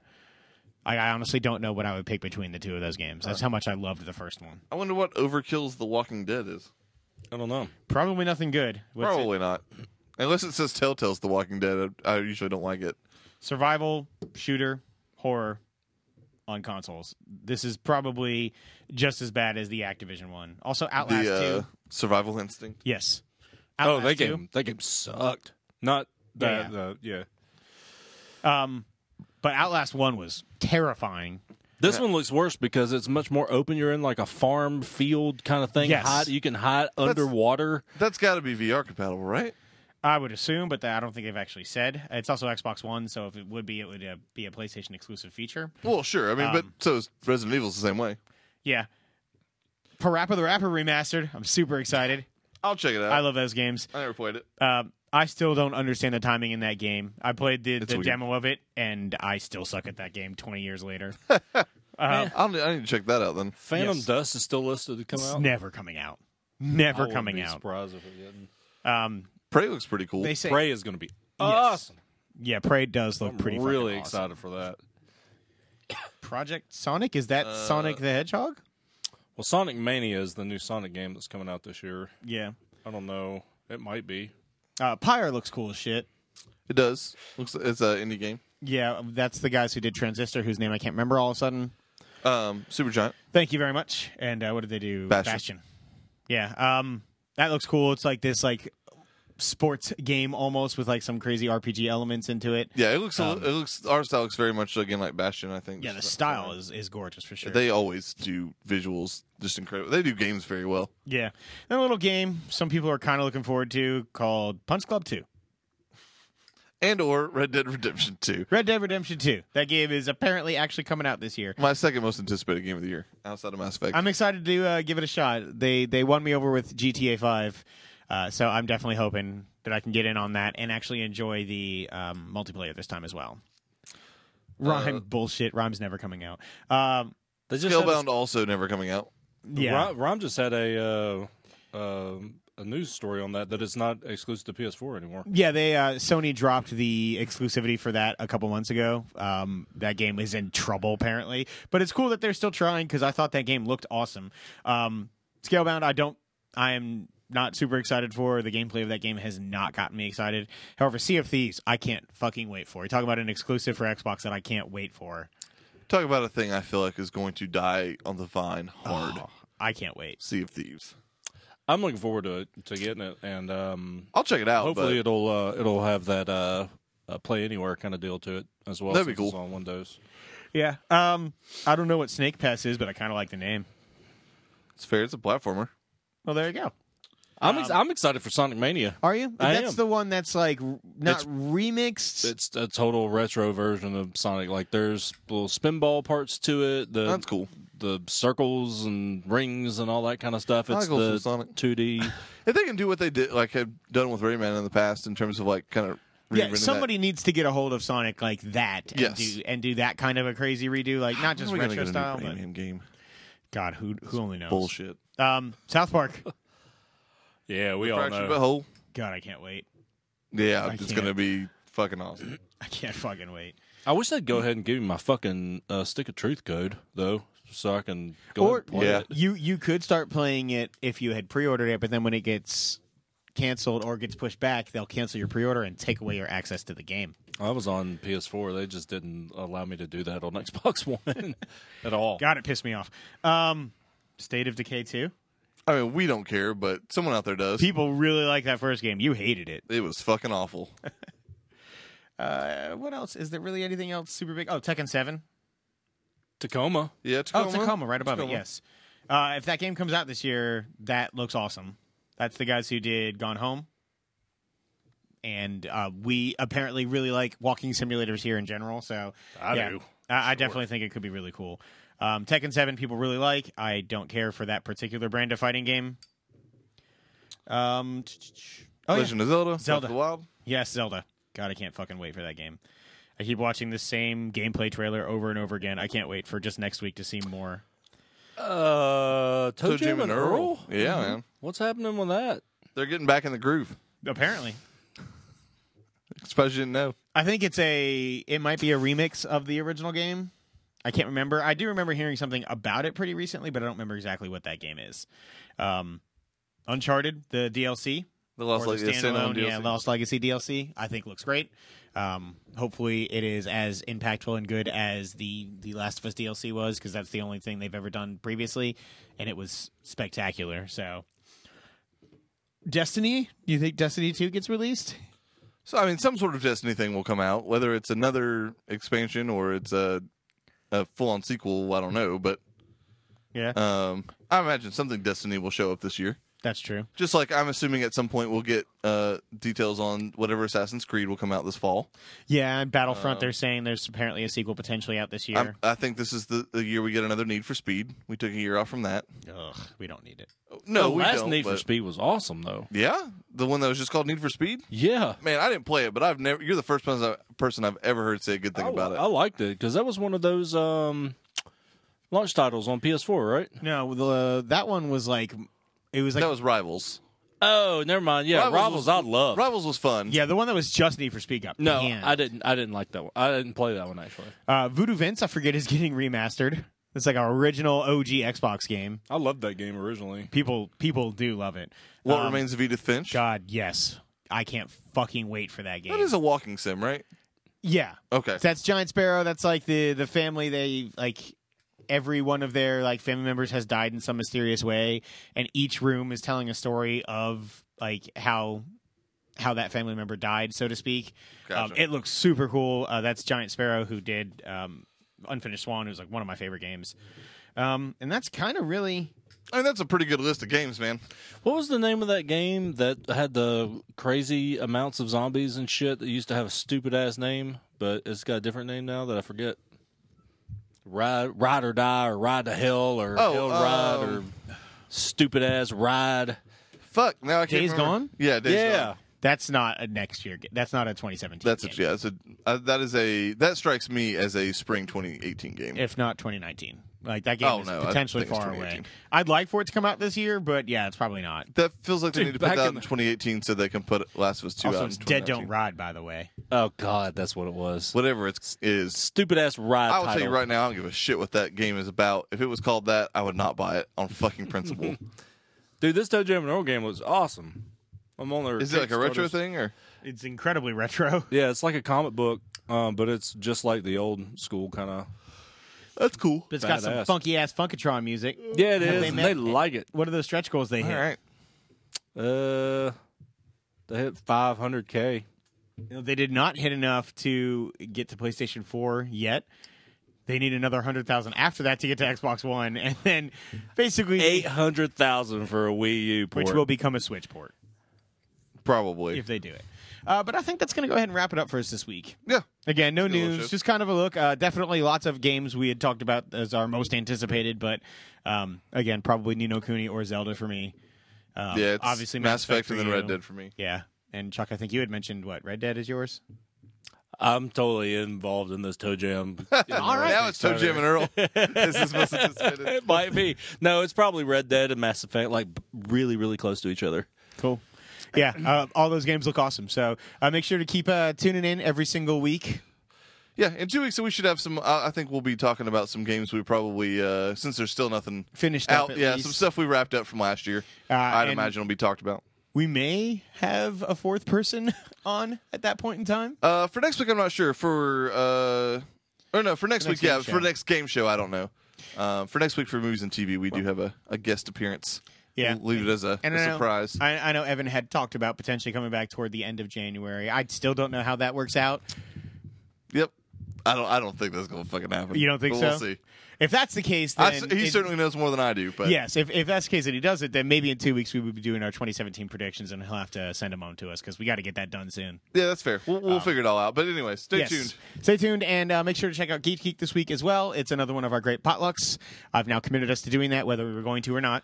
I, I honestly don't know what I would pick between the two of those games. That's how much I loved the first one. I wonder what Overkill's The Walking Dead is. I don't know. Probably nothing good. What's it? Probably not. Unless it says Telltale's The Walking Dead, I, I usually don't like it. survival shooter horror on consoles. This is probably just as bad as the Activision one. Also, Outlast the uh, 2. Survival Instinct. Yes. oh, that Outlast 2. game, that game sucked. Not that. Yeah. Yeah. yeah. Um, but Outlast One was terrifying. This one looks worse because it's much more open. You're in like a farm field kind of thing. Yes. Hide, you can hide underwater. That's got to be VR compatible, right? I would assume, but that I don't think they've actually said. It's also Xbox One, so if it would be, it would uh, be a PlayStation exclusive feature. Well, sure. I mean, Um, but so is Resident Evil's the same way. Yeah. Parappa the Rapper remastered. I'm super excited. I'll check it out. I I, love those games. never played it. Um, I still don't understand the timing in that game. I played the, the weird. demo of it, and I still suck at that game 20 years later. I'll, I need to check that out then. Phantom Yes. Dust is still listed to come It's out. never coming out. Never I wouldn't coming be out. Surprised if it didn't. Um, Prey looks pretty cool. they say, Prey is going to be Yes. awesome. yeah, Prey does look I'm pretty. fucking really awesome. excited for that. Project Sonic is that Sonic the Hedgehog? Well, Sonic Mania is the new Sonic game that's coming out this year. Yeah. I don't know. It might be. Uh, Pyre looks cool as shit. It does. Looks it's an indie game. Yeah, that's the guys who did Transistor, whose name I can't remember all of a sudden. Um, Super Giant. Thank you very much. And uh, what did they do? Bastion. Yeah. Um, that looks cool. It's like this like sports game almost with like some crazy RPG elements into it. Yeah, it looks. a li- it looks. Our style looks very much again like Bastion. I think. Um, Yeah, the Just- style is, is gorgeous for sure. They always do visuals just incredible. They do games very well. yeah. And a little game some people are kind of looking forward to called Punch Club 2. and or Red Dead Redemption Two. Red Dead Redemption 2. That game is apparently actually coming out this year. My second most anticipated game of the year, outside of Mass Effect. I'm excited to uh, give it a shot. They they won me over with GTA 5, uh, so I'm definitely hoping that I can get in on that and actually enjoy the um, multiplayer this time as well. Rhyme Uh, bullshit. Rhyme's never coming out. Um, They just had a- Scalebound also never coming out. yeah, Rom, Rom just had a uh, um a news story on that that it's not exclusive to PS4 anymore. yeah. They uh, Sony dropped the exclusivity for that a couple months ago. Um, that game is in trouble apparently, but it's cool that they're still trying because I thought that game looked awesome. Um, Scalebound, I don't. I am not super excited for. The gameplay of that game has not gotten me excited. However, Sea of Thieves, I can't fucking wait for. You talk about an exclusive for Xbox that I can't wait for. Talk about a thing I feel like is going to die on the vine hard. Oh, I can't wait. Sea of Thieves. I'm looking forward to it, to getting it, and um, I'll check it out. hopefully Hopefully, it'll uh, it'll have that uh, uh, play anywhere kind of deal to it as well. That'd be since it's cool. on Windows. Yeah. Um, I don't know what Snake Pass is, but I kind of like the name. it's fair. It's a platformer. Well, there you go. I'm ex- I'm excited for Sonic Mania. Are you? I that's am. the one that's like r- not It's- remixed. It's a total retro version of Sonic. Like there's little spinball parts to it. The That's cool. the circles and rings and all that kind of stuff. I It's like old school the Sonic. 2D. If they can do what they did, like have done with Rayman in the past, in terms of like kind of yeah, somebody needs to get a hold of Sonic like that and Yes. do and do that kind of a crazy redo, like not just retro style, but Rayman game. God, who who only knows? Bullshit. Um, South Park. yeah, we all Fractured but know. whole. God, I can't wait. Yeah, I it's can't. gonna be fucking awesome. I can't fucking wait. I wish they'd go ahead and give me my fucking uh, stick of truth code though, so I can go Or- and play Yeah. it. You you could start playing it if you had pre-ordered it, but then when it gets canceled or gets pushed back, they'll cancel your pre-order and take away your access to the game. I was on PS4. They just didn't allow me to do that on Xbox One at all. God, it pissed me off. Um, State of Decay two. I mean, we don't care, but someone out there does. People really like that first game. You hated it. It was fucking awful. Uh, what else? Is there really anything else super big? Oh, Tekken seven. Tacoma. Yeah, Oh, Tacoma. Tacoma, right above it. Tacoma. Yes. Uh, if that game comes out this year, that looks awesome. That's the guys who did Gone Home, and uh, we apparently really like walking simulators here in general. So I yeah, do. I, I definitely think it could be really cool. Um, Tekken Seven, people really like. I don't care for that particular brand of fighting game. Um, t- t- t- oh, yeah. Legend of Zelda. Breath of Zelda. the Wild. Yes, Zelda. God, I can't fucking wait for that game. I keep watching the same gameplay trailer over and over again. I can't wait for just next week to see more. Uh, Toe Toe Jam and Earl. Mm-hmm. Yeah, man. What's happening with that? They're getting back in the groove. Apparently. Especially didn't know. I think it's a it might be a remix of the original game. I can't remember. I do remember hearing something about it pretty recently, but I don't remember exactly what that game is. Um Uncharted, the DLC, The Lost or Lake the yeah, San standalone, Andreas yeah, DLC. Lost Legacy DLC, I think looks great. Um, hopefully, it is as impactful and good as the the Last of Us DLC was, because that's the only thing they've ever done previously, and it was spectacular. So, Destiny, do you think Destiny Two gets released? So I mean, some sort of Destiny thing will come out, whether it's another expansion or it's a a full on sequel. I don't know, but Yeah, um, I imagine something Destiny will show up this year. that's true. Just like I'm assuming at some point we'll get uh, details on whatever Assassin's Creed will come out this fall. Yeah, and Battlefront, they're saying there's apparently a sequel potentially out this year. I'm, I think this is the, the year we get another Need for Speed. We took a year off from that. Ugh, we don't need it. No, the we last don't, Need for but- Speed was awesome though. Yeah, the one that was just called Need for Speed. Yeah. Man, I didn't play it, but I've never. You're the first person I- person I've ever heard say a good thing I, about it. I liked it because that was one of those um, launch titles on PS4, right? No, the that one was like it was like that was Rivals. Oh, never mind. Yeah, Rivals, I love. Rivals was fun. yeah, the one that was just Need for Speed got no, panned. I didn't. I didn't like that one. I didn't play that one actually. Uh, Voodoo Vince, I forget, is getting remastered. It's like an original OG Xbox game. I loved that game originally. People people do love it. What Um, remains of Edith Finch? God, yes. I can't fucking wait for that game. That is a walking sim, right? yeah. Okay. That's Giant Sparrow. That's like the the family they like every one of their like family members has died in some mysterious way and each room is telling a story of like how how that family member died, so to speak. Um, Gotcha. it looks super cool. Uh, that's Giant Sparrow who did um, Unfinished Swan, who's like one of my favorite games. Um, and that's kind of really I mean, that's a pretty good list of games, man. What was the name of that game that had the crazy amounts of zombies and shit that used to have a stupid ass name, but it's got a different name now that I forget? Ride, ride or die, or ride to hell, or Oh, hell ride, or um, stupid ass ride. Fuck. Now I can't. Days remember. Gone? Yeah. Days yeah, Gone. That's not a next year. ga- That's not a 2017. That's a, game, yeah. That's a, uh, that is a that strikes me as a spring 2018 game. If not 2019, like that game Oh, is no, I potentially think it's far away. 2018. I'd like for it to come out this year, but yeah, it's probably not. that feels like they Dude, need to put back that out in the- in 2018 so they can put Last of Us 2 out. Also, in it's Dead Don't 2019. Ride, by the way. Oh god, that's what it was. Whatever it is. Stupid ass ride. I will tell title. you right now, I don't give a shit what that game is about. If it was called that, I would not buy it on fucking principle. dude, this Toe Jam and Earl game looks awesome. I'm on their. is it like a retro Kickstarters. thing or? It's incredibly retro. Yeah, it's like a comic book, um, but it's just like the old school kind of. That's cool. But it's got some Badass. funky ass Funkatron music. Yeah, it Have is. they and met- they like it. What are those stretch goals they All hit? right. Uh, they hit 500k. They did not hit enough to get to PlayStation 4 yet. They need another 100,000 after that to get to Xbox One, and then basically, 800,000 for a Wii U port. which will become a Switch port Probably. if they do it. Uh, but I think that's going to go ahead and wrap it up for us this week. yeah. Again, no little news, shit. just kind of a look. Uh, definitely lots of games we had talked about as our most anticipated, but um, again, probably Nino Cooney or Zelda for me. Um, Yeah. It's obviously Mass Effect for and then you. Red Dead for me. Yeah, and Chuck, I think you had mentioned what Red Dead is yours. I'm totally involved in this Toe Jam. All right. Now it's Toe Jam and Earl. this is most anticipated. it might be. No, it's probably Red Dead and Mass Effect, like b- really, really close to each other. Cool. Yeah, uh, all those games look awesome. So uh, make sure to keep uh, tuning in every single week. Yeah, in two weeks, so we should have some. I I think we'll be talking about some games we probably, uh, since there's still nothing Finished up, out. at yeah, least. some stuff we wrapped up from last year. Uh, I'd and- imagine will be talked about. We may have a fourth person on at that point in time. Uh, for next week, I'm not sure. For uh, or no, for next, Next week, yeah, game show. for next game show, I don't know. Um, for next week for movies and TV, we do have a, a guest appearance. Yeah. We'll leave it as a, And a I know- surprise. I, I know Evan had talked about potentially coming back toward the end of January. I still don't know how that works out. yep. I don't. I don't think that's gonna fucking happen. You don't think But so? We'll see. If that's the case, I then s he it- certainly knows more than I do. But Yes, if, if that's the case that he does it, then maybe in two weeks we will be doing our 2017 predictions, and he'll have to send them on to us because we got to get that done soon. yeah, that's fair. We'll, we'll figure it all out. But anyway, stay Um, Yes. tuned. Stay tuned and uh, make sure to check out Geek Geek this week as well. It's another one of our great potlucks. I've now committed us to doing that, whether we were going to or not.